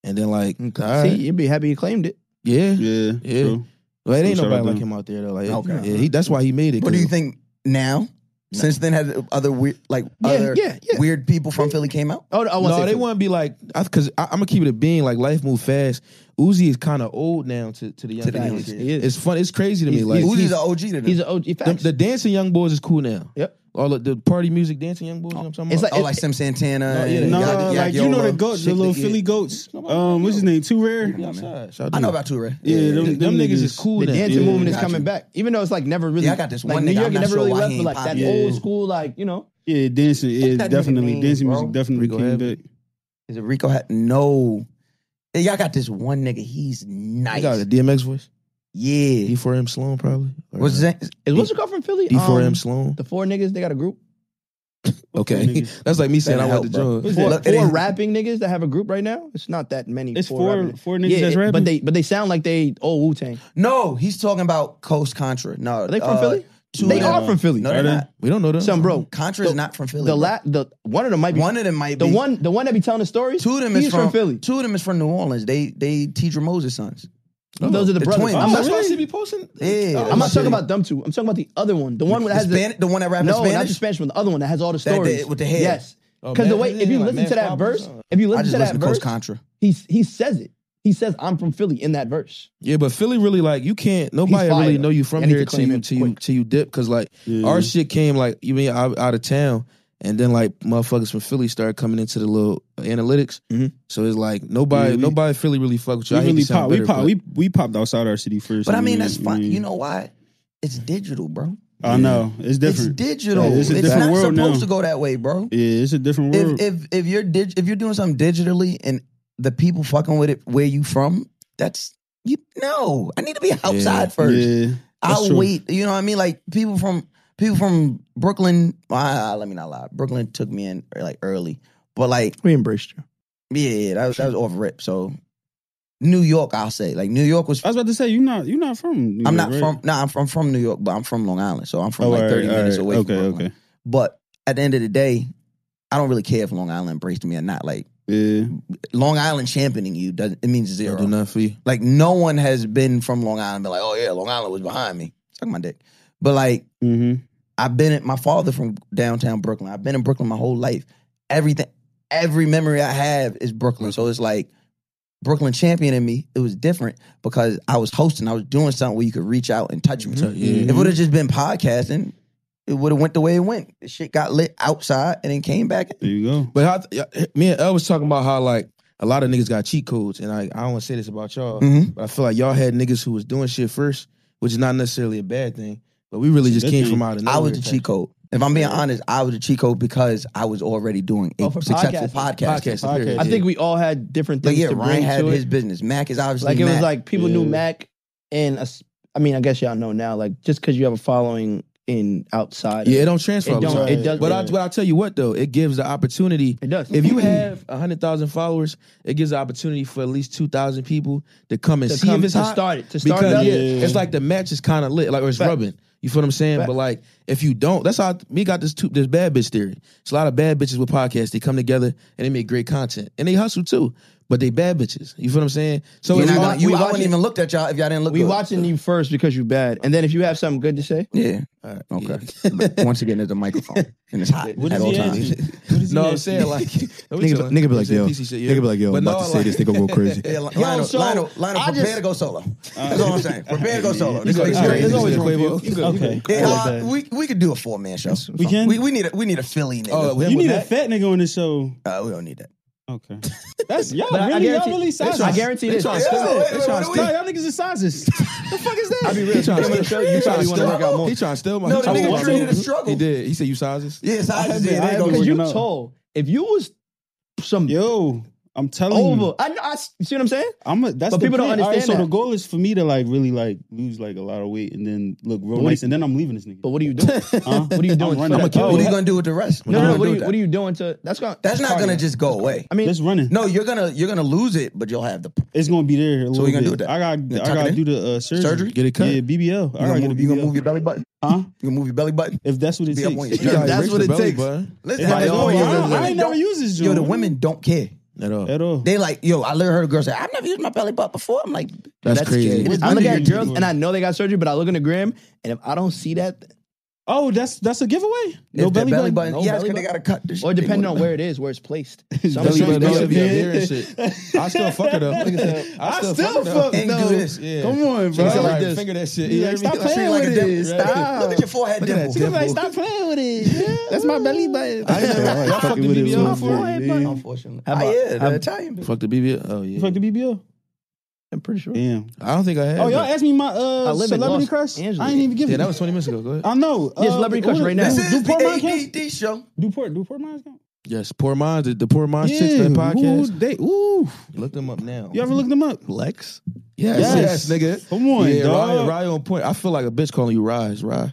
S4: And then like,
S5: Okay.
S4: all right,
S5: See, you'd be happy you claimed it.
S4: yeah,
S2: Mm. Yeah,
S4: Yeah.
S2: true.
S4: Well, it ain't
S2: Shout out
S4: nobody
S2: to
S4: like
S2: him.
S4: him out there though. Like,
S3: Okay.
S4: yeah, he, that's why he made it.
S3: What do you
S4: 'cause
S3: think now? Since then, had other weird, like
S5: Yeah,
S3: other
S5: yeah, yeah.
S3: weird people from Philly came out?
S5: Oh, no, I want
S4: No,
S5: to
S4: they wouldn't be like, because I, am gonna keep it a being. Like life move fast. Uzi is kind of old now to, to the young
S3: To the young
S4: kids.
S3: kids.
S5: He is.
S4: It's fun. It's crazy to me.
S5: He's-
S4: Like
S5: he's-
S3: Uzis are OG to them.
S5: He's an OG.
S4: the,
S5: Facts.
S4: the dancing young boys is cool now.
S5: Yep.
S4: All the, the party music dancing young boys. You know what I'm talking
S5: It's
S4: about.
S3: oh,
S5: it-
S3: like Sim Santana.
S4: No,
S3: and
S4: yeah,
S3: Yadi-
S2: No,
S3: Yadi-
S2: like you know the
S3: Yadiola.
S2: goats, the
S3: Shit
S2: little
S3: that-
S2: Philly
S3: yeah.
S2: goats. Um, what's his name? Too rare.
S4: Outside. Shout out
S3: I
S4: to
S3: know
S4: them.
S3: about Toure.
S2: Yeah, them,
S4: them, niggas is cool
S5: the
S4: now.
S5: dancing
S2: Yeah,
S5: movement is
S3: got
S5: coming
S3: you.
S5: back, even though it's like never really.
S3: Yeah, I got this
S5: like,
S3: one
S5: New
S3: nigga,
S5: York
S3: I'm
S5: it
S3: not
S5: never
S3: sure
S5: really
S3: why
S5: left,
S3: he
S5: but
S3: ain't
S5: like that
S3: popular.
S5: old
S4: Yeah.
S5: school, like you know.
S2: Yeah, dancing. Yeah,
S3: that nigga
S2: definitely.
S3: name,
S2: dancing
S3: bro?
S2: music definitely
S4: Rico
S2: came
S4: Abbott.
S2: back.
S3: Is it Rico? Hat? No. Yeah, Y'all got this one nigga. He's
S4: You got a
S3: nice.
S4: DMX voice.
S3: Yeah.
S4: D4M Sloan probably. Or
S3: What's his name?
S5: Is what's it called from Philly?
S4: D4M
S5: Um,
S4: Sloan.
S5: The four niggas, they got a group.
S4: Okay,
S2: niggas?
S4: that's like me saying I
S3: Better
S4: want the
S3: help,
S4: job.
S3: that?
S5: Four,
S3: Look, it
S5: four
S3: ain't-
S5: rapping niggas that have a group right now. It's not that many.
S2: It's four
S5: rapping-
S2: four niggas
S5: yeah,
S2: that's
S5: it-
S2: rapping.
S5: but they but they sound like they old Wu Tang.
S3: No, he's talking about Coast Contra. No,
S5: Are they from
S3: uh,
S5: Philly?
S3: two
S5: They
S3: of them-
S5: are from Philly.
S3: No, they're
S2: Are they?
S3: not.
S4: We don't know them.
S5: Some bro,
S3: Contra is not from Philly.
S5: the
S3: bro.
S5: la- the one of them might be
S3: one of them might
S5: the
S3: be.
S5: one the one that be telling the stories.
S3: Two of them
S5: he's
S3: is from,
S5: Philly.
S3: Two of them is from New Orleans. They they Teacher Moses sons.
S5: Those are the,
S3: the
S5: brothers.
S3: twins.
S5: I'm
S4: Oh,
S5: not,
S4: that's why
S3: really?
S4: I see be posting.
S3: Yeah,
S4: Oh,
S5: I'm not
S3: shit.
S5: talking about them two. I'm talking about the other one, the one that has
S3: Hispanic, the, one that
S5: the
S3: rapped
S5: no,
S3: in
S5: not the
S3: Spanish.
S5: Spanish one, the other one that has all the
S3: That- that-
S5: stories
S3: with the hair.
S5: Yes,
S4: Oh,
S5: because the
S4: man,
S5: way if you
S4: like,
S5: listen
S4: man,
S5: to that
S4: problems,
S5: verse,
S4: huh?
S5: if you
S3: I
S5: listen
S3: just
S5: to that
S3: listened to
S5: verse,
S3: Coast Contra.
S5: he he says it. He says I'm from Philly in that verse.
S4: Yeah, but Philly really like you can't. Nobody
S5: fire,
S4: really
S5: though.
S4: know you from
S5: I need
S4: here
S5: to
S4: till
S5: claim
S4: you
S5: him
S4: till you
S5: quick.
S4: till you dip. Because like
S2: Yeah.
S4: our shit came like you mean out, out of town, and then like motherfuckers from Philly started coming into the little analytics.
S5: Mhm.
S4: So it's like nobody
S2: Yeah, we-
S4: nobody Philly really fuck with you.
S2: We
S4: I hate to
S2: really
S4: sound
S2: pop. We
S4: bitter,
S2: pop.
S4: but-
S2: We we popped outside our city first.
S3: But I mean,
S2: and
S3: that's
S2: then-
S3: fine.
S2: yeah.
S3: You know why? It's digital, bro.
S2: I know it's different.
S3: It's digital.
S2: Yeah,
S3: it's
S2: it's a different
S3: not
S2: world
S3: supposed
S2: now.
S3: to go that way, bro.
S2: yeah, it's a different world.
S3: If if if you're dig- if you're doing something digitally and the people fucking with it where you from, that's you no. I need to be outside first.
S2: yeah,
S3: I'll
S2: true.
S3: wait. You know what I mean? Like people from people from Brooklyn. ah, let me not lie. Brooklyn took me in like early, but like
S5: We embraced you.
S3: yeah, yeah, that was that was off rip. So New York, I'll say like New York was.
S2: I was about to say you're not you're not from. New York,
S3: I'm not
S2: Oh, right?
S3: from. Nah, I'm from from New York, but I'm from Long Island, so I'm from
S2: Oh,
S3: like
S2: all right,
S3: 30
S2: all
S3: minutes
S2: right.
S3: away.
S2: Okay,
S3: from Brooklyn.
S2: okay.
S3: But at the end of the day, I don't really care if Long Island embraced me or not. Like
S2: Yeah.
S3: Long Island championing you doesn't it means zero.
S4: do nothing for you.
S3: Like no one has been from Long Island been like, oh yeah, Long Island was behind me. Suck my dick. But like
S2: Mm-hmm.
S3: I've been at my father from downtown Brooklyn. I've been in Brooklyn my whole life. Everything, every memory I have is Brooklyn. So it's like Brooklyn championing me. It was different because I was hosting. I was doing something where you could reach out and touch me.
S4: yeah.
S3: If it would have just been podcasting, it would have went the way it went. The shit got lit outside and then came back.
S2: There you go.
S4: But how, yeah, me and El was talking about how like a lot of niggas got cheat codes, and I I don't want to say this about y'all,
S3: Mhm.
S4: but I feel like y'all had niggas who was doing shit first, which is not necessarily a bad thing. But we really just
S2: Good
S4: came
S2: thing.
S4: from out of nowhere.
S3: I was the cheat code. If I'm being honest, I was the cheat code because I was already doing a
S5: Oh, for
S3: successful
S5: podcasting.
S3: podcast.
S4: Podcasting, period.
S5: I think we all had different
S3: But
S5: things
S3: yeah,
S5: to
S3: Ryan
S5: bring
S3: had
S5: to it.
S3: his business. Mac is obviously
S5: like it was
S3: Mac.
S5: like people knew
S2: Yeah.
S5: Mac, and us- I mean, I guess y'all know now. Like just because you have a following in outside,
S4: yeah, it don't transfer.
S5: it, don't, it does.
S4: But I,
S5: it,
S4: but I tell you what though, it gives the opportunity.
S5: does.
S4: If you have hundred thousand followers, it gives the opportunity for at least two thousand people to come and
S5: to,
S4: see
S5: come,
S4: if it's
S5: to
S4: hot.
S5: start it, to start it,
S4: Because
S5: up,
S4: yeah, it's like the match is kind of lit, like or it's
S5: Fact.
S4: rubbing. You feel what I'm saying?
S5: Fact.
S4: But like, if you don't, that's how me got this two, this bad bitch theory. It's a lot of bad bitches with podcasts. They come together and they make great content and they hustle too, but they bad bitches. You feel what I'm saying? So
S3: You're
S4: it's
S3: not
S4: all-
S3: gonna- you,
S5: we
S3: I
S5: watching-
S3: wouldn't even looked at y'all if y'all didn't look.
S5: we
S3: good.
S5: watching you first because you bad, and then if you have something good to say,
S3: Yeah.
S4: all right,
S3: Okay.
S4: yeah.
S3: Once again, there's a microphone and it's hot
S2: What
S3: at
S2: is
S3: all
S2: he
S3: times.
S2: asking? What is he
S4: No, I'm
S2: asking?
S4: saying like nigga,
S7: Nigga, be- nigga be like, yo, nigga be like, yo, I'm about to say this, nigga go crazy.
S3: Yeah, Li- Lionel,
S5: so
S3: Lionel, Lionel
S5: I
S3: prepare
S5: just-
S3: to go solo. That's all I'm saying. Prepare to go solo.
S4: It's
S3: This
S4: always
S3: is
S4: great.
S3: crazy.
S4: It's always
S3: Yeah,
S4: great.
S2: Okay.
S3: uh, we we could do a four man show.
S2: We can?
S3: We, we need a we need a Philly nigga.
S4: Oh,
S2: You need a fat nigga on the show.
S3: Uh, we don't need that.
S2: Okay. That's y'all
S5: But I- I
S2: really y'all
S5: guarantee-
S2: really
S5: I
S2: sizes.
S5: guarantee
S4: They
S5: this.
S4: trying to steal
S3: wait,
S4: it.
S3: wait,
S4: They trying
S3: what
S4: to
S3: do
S4: steal
S2: Nah, y'all niggas is sizes. the fuck is that?
S4: I be real. He trying to steal. You trying to
S3: wanna work out more.
S4: He trying to steal my.
S3: No,
S4: he
S3: the
S4: tryna
S3: nigga
S4: steal my-
S3: created a struggle.
S4: He did. He said you sizes.
S3: Yeah, sizes.
S2: been-
S3: Yeah,
S2: I
S3: they
S2: have
S3: go.
S2: been-
S5: because you
S2: Working out.
S5: tall. If you was some
S2: Yo, I'm telling
S5: over,
S2: you.
S5: I, know- I see what I'm saying.
S2: I'm a, that's
S5: But
S2: the
S5: people don't
S2: plan. All right,
S5: understand
S2: So
S5: that.
S2: the goal is for me to like really like lose like a lot of weight and then look real
S5: But what-
S2: nice, and then I'm leaving this nigga.
S5: But what are you doing?
S2: Huh?
S5: What are you doing?
S2: I'm running.
S5: I'm a kid.
S2: Oh,
S3: What are you gonna do with the rest?
S5: No, no, no. What are
S3: do
S5: you
S3: with
S5: What are
S3: that?
S5: you doing to? That's going.
S3: That's not gonna just go away.
S5: I mean,
S2: Just running.
S3: No, you're gonna you're gonna lose it, but you'll have the.
S2: It's gonna be there. A little
S3: you gonna
S2: bit.
S3: do with that?
S2: I got.
S3: You gonna
S2: I
S3: tuck
S2: got
S3: it
S2: to do
S3: in?
S2: the uh, surgery.
S4: Surgery? Get it cut.
S2: Yeah, BBL.
S3: You
S2: I
S3: gonna,
S2: gotta
S3: move,
S2: get
S3: you
S2: a
S3: gonna
S2: BBL.
S3: move your belly button.
S2: Huh?
S3: You gonna move your belly button.
S2: If that's what it
S3: Be up on your
S2: takes.
S3: shirt.
S4: That's what it takes.
S3: Listen,
S2: If I
S3: that's
S2: don't,
S3: all
S2: I
S3: you
S2: don't-
S3: really
S2: I ain't never
S3: don't-
S2: used this
S3: Yo, the
S2: joint.
S3: women don't care.
S4: At all.
S2: At all.
S3: They like, yo, I literally heard a girl say, I've never used my belly button before. I'm like,
S4: That's
S5: That's
S4: crazy.
S5: crazy.
S2: What
S5: I
S2: do
S5: look
S2: you
S5: at
S2: mean?
S5: girls and I know they got surgery, but I look in the gram and if I don't see that,
S2: Oh, that's that's a giveaway. No
S3: if their
S2: belly, button.
S5: no
S3: yeah,
S5: belly
S3: because they got to
S5: button.
S3: cut this
S5: or depending on where it is, where it's placed. Some
S4: That's
S5: surgeries-
S4: what
S2: belly
S4: it be up
S2: button.
S4: there and shit. I still fuck it up. I still, fuck, it up.
S3: And do this.
S4: Yeah.
S2: Come on, bro.
S4: She said,
S2: Like
S4: like,
S2: this.
S4: finger that shit.
S2: Yeah,
S4: You know
S2: stop
S4: what I mean?
S2: playing
S4: Like
S2: with
S4: a
S2: it.
S4: dimple, right?
S2: Stop.
S3: Look at your forehead
S4: Look at
S3: dimple.
S4: that dimple.
S2: stop playing with it. That's my belly button.
S4: I ain't never- y'all fuck the BBL before?
S2: You
S3: Unfortunately. Oh, yeah, the Italian bitch.
S4: Fuck the BBL. Oh yeah.
S2: fucked the BBL?
S5: I'm pretty sure.
S2: Damn.
S4: I don't think I had.
S2: Oh, y'all
S4: but-
S2: asked me my uh,
S5: live in
S2: celebrity
S5: Los
S2: crush.
S5: Angeles.
S2: I ain't even give
S4: Yeah,
S2: it.
S4: that was 20 minutes ago. Go ahead.
S2: I know.
S5: Yeah, celebrity crush
S2: what-
S5: right now.
S2: Do,
S3: This
S2: do
S3: is
S2: poor minds count?
S3: the ADD show.
S2: Do poor do poor minds count?
S4: Yes, Poor Minds, the, the Poor Minds Chicks, that
S2: Ooh,
S4: podcast.
S2: they, ooh.
S4: Look them up now.
S2: You ever looked them up?
S4: Lex? Yes,
S2: Yes.
S4: yes, nigga.
S2: Come on,
S4: yeah, Ryan,
S2: dog.
S4: Ryan on point. I feel like a bitch calling you Rise, Rye.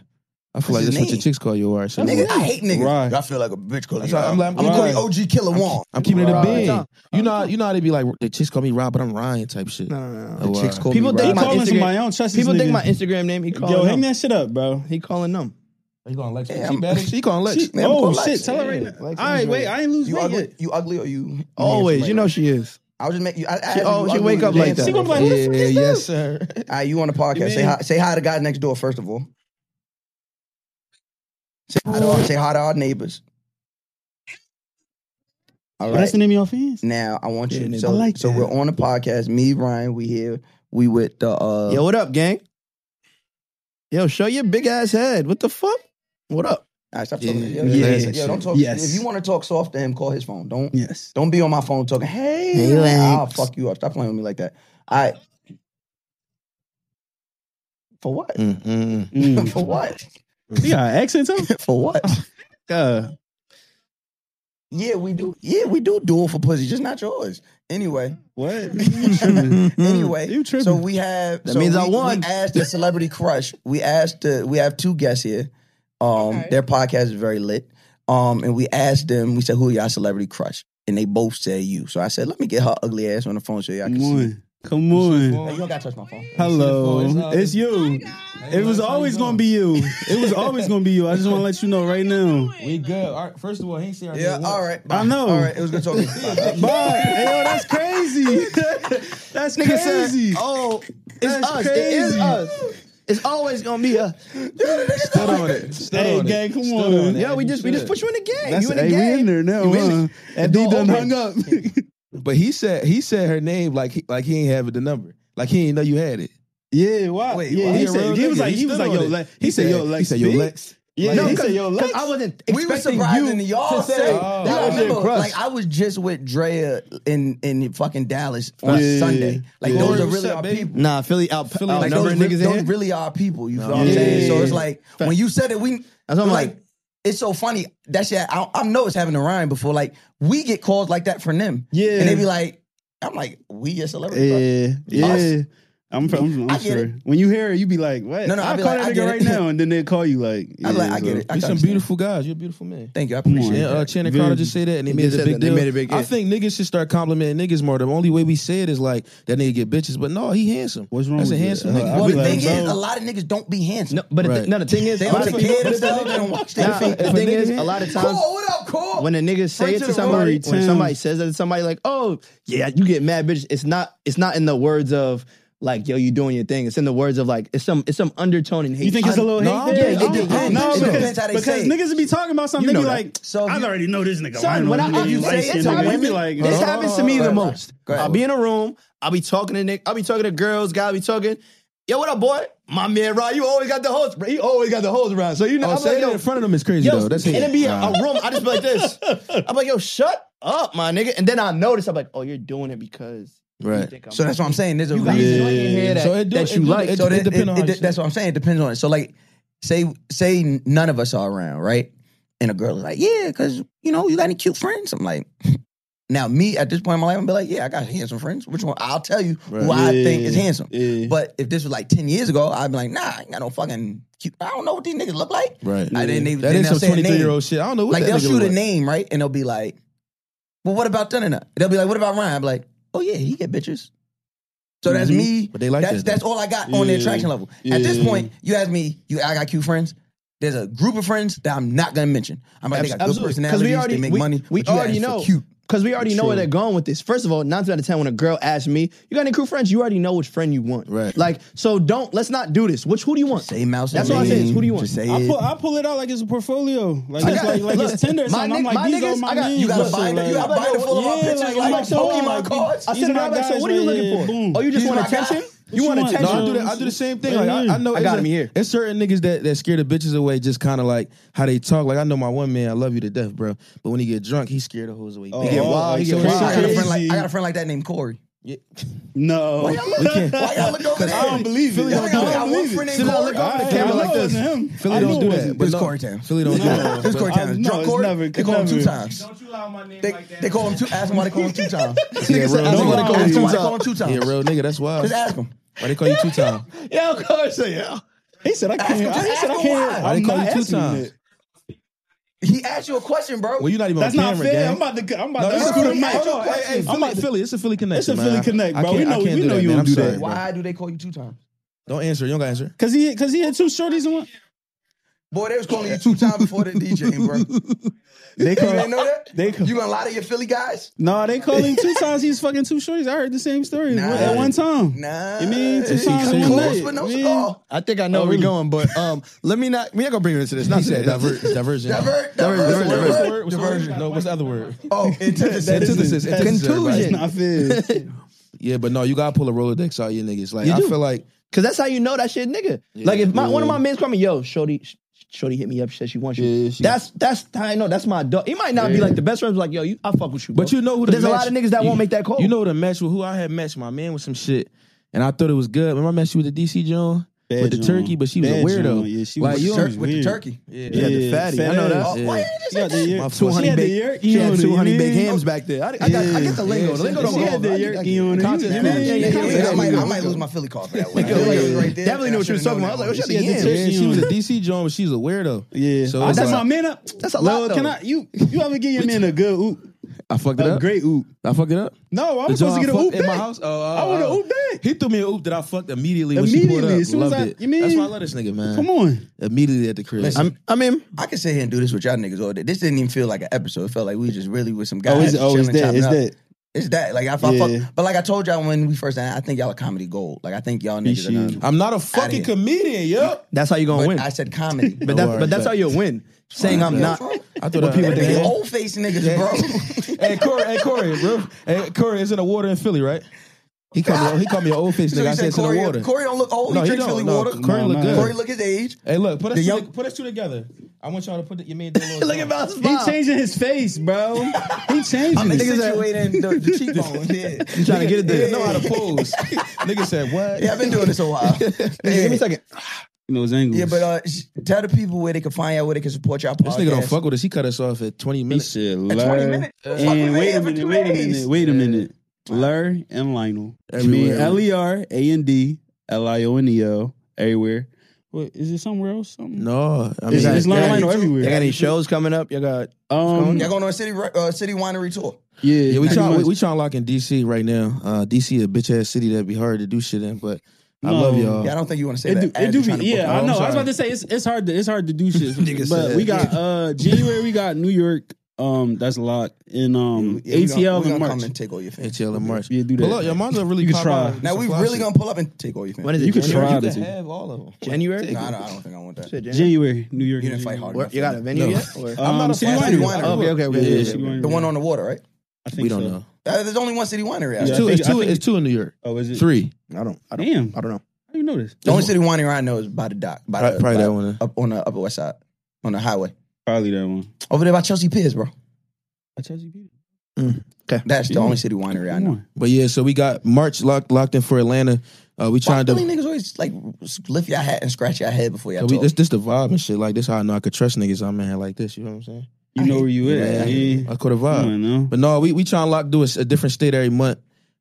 S4: I feel like
S3: his
S4: that's what
S3: name.
S4: your chicks call you, Rye. So
S3: Nigga, I hate niggas.
S2: Right.
S3: I feel like a bitch calling
S4: That's
S3: you.
S4: right.
S3: out.
S4: I'm
S3: I'm,
S4: like-
S3: gonna
S2: Right.
S3: call you OG Killer One.
S4: I'm keeping it a
S5: Right.
S4: bean. You know, how- you know how they be like the chicks call me Rob, but I'm Ryan type shit.
S5: No, no, no, no.
S4: Oh,
S3: Chicks
S4: wow.
S3: call
S5: People
S3: me
S5: think
S3: Rob.
S5: my
S2: Calling
S5: Instagram-
S2: somebody, I don't trust this
S5: People think
S2: nigga.
S5: my Instagram name. He
S2: Yo,
S5: calling
S2: hang
S5: them.
S2: that shit up, bro.
S5: He calling them.
S4: You going Lex?
S3: Yeah,
S4: she
S3: I'm-
S4: bad. as- She calling Lex.
S2: She,
S3: man,
S2: oh
S3: call
S2: shit!
S3: Lex.
S2: Tell her right
S5: Yeah,
S2: now.
S5: Lex
S2: all right,
S5: Andre.
S2: wait. I ain't lose
S3: You
S2: weight
S3: ugly?
S2: yet.
S3: You ugly or you?
S5: Always, you know she is.
S3: I was just making you. I, I asked
S5: She-
S3: you,
S5: oh,
S3: you
S5: she
S3: ugly
S5: wake
S3: or
S5: up
S3: you damn
S5: like that.
S2: She
S3: ugly?
S2: gonna be like, who the
S4: Yeah,
S2: fuck is this?
S4: yes, sir.
S3: All right, you on the podcast? Say
S2: Man.
S3: hi. Say hi to guys next door first of all. Say hi to, our, say hi to our neighbors. All
S2: Oh, That's
S3: right.
S2: the name of your fans.
S3: Now I want
S5: Yeah,
S3: you.
S5: neighbor.
S3: so
S2: I like
S3: so
S2: that.
S3: we're on the podcast. Me, Ryan, we here. We with the uh,
S5: Yo, what up, gang? Yo, show your big ass head. What the fuck? What up?
S3: All right, stop talking.
S4: Yeah.
S3: Yo, yo,
S4: Yes.
S3: yo, yo, don't talk.
S2: Yes.
S3: If you want to talk soft to him, call his phone. Don't
S2: Yes.
S3: don't be on my phone talking. Hey, I'll fuck you up. Stop playing with me like that. All right. For what?
S4: Mm-mm.
S2: Mm.
S3: For what?
S2: You got an accent too?
S3: For what?
S2: Uh,
S3: Yeah, we do. Yeah, we do duel for pussy, just not yours. Anyway,
S2: what? Mm.
S3: anyway.
S2: You tripping.
S3: So we have.
S5: That
S3: so
S5: means
S3: we,
S5: I won.
S3: We asked the celebrity crush. We asked. The, we have two guests here. Um, their podcast is very lit. Um, and we asked them. We said, "Who are y'all celebrity crush?" And they both said you. So I said, "Let me get her ugly ass on the phone so y'all can see."
S2: One. Come on.
S3: you don't gotta touch my phone.
S2: Hello. It's you. It was always gonna be you. It was always gonna be you. I just wanna let you know right now.
S4: We good. All right. First of all, he ain't say our
S3: Yeah,
S4: name
S3: all right.
S2: I know.
S3: All right, it was good talking.
S2: Bye. Hey, yo, that's crazy. That's
S10: Nigga said,
S2: crazy.
S10: oh, it's
S2: That's
S10: us. It is
S2: crazy.
S10: us. It's always gonna be us.
S4: Stood on it. Stood
S2: Hey,
S4: on it.
S2: gang, come
S4: Stood
S2: on.
S4: it,
S10: Yo, we
S4: as you
S10: just we just
S4: should.
S10: put you in the game.
S2: That's,
S10: you in the
S2: hey,
S10: game.
S2: we in there now,
S10: You in
S2: huh?
S10: it.
S2: And
S10: Door
S2: D done
S10: open.
S2: hung up.
S4: But he said he said her name like he, like he ain't have it the number. Like he ain't know you had it.
S2: Yeah, why?
S4: Wait,
S2: yeah,
S4: why?
S2: he,
S4: He a real
S2: said, he was
S4: nigga.
S2: like,
S4: He
S2: he was like,
S4: stood on
S2: yo,
S4: it.
S2: Lex.
S4: He
S2: He said,
S4: said-
S2: yo, Lex.
S4: he said, yo,
S2: speak.
S4: Lex.
S2: Yeah,
S4: Like,
S2: he
S4: no,
S2: said, yo, Lex.
S10: I wasn't
S3: We were
S10: expecting you
S3: surprising y'all
S10: to say.
S3: say that.
S4: Oh. That
S3: I
S4: was your
S3: remember,
S2: crush.
S3: like I was just with Drea in in fucking Dallas on
S2: Yeah.
S3: Sunday. Like
S2: Yeah.
S3: those
S4: Corey,
S3: are
S4: what's
S3: really
S4: up,
S3: our
S4: baby?
S3: people.
S5: Nah, Philly out. Philly
S3: Like those, re-
S5: niggas
S3: those
S5: in here.
S3: really are people. You feel what
S2: Yeah.
S3: I'm saying? So
S2: Yeah.
S3: it's like when you said it, we
S5: That's what I'm
S3: like,
S5: like-
S3: it's so funny. That shit, I, I know it's having a rhyme before. Like we get calls like that from them,
S2: Yeah.
S3: and they be like, "I'm like, we your celebrity." bro.
S2: Yeah, yeah. I'm, from- I'm,
S3: I
S2: I'm
S3: get
S2: sure. When you hear it, you be like, what?
S3: No, no, I
S2: I'll
S3: be
S2: call
S3: like, I
S2: that
S3: get
S2: nigga
S3: it.
S2: right now, and then they'll call you like,
S3: I'm like, I
S2: so-
S3: get it. I can
S4: We some
S3: understand.
S4: beautiful guys. You're a beautiful man.
S3: Thank you, I appreciate
S4: Yeah,
S3: it.
S4: uh, Channing
S2: Very-
S4: Crowder just said that, and they made,
S10: just
S4: a
S10: said
S4: big
S10: that. They
S4: deal.
S10: made a big
S4: I
S10: hit.
S4: think niggas should start complimenting niggas more. The only way we say it is like that nigga get bitches, but no, he handsome.
S2: What's wrong
S4: That's
S2: with
S4: a
S2: you?
S4: handsome
S2: Uh,
S4: nigga.
S2: I
S3: Well,
S2: be
S3: the
S2: like,
S3: thing is,
S2: bro.
S3: a lot of niggas don't be handsome.
S5: No, but the
S4: Right.
S5: thi- no, the thing is,
S3: They
S5: a lot
S3: don't take
S5: of
S3: care of
S5: times-
S3: themselves. They don't watch their
S5: Nah,
S3: feet.
S5: the thing is,
S4: nigga-
S5: a lot of
S3: Cole,
S5: times
S3: what up, Cole?
S5: when a nigga say
S3: Bring
S5: it
S3: to
S5: to
S3: the
S5: somebody,
S2: room.
S5: when somebody says that to somebody, like, oh yeah, you get mad, bitch. It's not, it's not in the words of like, yo, you doing your thing. It's in the words of like, it's some, it's some undertone in hate.
S2: You think it's a little
S4: No,
S2: hate? there?
S4: yeah, it
S2: I don't-
S3: depends.
S2: I don't know,
S3: It
S2: because,
S3: depends how they
S2: because
S3: say it.
S2: niggas be talking about something. they
S5: You know
S2: be
S5: that.
S2: like,
S3: So if
S2: I
S3: you-
S2: already know this nigga.
S5: Son,
S2: I know
S5: when I-
S2: this
S5: if
S2: nigga
S5: you
S2: light
S3: say it
S2: skinned
S3: to
S2: nigga. You be
S3: women,
S2: like,
S5: This
S2: huh?
S5: happens to me
S3: Oh, Go
S5: the
S3: ahead.
S5: most.
S3: Go ahead.
S5: I'll be in a room. I'll be talking to Nick. I'll be talking to girls. Guy, I'll be talking. Yo, what up, boy? My man, Rod. You always got the hoes. He always got the hoes around. So you know,
S4: Oh,
S5: I'm like,
S4: saying it
S5: yo,
S4: in front of him is crazy
S5: yo,
S4: though. That's
S5: and
S4: hate.
S5: it be a,
S4: Nah.
S5: a room. I just be like this. I'm like, yo, shut up, my nigga. And then I notice. I'm like, oh, you're doing it because you
S4: Right.
S5: think I'm.
S3: So that's what I'm saying. There's a
S5: you got
S3: reason.
S5: shit on your head that,
S4: So it do-
S5: that
S4: it
S5: you
S4: do-
S5: like.
S4: it-
S5: so
S3: So that,
S4: depend on how
S3: it-
S4: you
S3: it-
S4: say
S3: that's what I'm saying. It depends on it. So like, say say none of us are around, right? And a girl is like, yeah, because you know you got any cute friends. I'm like, now me at this point in my life, I'm be like, yeah, I got handsome friends. Which one? I'll tell you who I think is handsome.
S2: Yeah.
S3: But if this was like ten years ago, I'd be like, nah, I ain't got no fucking cute. I don't know what these niggas look like.
S4: Right.
S3: I didn't even.
S4: That
S3: then
S4: is
S3: they'll
S4: some
S3: say a name.
S4: 23 year old shit. I don't know what
S3: Like
S4: that
S3: they'll
S4: nigga
S3: shoot a
S4: look like.
S3: name, right? And they'll be like, Well, what about Dunna? They'll be like, What about Ryan? I'm like, Oh yeah, he get bitches. So that's
S2: Mhm.
S3: me.
S4: But they like
S3: that's
S4: that,
S3: that's all I got on the
S2: Yeah.
S3: attraction level. At this
S2: Yeah.
S3: point, you ask me, you I got cute friends. There's a group of friends that I'm not gonna mention. I'm like, they got good
S5: Absolutely. 'Cause
S3: personalities,
S5: we
S3: they
S5: already-
S3: make
S5: we-
S3: money.
S5: we
S3: but you
S5: already
S3: ask for
S5: know.
S3: cute.
S5: Because we already know where they're going with this. First of all, nine out of ten, when a girl asks me, "You got any crew friends?" You already know which friend you want.
S4: Right.
S5: Like, so don't let's not do this. Which who do you want?
S3: Say mouse.
S5: That's
S3: and
S5: what I said.
S3: name.
S5: Who do you want?
S3: Just say
S2: I
S3: it.
S2: pull, I pull it out like it's a portfolio. Like
S3: I
S2: it's
S3: got-
S2: like, like
S3: look,
S2: it's Tinder or
S5: my
S2: something. I'm
S5: nigg-
S2: like,
S5: my
S2: these
S5: niggas-
S2: are my
S5: I got- you
S2: names.
S3: got a
S2: So,
S3: binder- you got a
S2: like-
S3: binder full of my
S2: Yeah,
S3: pictures, like
S2: I'm
S3: Pokemon
S2: oh, my
S3: cards.
S2: God.
S5: I said,
S2: These are
S5: "Rob,
S2: my
S5: I said,
S2: guys
S5: what are you
S2: right
S5: looking
S2: here.
S5: for?
S2: Boom.
S5: Oh, you just
S2: These
S5: want
S2: are my guys.
S5: attention?
S2: What
S5: You want attention?
S4: No, I
S2: Sure.
S4: do the, I do the same thing.
S2: Right
S4: Like,
S2: here.
S4: I, I know
S5: I got
S4: it's
S5: him
S4: a-
S5: here.
S4: It's certain niggas that, that scare the bitches away, just kind of like how they talk. Like I know my one man, I love you to death, bro. But when he get drunk, he scared the hoes away.
S2: Oh,
S4: Big
S2: get
S4: ass-
S2: wild, he
S4: so
S2: get
S4: it's
S3: I got, a
S4: certain-
S3: friend like,
S2: Crazy.
S3: I got a friend like that named Corey.
S2: No.
S3: Why y'all look over there?
S2: I don't believe it.
S3: Y'all
S2: I
S3: think I got
S2: don't
S3: one
S2: believe
S3: friend
S2: it.
S3: named Corey.
S2: I- I
S4: camera
S2: know
S4: like
S2: it
S4: this.
S2: wasn't him.
S4: Philly
S2: I
S4: don't
S2: know
S4: do
S2: it
S4: that.
S2: wasn't.
S4: But
S3: It's
S4: no,
S3: Corey Town.
S4: Philly don't do that.
S3: It's
S4: But-
S3: Corey
S2: I-
S3: Town.
S2: no,
S3: Drunk
S2: it's
S3: Corey.
S2: never-
S3: They call him two
S2: never.
S3: times.
S11: Don't you allow my name
S3: They,
S11: like that.
S3: they call him two. Ask him why they call him two times.
S4: Yeah, real
S3: Ask him why they
S4: nigga.
S3: call him two- why they call him two
S4: Yeah,
S3: times.
S4: real nigga. That's why.
S3: Just ask him.
S4: Why they call you two time?
S5: Yeah, of course. Yeah.
S2: He said I can't.
S3: him-
S2: He said
S3: ask
S2: I
S3: him
S2: can't.
S3: why.
S4: Why they
S2: I'm
S4: call
S2: not
S4: you two
S2: asking him
S4: times?
S2: that.
S3: He asked you a question, bro.
S4: Well, you not even
S2: That's
S4: on
S2: not
S4: camera,
S2: fair.
S4: gang.
S2: I'm about to. I'm
S4: No,
S2: about to
S4: this is
S2: screw the
S4: Philly.
S2: mic.
S4: Hold on. Hey, hey,
S2: I'm
S4: Philly,
S2: about to.
S4: Philly. It's a Philly connection.
S2: It's a
S4: man.
S2: Philly
S4: I-
S2: connect,
S4: I
S2: bro. We
S4: can't- I
S2: know-
S4: can't
S2: we
S4: do
S2: know
S4: that,
S2: you
S4: man.
S2: don't
S4: I'm
S2: do
S4: sorry,
S2: that.
S4: bro.
S3: Why do they call you two times?
S4: Don't answer. You don't gotta answer.
S2: Cause he, cause he had two shorties in one.
S3: Boy, they was calling you two times before the DJ, bro. You
S2: They
S3: didn't know
S2: call.
S3: that?
S2: They call.
S3: You gonna lie to your Philly guys?
S2: No, they called him two times. He's fucking two shorties. I heard the same story
S3: Nah.
S2: at one time.
S3: Nah.
S2: You mean two
S3: It's
S2: times in
S4: serious.
S2: one
S3: Close,
S2: night?
S3: but no
S2: Man.
S3: cigar.
S5: I think I know where we're going, but um, let me not. We're not gonna bring you into this. Not
S4: Oh, He said
S5: today. That's
S4: diver-
S5: it.
S4: diversion.
S3: Divert,
S5: Divert,
S3: divert,
S5: divert.
S4: What's the
S3: divert.
S4: word? What's the word? No, what's the other word?
S3: Oh, antithesis.
S2: That isn't-
S4: Antithesis,
S2: that's-
S4: antithesis, everybody.
S2: That's not fair.
S4: Yeah, but no, you gotta pull a Rolodex out, you niggas. Like
S5: You
S4: I
S5: do.
S4: feel like
S5: Cause that's how you know that shit, nigga. like if my, one of my men's call me, yo, Shorty, sh- Shorty hit me up, said she wants you.
S2: Yeah, she-
S5: that's that's how I know that's my dog. He might not be like the best friends, like yo, you, I fuck with you. Bro.
S4: But you know who the
S5: There's a lot of niggas that won't make that call.
S4: You know who the match with who I had matched my man with some shit, and I thought it was good. Remember I matched you with the DC Joan
S2: Bad
S4: with the
S2: Joan.
S4: turkey, but she was
S2: Bad
S4: a weirdo.
S2: Joan, yeah, she
S4: like
S2: was
S4: you,
S2: Turk-
S4: don't-
S3: Church with the
S2: Weird.
S3: turkey.
S4: yeah.
S5: Yeah, the fatty. I know that.
S3: Oh, why you just
S2: Yeah,
S3: say
S2: the
S4: My
S2: yerk.
S4: full honey
S2: She had the
S4: bake-
S2: yerk.
S5: she had two honey big
S2: hands
S5: hams back there. I, I, got, I get the lingo. the lingo
S4: yeah,
S5: don't
S2: She
S5: go.
S2: had
S5: over. I
S2: the
S5: get- I
S2: yerk
S5: get-
S2: on.
S4: Content
S2: Yeah,
S4: creator.
S2: yeah, yeah.
S5: Yeah, yeah,
S3: I might,
S5: yeah.
S3: I might lose my Philly card for that one.
S5: Nigga,
S3: It was
S5: like,
S3: right there, and
S5: definitely knew
S3: I
S5: what she was
S3: should've
S5: talking
S3: known
S5: about.
S3: that
S5: I was like,
S3: one.
S5: oh, she had the
S2: She had the
S5: yams.
S2: turkey.
S4: Yeah, she was a DC Joan, but she was a weirdo.
S2: Yeah,
S4: so
S2: Oh,
S4: it's
S2: that's
S4: like,
S2: my man. Up.
S5: That's a lot,
S2: Lil, Can
S5: though.
S2: I? You you ever give your man a good oop?
S4: I fucked it
S2: A
S4: up.
S2: great
S4: oop. I fucked it up.
S2: No, I was
S4: The
S2: supposed to
S4: joint
S2: get a
S4: I
S2: oop
S4: fucked in my
S2: back.
S4: house. Oh, oh,
S2: I want
S4: oh.
S2: an oop back.
S4: He threw me an oop that I fucked immediately. When she pulled
S2: Immediately,
S4: up.
S2: as soon as
S4: Loved
S2: I-
S4: it.
S2: you mean-
S4: That's why I love this nigga, man.
S2: Come on.
S4: Immediately at the crib.
S3: Listen,
S4: I'm-
S3: i mean, I can sit here and do this with y'all niggas all day. This didn't even feel like an episode. It felt like we just really with some guys.
S4: Oh, it's- oh, it's
S3: chilling,
S4: that,
S3: chopping
S4: it's
S3: up.
S4: that.
S3: It's that. Like if I
S4: Yeah.
S3: fuck, but like I told y'all when we first, I think y'all are comedy gold. Like I think y'all niggas are not.
S4: I'm not a fucking comedian, yo.
S3: That's how you
S5: gonna win.
S3: I said comedy,
S5: But that's but that's how you'll win. Saying I'm not.
S4: I
S5: What people
S3: They be
S5: think.
S3: old face niggas, bro.
S4: hey Corey, hey Corey, bro. Hey Corey, it's in the water in Philly, right? He called me, he called me an old face
S3: So
S4: nigga.
S3: you
S4: I
S3: said
S4: said it's in
S2: uh,
S3: Corey-
S4: the water.
S3: Corey don't look old. He drinks Philly water.
S4: Corey
S3: No,
S4: look
S3: no.
S4: good.
S3: Corey look his age.
S4: Hey, look, put us
S3: The
S4: two,
S3: young-
S4: put us two together. I want y'all to put the, your man. look at Mouse.
S2: He changing his face, bro. He changing.
S4: I'm
S2: it.
S4: accentuating
S3: the, the cheekbone. Yeah.
S4: You trying to get it there?
S2: Yeah.
S4: Know how to pose. nigga said what?
S3: Yeah, I've been doing this a while.
S4: give me a
S3: second.
S2: You know his angles.
S3: Yeah, but uh, sh- tell the people where they can find y'all, where they can support y'all.
S4: This nigga don't fuck with us. He cut us off at 20 minutes.
S2: He said,
S3: At 20 minutes?
S2: And wait a minute, wait a minute, wait a minute. Lur and Lionel. I mean,
S4: Everywhere.
S2: L E R A N D L I O N E L everywhere. What is it somewhere else? Something?
S4: No, I mean,
S2: It's- it's Lionel Lionel everywhere.
S5: Y'all got any shows coming up? Y'all got
S2: Um,
S3: Y'all going on a city re- uh, city winery tour?
S2: yeah,
S4: yeah, we
S2: pretty
S4: trying we,
S2: much.
S4: we trying to lock in DC right now. Uh, DC a bitch ass city that'd be hard to do shit in, but I
S2: No.
S4: love y'all.
S3: Yeah, I don't think you want to say
S2: Uh, It
S3: that.
S2: do, it
S3: as
S2: do
S3: you're trying
S2: be,
S3: to book
S2: yeah,
S3: it.
S2: I know.
S4: I'm
S2: I was about
S4: sorry.
S2: to say it's it's hard to it's hard to do shit.
S4: Nigga
S2: but
S4: said-
S2: we got uh January we got New York, um that's locked. And um
S3: Yeah, we gonna-
S2: ATL
S3: we gonna
S2: in March.
S3: come and take all your fans.
S4: ATL in March.
S2: Yeah, do that.
S4: But look, your mom's really
S2: You can
S4: pop
S2: try.
S4: out.
S3: Now
S4: Some
S3: we
S4: fly
S3: really
S4: shit.
S3: gonna pull up and take all your fans.
S5: When is it?
S2: You can
S5: January?
S2: try
S4: You
S2: to
S4: can
S2: see.
S4: have all of them.
S5: January?
S3: Nah, nah, I don't think I want that.
S5: Shit, January?
S2: January, New York.
S3: You didn't fight hard
S5: Where-
S3: enough.
S5: You got a venue
S4: No.
S5: yet? Or-
S2: Um,
S4: I'm not a
S2: City
S4: fly
S3: City
S4: shit.
S3: Winery.
S4: Oh,
S5: Okay, okay, okay.
S2: Yeah,
S5: okay,
S2: City
S5: okay.
S2: Winery.
S3: The one on the water, right?
S2: I think
S4: We don't
S2: so.
S4: know.
S3: Uh, there's only one city winery. out
S2: Yeah,
S3: there.
S4: It's two.
S2: think-
S4: It's
S2: I
S4: two.
S2: think-
S4: It's two in New York.
S2: Oh, is it
S4: Three.
S5: I don't. I don't.
S2: Damn.
S5: I don't know.
S2: How do you know this?
S3: The only city winery I know is by the dock, by the,
S4: Probably
S3: by-
S4: that one.
S3: up on the Upper West Side, on the highway
S2: Probably that one.
S3: over there by Chelsea Piers, bro.
S2: I told you. Peter.
S3: That's the
S2: Yeah.
S3: only city winery I
S2: Come
S3: know.
S2: on.
S4: But yeah, so we got March locked locked in for Atlanta. Uh, we
S3: Why
S4: trying
S3: Philly
S4: to.
S3: niggas always like lift your hat and scratch your head before y'all
S4: So we,
S3: talk?
S4: this this the vibe and shit. Like this how I know I could trust niggas. I'm in here like this. You know what I'm saying?
S2: You know where you
S4: Yeah,
S2: at. Yeah.
S4: I could have
S2: Come
S4: vibe.
S2: on, no.
S4: But no, we we trying to lock do a, s- a different state every month.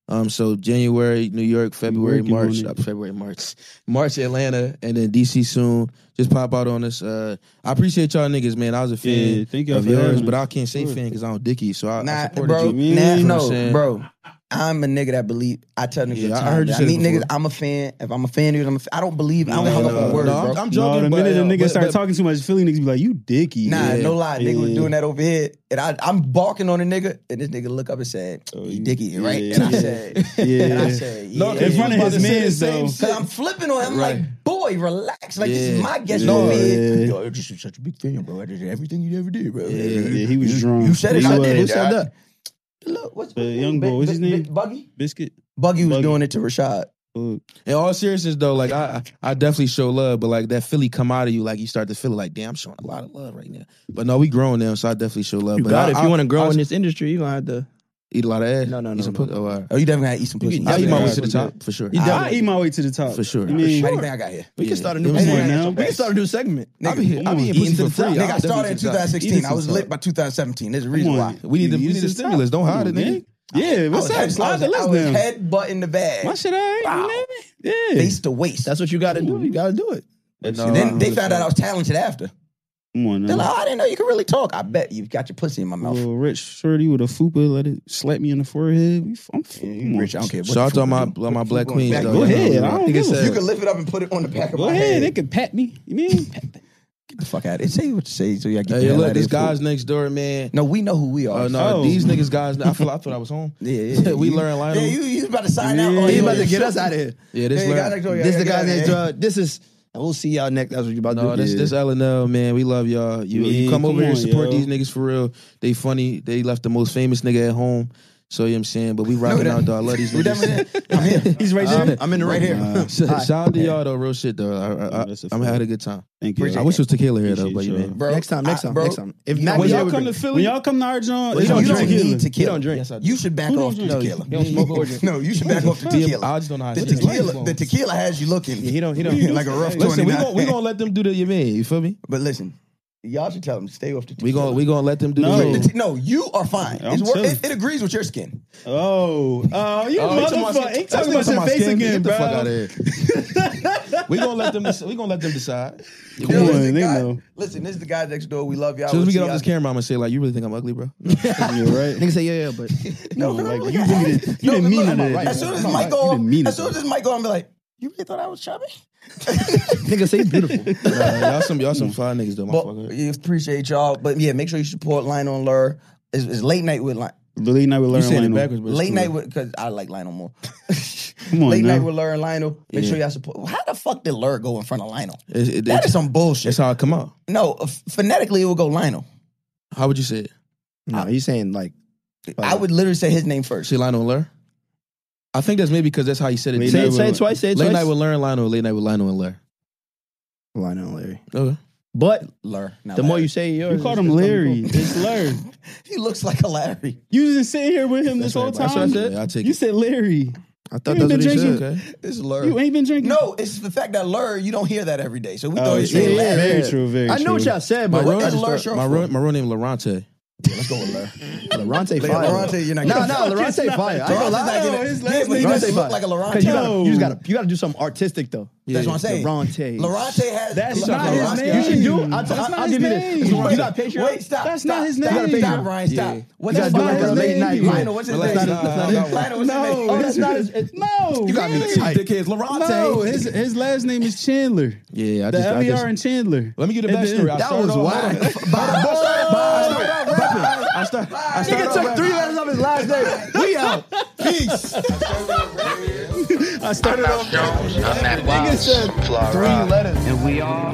S4: Um, so January, New York, February,
S2: working on
S4: March,
S2: it.
S4: uh, February, March, March, Atlanta, and then DC soon. Just pop out on us. Uh, I appreciate y'all niggas, man. I was a fan
S2: Yeah, thank y'all
S4: of
S2: for
S4: yours,
S2: having
S4: but
S2: us.
S4: I can't say
S2: Sure.
S4: fan because I don't dicky. So I, I
S3: Nah,
S4: supported
S3: bro.
S4: you.
S3: nah,
S4: You know what I'm
S3: no,
S4: saying?
S3: bro. I'm a nigga that believe. I tell niggas. all
S4: Yeah,
S3: the
S4: I
S3: time
S4: heard you
S3: that
S4: say
S3: I meet
S4: this before.
S3: niggas. I'm a fan. If I'm a fan, dude, I'm a fan. I don't believe. I don't hung up
S4: no,
S3: on words,
S4: no,
S3: bro.
S4: I'm, I'm joking.
S2: no, the
S4: but,
S2: minute the
S4: uh,
S2: nigga
S4: but-
S2: start
S4: but-
S2: talking too much, Philly niggas be like, "You dicky."
S3: Nah,
S4: Yeah.
S3: no lie, nigga was
S2: Yeah.
S3: doing that over here, and I, I'm barking on a nigga, and this nigga look up and said,
S4: Oh,
S3: "He
S2: you-
S3: dicky, right?"
S2: yeah,
S3: And I
S2: yeah.
S3: said,
S2: Yeah.
S3: "And I said,
S4: No,
S3: yeah.
S2: in front of
S4: About
S2: his
S4: to say
S2: man,
S4: the same
S2: though.
S4: shit.
S3: Cause I'm flipping on him
S4: Right.
S3: like, boy, relax. Like this
S4: Yeah.
S3: is my guest
S4: Yeah.
S3: over here.
S2: Yeah.
S3: Yo, you're just such a big fan, bro. I did everything you ever did, bro.
S2: Yeah, yeah, he was drunk.
S3: You said it.
S2: He
S3: I
S2: was.
S3: did.
S2: Who
S3: it,
S2: said
S3: I-
S2: that?
S3: Look, what's
S2: The young boy, what's his
S3: Big-
S2: name?
S3: Big Buggy.
S2: Biscuit. uh,
S3: Buggy was
S2: Buggy.
S3: doing it to Rashad.
S2: Look,
S4: In all seriousness, though, like I, I I definitely show love, but like that Philly come out of you, like you start to feel like, damn, I'm showing a lot of love right now. But no, we growing now, so I definitely show love.
S5: You
S4: but I,
S5: got it. If you
S4: I-
S5: want to
S4: I
S5: grow
S4: was-
S5: in this industry, you're gonna have to.
S4: eat a lot of ass.
S5: No, no,
S4: Eat
S5: no,
S4: some
S5: no.
S4: pussy. Oh, all right.
S3: Oh, you definitely gotta eat some
S5: You
S3: pussy.
S5: can
S4: I eat my way to
S2: definitely
S4: the top for sure.
S2: I- I eat my way to the top
S4: For sure.
S2: I mean,
S3: How do you think I got here?
S5: We
S4: Yeah.
S5: can start a
S4: It
S5: new.
S4: was
S5: Come
S4: like
S5: on
S4: now.
S5: now. We can start a new segment.
S4: I be,
S2: Come
S4: I
S2: on.
S4: be eating
S5: Eating
S4: pussy
S5: to
S4: for
S5: the top.
S4: free.
S3: Nigga,
S4: I'll
S5: Nigga,
S3: I started
S4: definitely
S3: in
S4: to the top.
S3: 2016. I was
S2: Eat it
S3: lit by 2017. There's a reason
S2: come
S3: why.
S2: on.
S4: We need to,
S2: You
S4: we need
S2: to
S4: the
S2: the top.
S4: stimulus. Don't hide it,
S2: Come on,
S4: nigga.
S2: man. Yeah,
S3: I
S2: what's
S3: was,
S2: up?
S3: I
S2: Slide
S3: was,
S2: the
S3: I
S2: list
S3: was
S2: down.
S3: head butt in the bag,
S2: My shit, all right.
S3: Wow.
S2: You know? Yeah.
S3: face to waist.
S5: That's what you got to do. You got to do it.
S4: But
S3: and then
S4: no,
S3: they found out I was talented after.
S2: Come on,
S3: They're like,
S2: now.
S3: oh, I didn't know you could really talk. I bet you've got your pussy in my mouth.
S2: Little rich shorty with a fupa, let it slap me in the forehead. We, f- I'm f-
S3: Yeah,
S2: come
S3: you
S2: on.
S3: rich, I don't care. what
S4: Shout out
S3: the
S4: to all
S3: fuck
S4: my,
S3: you do.
S4: all my
S3: Fuck
S4: black
S3: you
S4: queens.
S3: going
S4: though.
S3: back? Go
S2: ahead.
S4: You know,
S2: I don't
S4: think it
S2: give a-
S4: said-
S3: You can lift it up and put it on the back of
S2: Go
S3: my
S2: ahead, they
S3: head.
S2: could pat me. You mean? Pat,
S3: Get the fuck out of it. Say what you say so y'all get the
S4: Hey,
S3: hell out
S4: look,
S3: of
S4: this
S3: here, fool.
S4: guy's next door, man.
S3: No, we know who we are.
S4: Oh no,
S2: Oh.
S4: these niggas guys. I feel. I thought I was home.
S3: Yeah, yeah, yeah.
S4: We
S3: You-
S4: learned Lionel.
S3: Yeah, you, you about to sign out.
S2: Yeah.
S3: on
S5: He
S3: your-
S5: about to get us out of here.
S4: Yeah, this
S3: Yeah, you
S4: learn-
S3: got next door, oh, yeah,
S5: This
S3: you
S5: the
S3: got
S5: guy next
S3: next-
S5: door. This is. And we'll see y'all next. That's what you about to
S4: No,
S5: do.
S4: this this LNL man, we love y'all. You you
S2: Yeah,
S4: come over
S2: come
S4: here and
S2: on,
S4: support
S2: yo.
S4: these niggas for real. They funny. They left the most famous nigga at home. So you know what I'm saying, but we rocking
S3: that-
S4: out though. I love these
S3: We
S4: niggas.
S3: definitely- I'm here.
S2: He's right there.
S5: I'm in the right here.
S4: Shout
S5: All right.
S4: shout out to y'all though, real shit though. I, I,
S2: Yeah,
S4: I,
S2: that's a
S4: I'm
S2: fact.
S4: having a good time.
S2: Thank you.
S4: I wish it was tequila here though, but you
S2: Appreciate y'all.
S4: man.
S3: Bro,
S5: Next time, next
S3: I-
S5: time,
S3: bro,
S5: next time. If
S3: you know
S5: not,
S4: When
S3: what?
S5: Jay
S4: y'all
S5: would
S4: come to
S5: drink.
S4: Philly,
S2: when y'all come to Arjun,
S5: Well, he
S3: You
S5: don't
S3: don't
S5: drink.
S3: need
S5: He
S3: tequila.
S5: don't drink.
S3: You should back
S2: Who
S3: off
S2: don't
S3: the
S2: drink?
S3: tequila.
S5: don't smoke or drink.
S3: No, you should back off the
S4: Damn,
S3: tequila.
S4: I just don't know how
S3: The
S4: to say it.
S3: tequila, the tequila has you looking.
S5: Yeah, he don't. He don't.
S3: like a rough
S4: Listen, we
S3: 29.
S4: gonna we gonna let them do the you mean. You feel me?
S3: But listen, y'all should tell them to stay off the tequila.
S4: We gonna we gonna let them do
S2: No.
S4: the
S3: The
S4: rules.
S3: te- no, you are fine.
S2: I'm
S3: It's wor-
S2: chilling.
S3: it, it agrees with your skin.
S2: Oh, oh, you
S4: Oh, he talking about-
S2: motherfucker! He
S4: that
S2: talking
S4: nigga
S2: about your
S4: talking
S2: face
S4: skin.
S2: again,
S4: Get the fuck out
S2: bro.
S4: of here. we gonna let them. We gonna let them decide.
S3: Come Yo, on, listen, they guy- know. Listen, this is the guy next door. We love y'all.
S4: As soon as
S3: We'll
S4: we get
S3: see
S4: off this
S3: y'all-
S4: camera, I'm gonna say like, you really think I'm ugly, bro?
S12: right.
S5: Nigga say yeah, yeah, but
S3: No, no,
S5: like,
S3: no,
S5: you
S3: no,
S5: really
S3: no,
S5: didn't- you didn't
S3: but
S5: mean
S3: look,
S5: it,
S3: I'm
S5: right.
S3: As soon as
S5: You
S3: Mike
S5: didn't
S3: go, off-
S5: mean it,
S3: as soon as this mic go, I'm be like, you really thought I was chubby?
S5: nigga say beautiful.
S4: Nah, y'all some y'all some fly niggas though,
S3: But
S4: motherfucker.
S3: yeah, appreciate y'all. But yeah, make sure you support Line on Lure. It's, it's late night with Line.
S12: Late night with
S4: You
S12: Larry
S4: saying it
S12: Lionel.
S4: backwards, but it's
S3: Late
S4: cool.
S3: night with because I like Lionel more.
S12: Come on
S3: late
S12: now.
S3: night with Lure and Lionel. Make
S4: Yeah.
S3: sure y'all support. How the fuck did Lure go in front of Lionel?
S4: It's- it-
S3: That is some bullshit.
S4: That's how it come out.
S3: No, ph- phonetically it would go Lionel.
S4: How would you say it?
S5: No, he's saying like
S3: I would literally say his name first.
S4: Say Lionel and Lur? I think that's maybe because that's how you said it.
S5: Say it, say it twice, say it
S4: late
S5: twice.
S4: night with Lur and Lionel. Late night with Lionel and Lur.
S5: Lionel Larry.
S4: Okay.
S5: But
S3: Lur. Not
S5: the more
S3: Larry.
S5: you say yours,
S12: You called
S5: it's-
S12: him
S5: it's gonna be
S12: Larry.
S5: cool.
S12: It's Larry.
S3: he looks like a Larry.
S12: You just been sitting here with him this whole
S4: That's what I
S12: time.
S4: said. I take
S12: You said Larry.
S5: I thought
S12: You ain't
S5: that's what
S12: been
S5: he said.
S12: drinking.
S4: Okay.
S3: It's Lur.
S12: You ain't been drinking.
S3: no, it's the fact that Lur, you don't hear that every day. So we
S12: Oh,
S3: thought you
S12: yeah,
S3: said
S12: yeah,
S3: Larry.
S12: Very true, very
S5: I know what
S12: true.
S5: y'all said,
S4: My
S5: but
S4: real,
S3: is
S4: my
S3: Lur short
S4: real,
S3: for?
S4: my real name Laronte.
S3: Yeah, let's go with Lur.
S5: Lorante
S3: Like,
S5: fire.
S3: Lorante, you're not
S5: Nah,
S3: getting-
S5: nah, Lorante
S3: Laronte's
S5: fire. I ain't gonna
S3: not
S5: lie.
S12: no,
S3: getting it.
S12: his last name
S3: Yeah, but he
S5: Lorante
S12: is
S3: doesn't look
S5: fire.
S3: like a
S5: 'Cause you
S3: Laronte.
S5: gotta, you just gotta, you gotta do something artistic though.
S3: That's what I'm saying.
S5: Lorante.
S3: Lorante has.
S12: That's
S3: Lur-
S12: not
S3: Lurante-
S12: his name.
S5: You should do. I'll,
S12: That's
S5: I'll, I'll
S12: not
S5: give
S12: his
S5: you
S12: name.
S5: this. You got Patreon.
S3: Wait, stop.
S12: That's
S3: stop,
S12: not his
S3: stop,
S12: name.
S3: Stop, Ryan, stop.
S4: Yeah.
S3: What's
S5: You gotta
S3: his
S5: do
S3: name?
S5: like a late night.
S3: Lionel, what's his
S4: Let's
S3: name?
S4: not- let's not-
S3: Lionel, what's his name?
S12: No, that's not his. it- No,
S5: You got me
S12: his-
S5: tight.
S4: Dickheads, Laronte.
S12: No, his his last name is Chandler.
S4: yeah, I
S12: The
S4: just, I
S12: LER
S4: just,
S12: in Chandler.
S4: let me get a
S12: At the
S4: backstory. I
S12: end.
S5: That
S4: started
S5: was
S4: off-
S5: whack.
S4: I started off rapping. I start- I started
S5: Nigga
S4: off
S5: took
S4: rapping.
S5: three letters off his last name. We out.
S12: I started
S6: Mouth
S12: off.
S6: Jones, I'm Matt Wilds, from Flora.
S5: Three letters.
S6: And we all.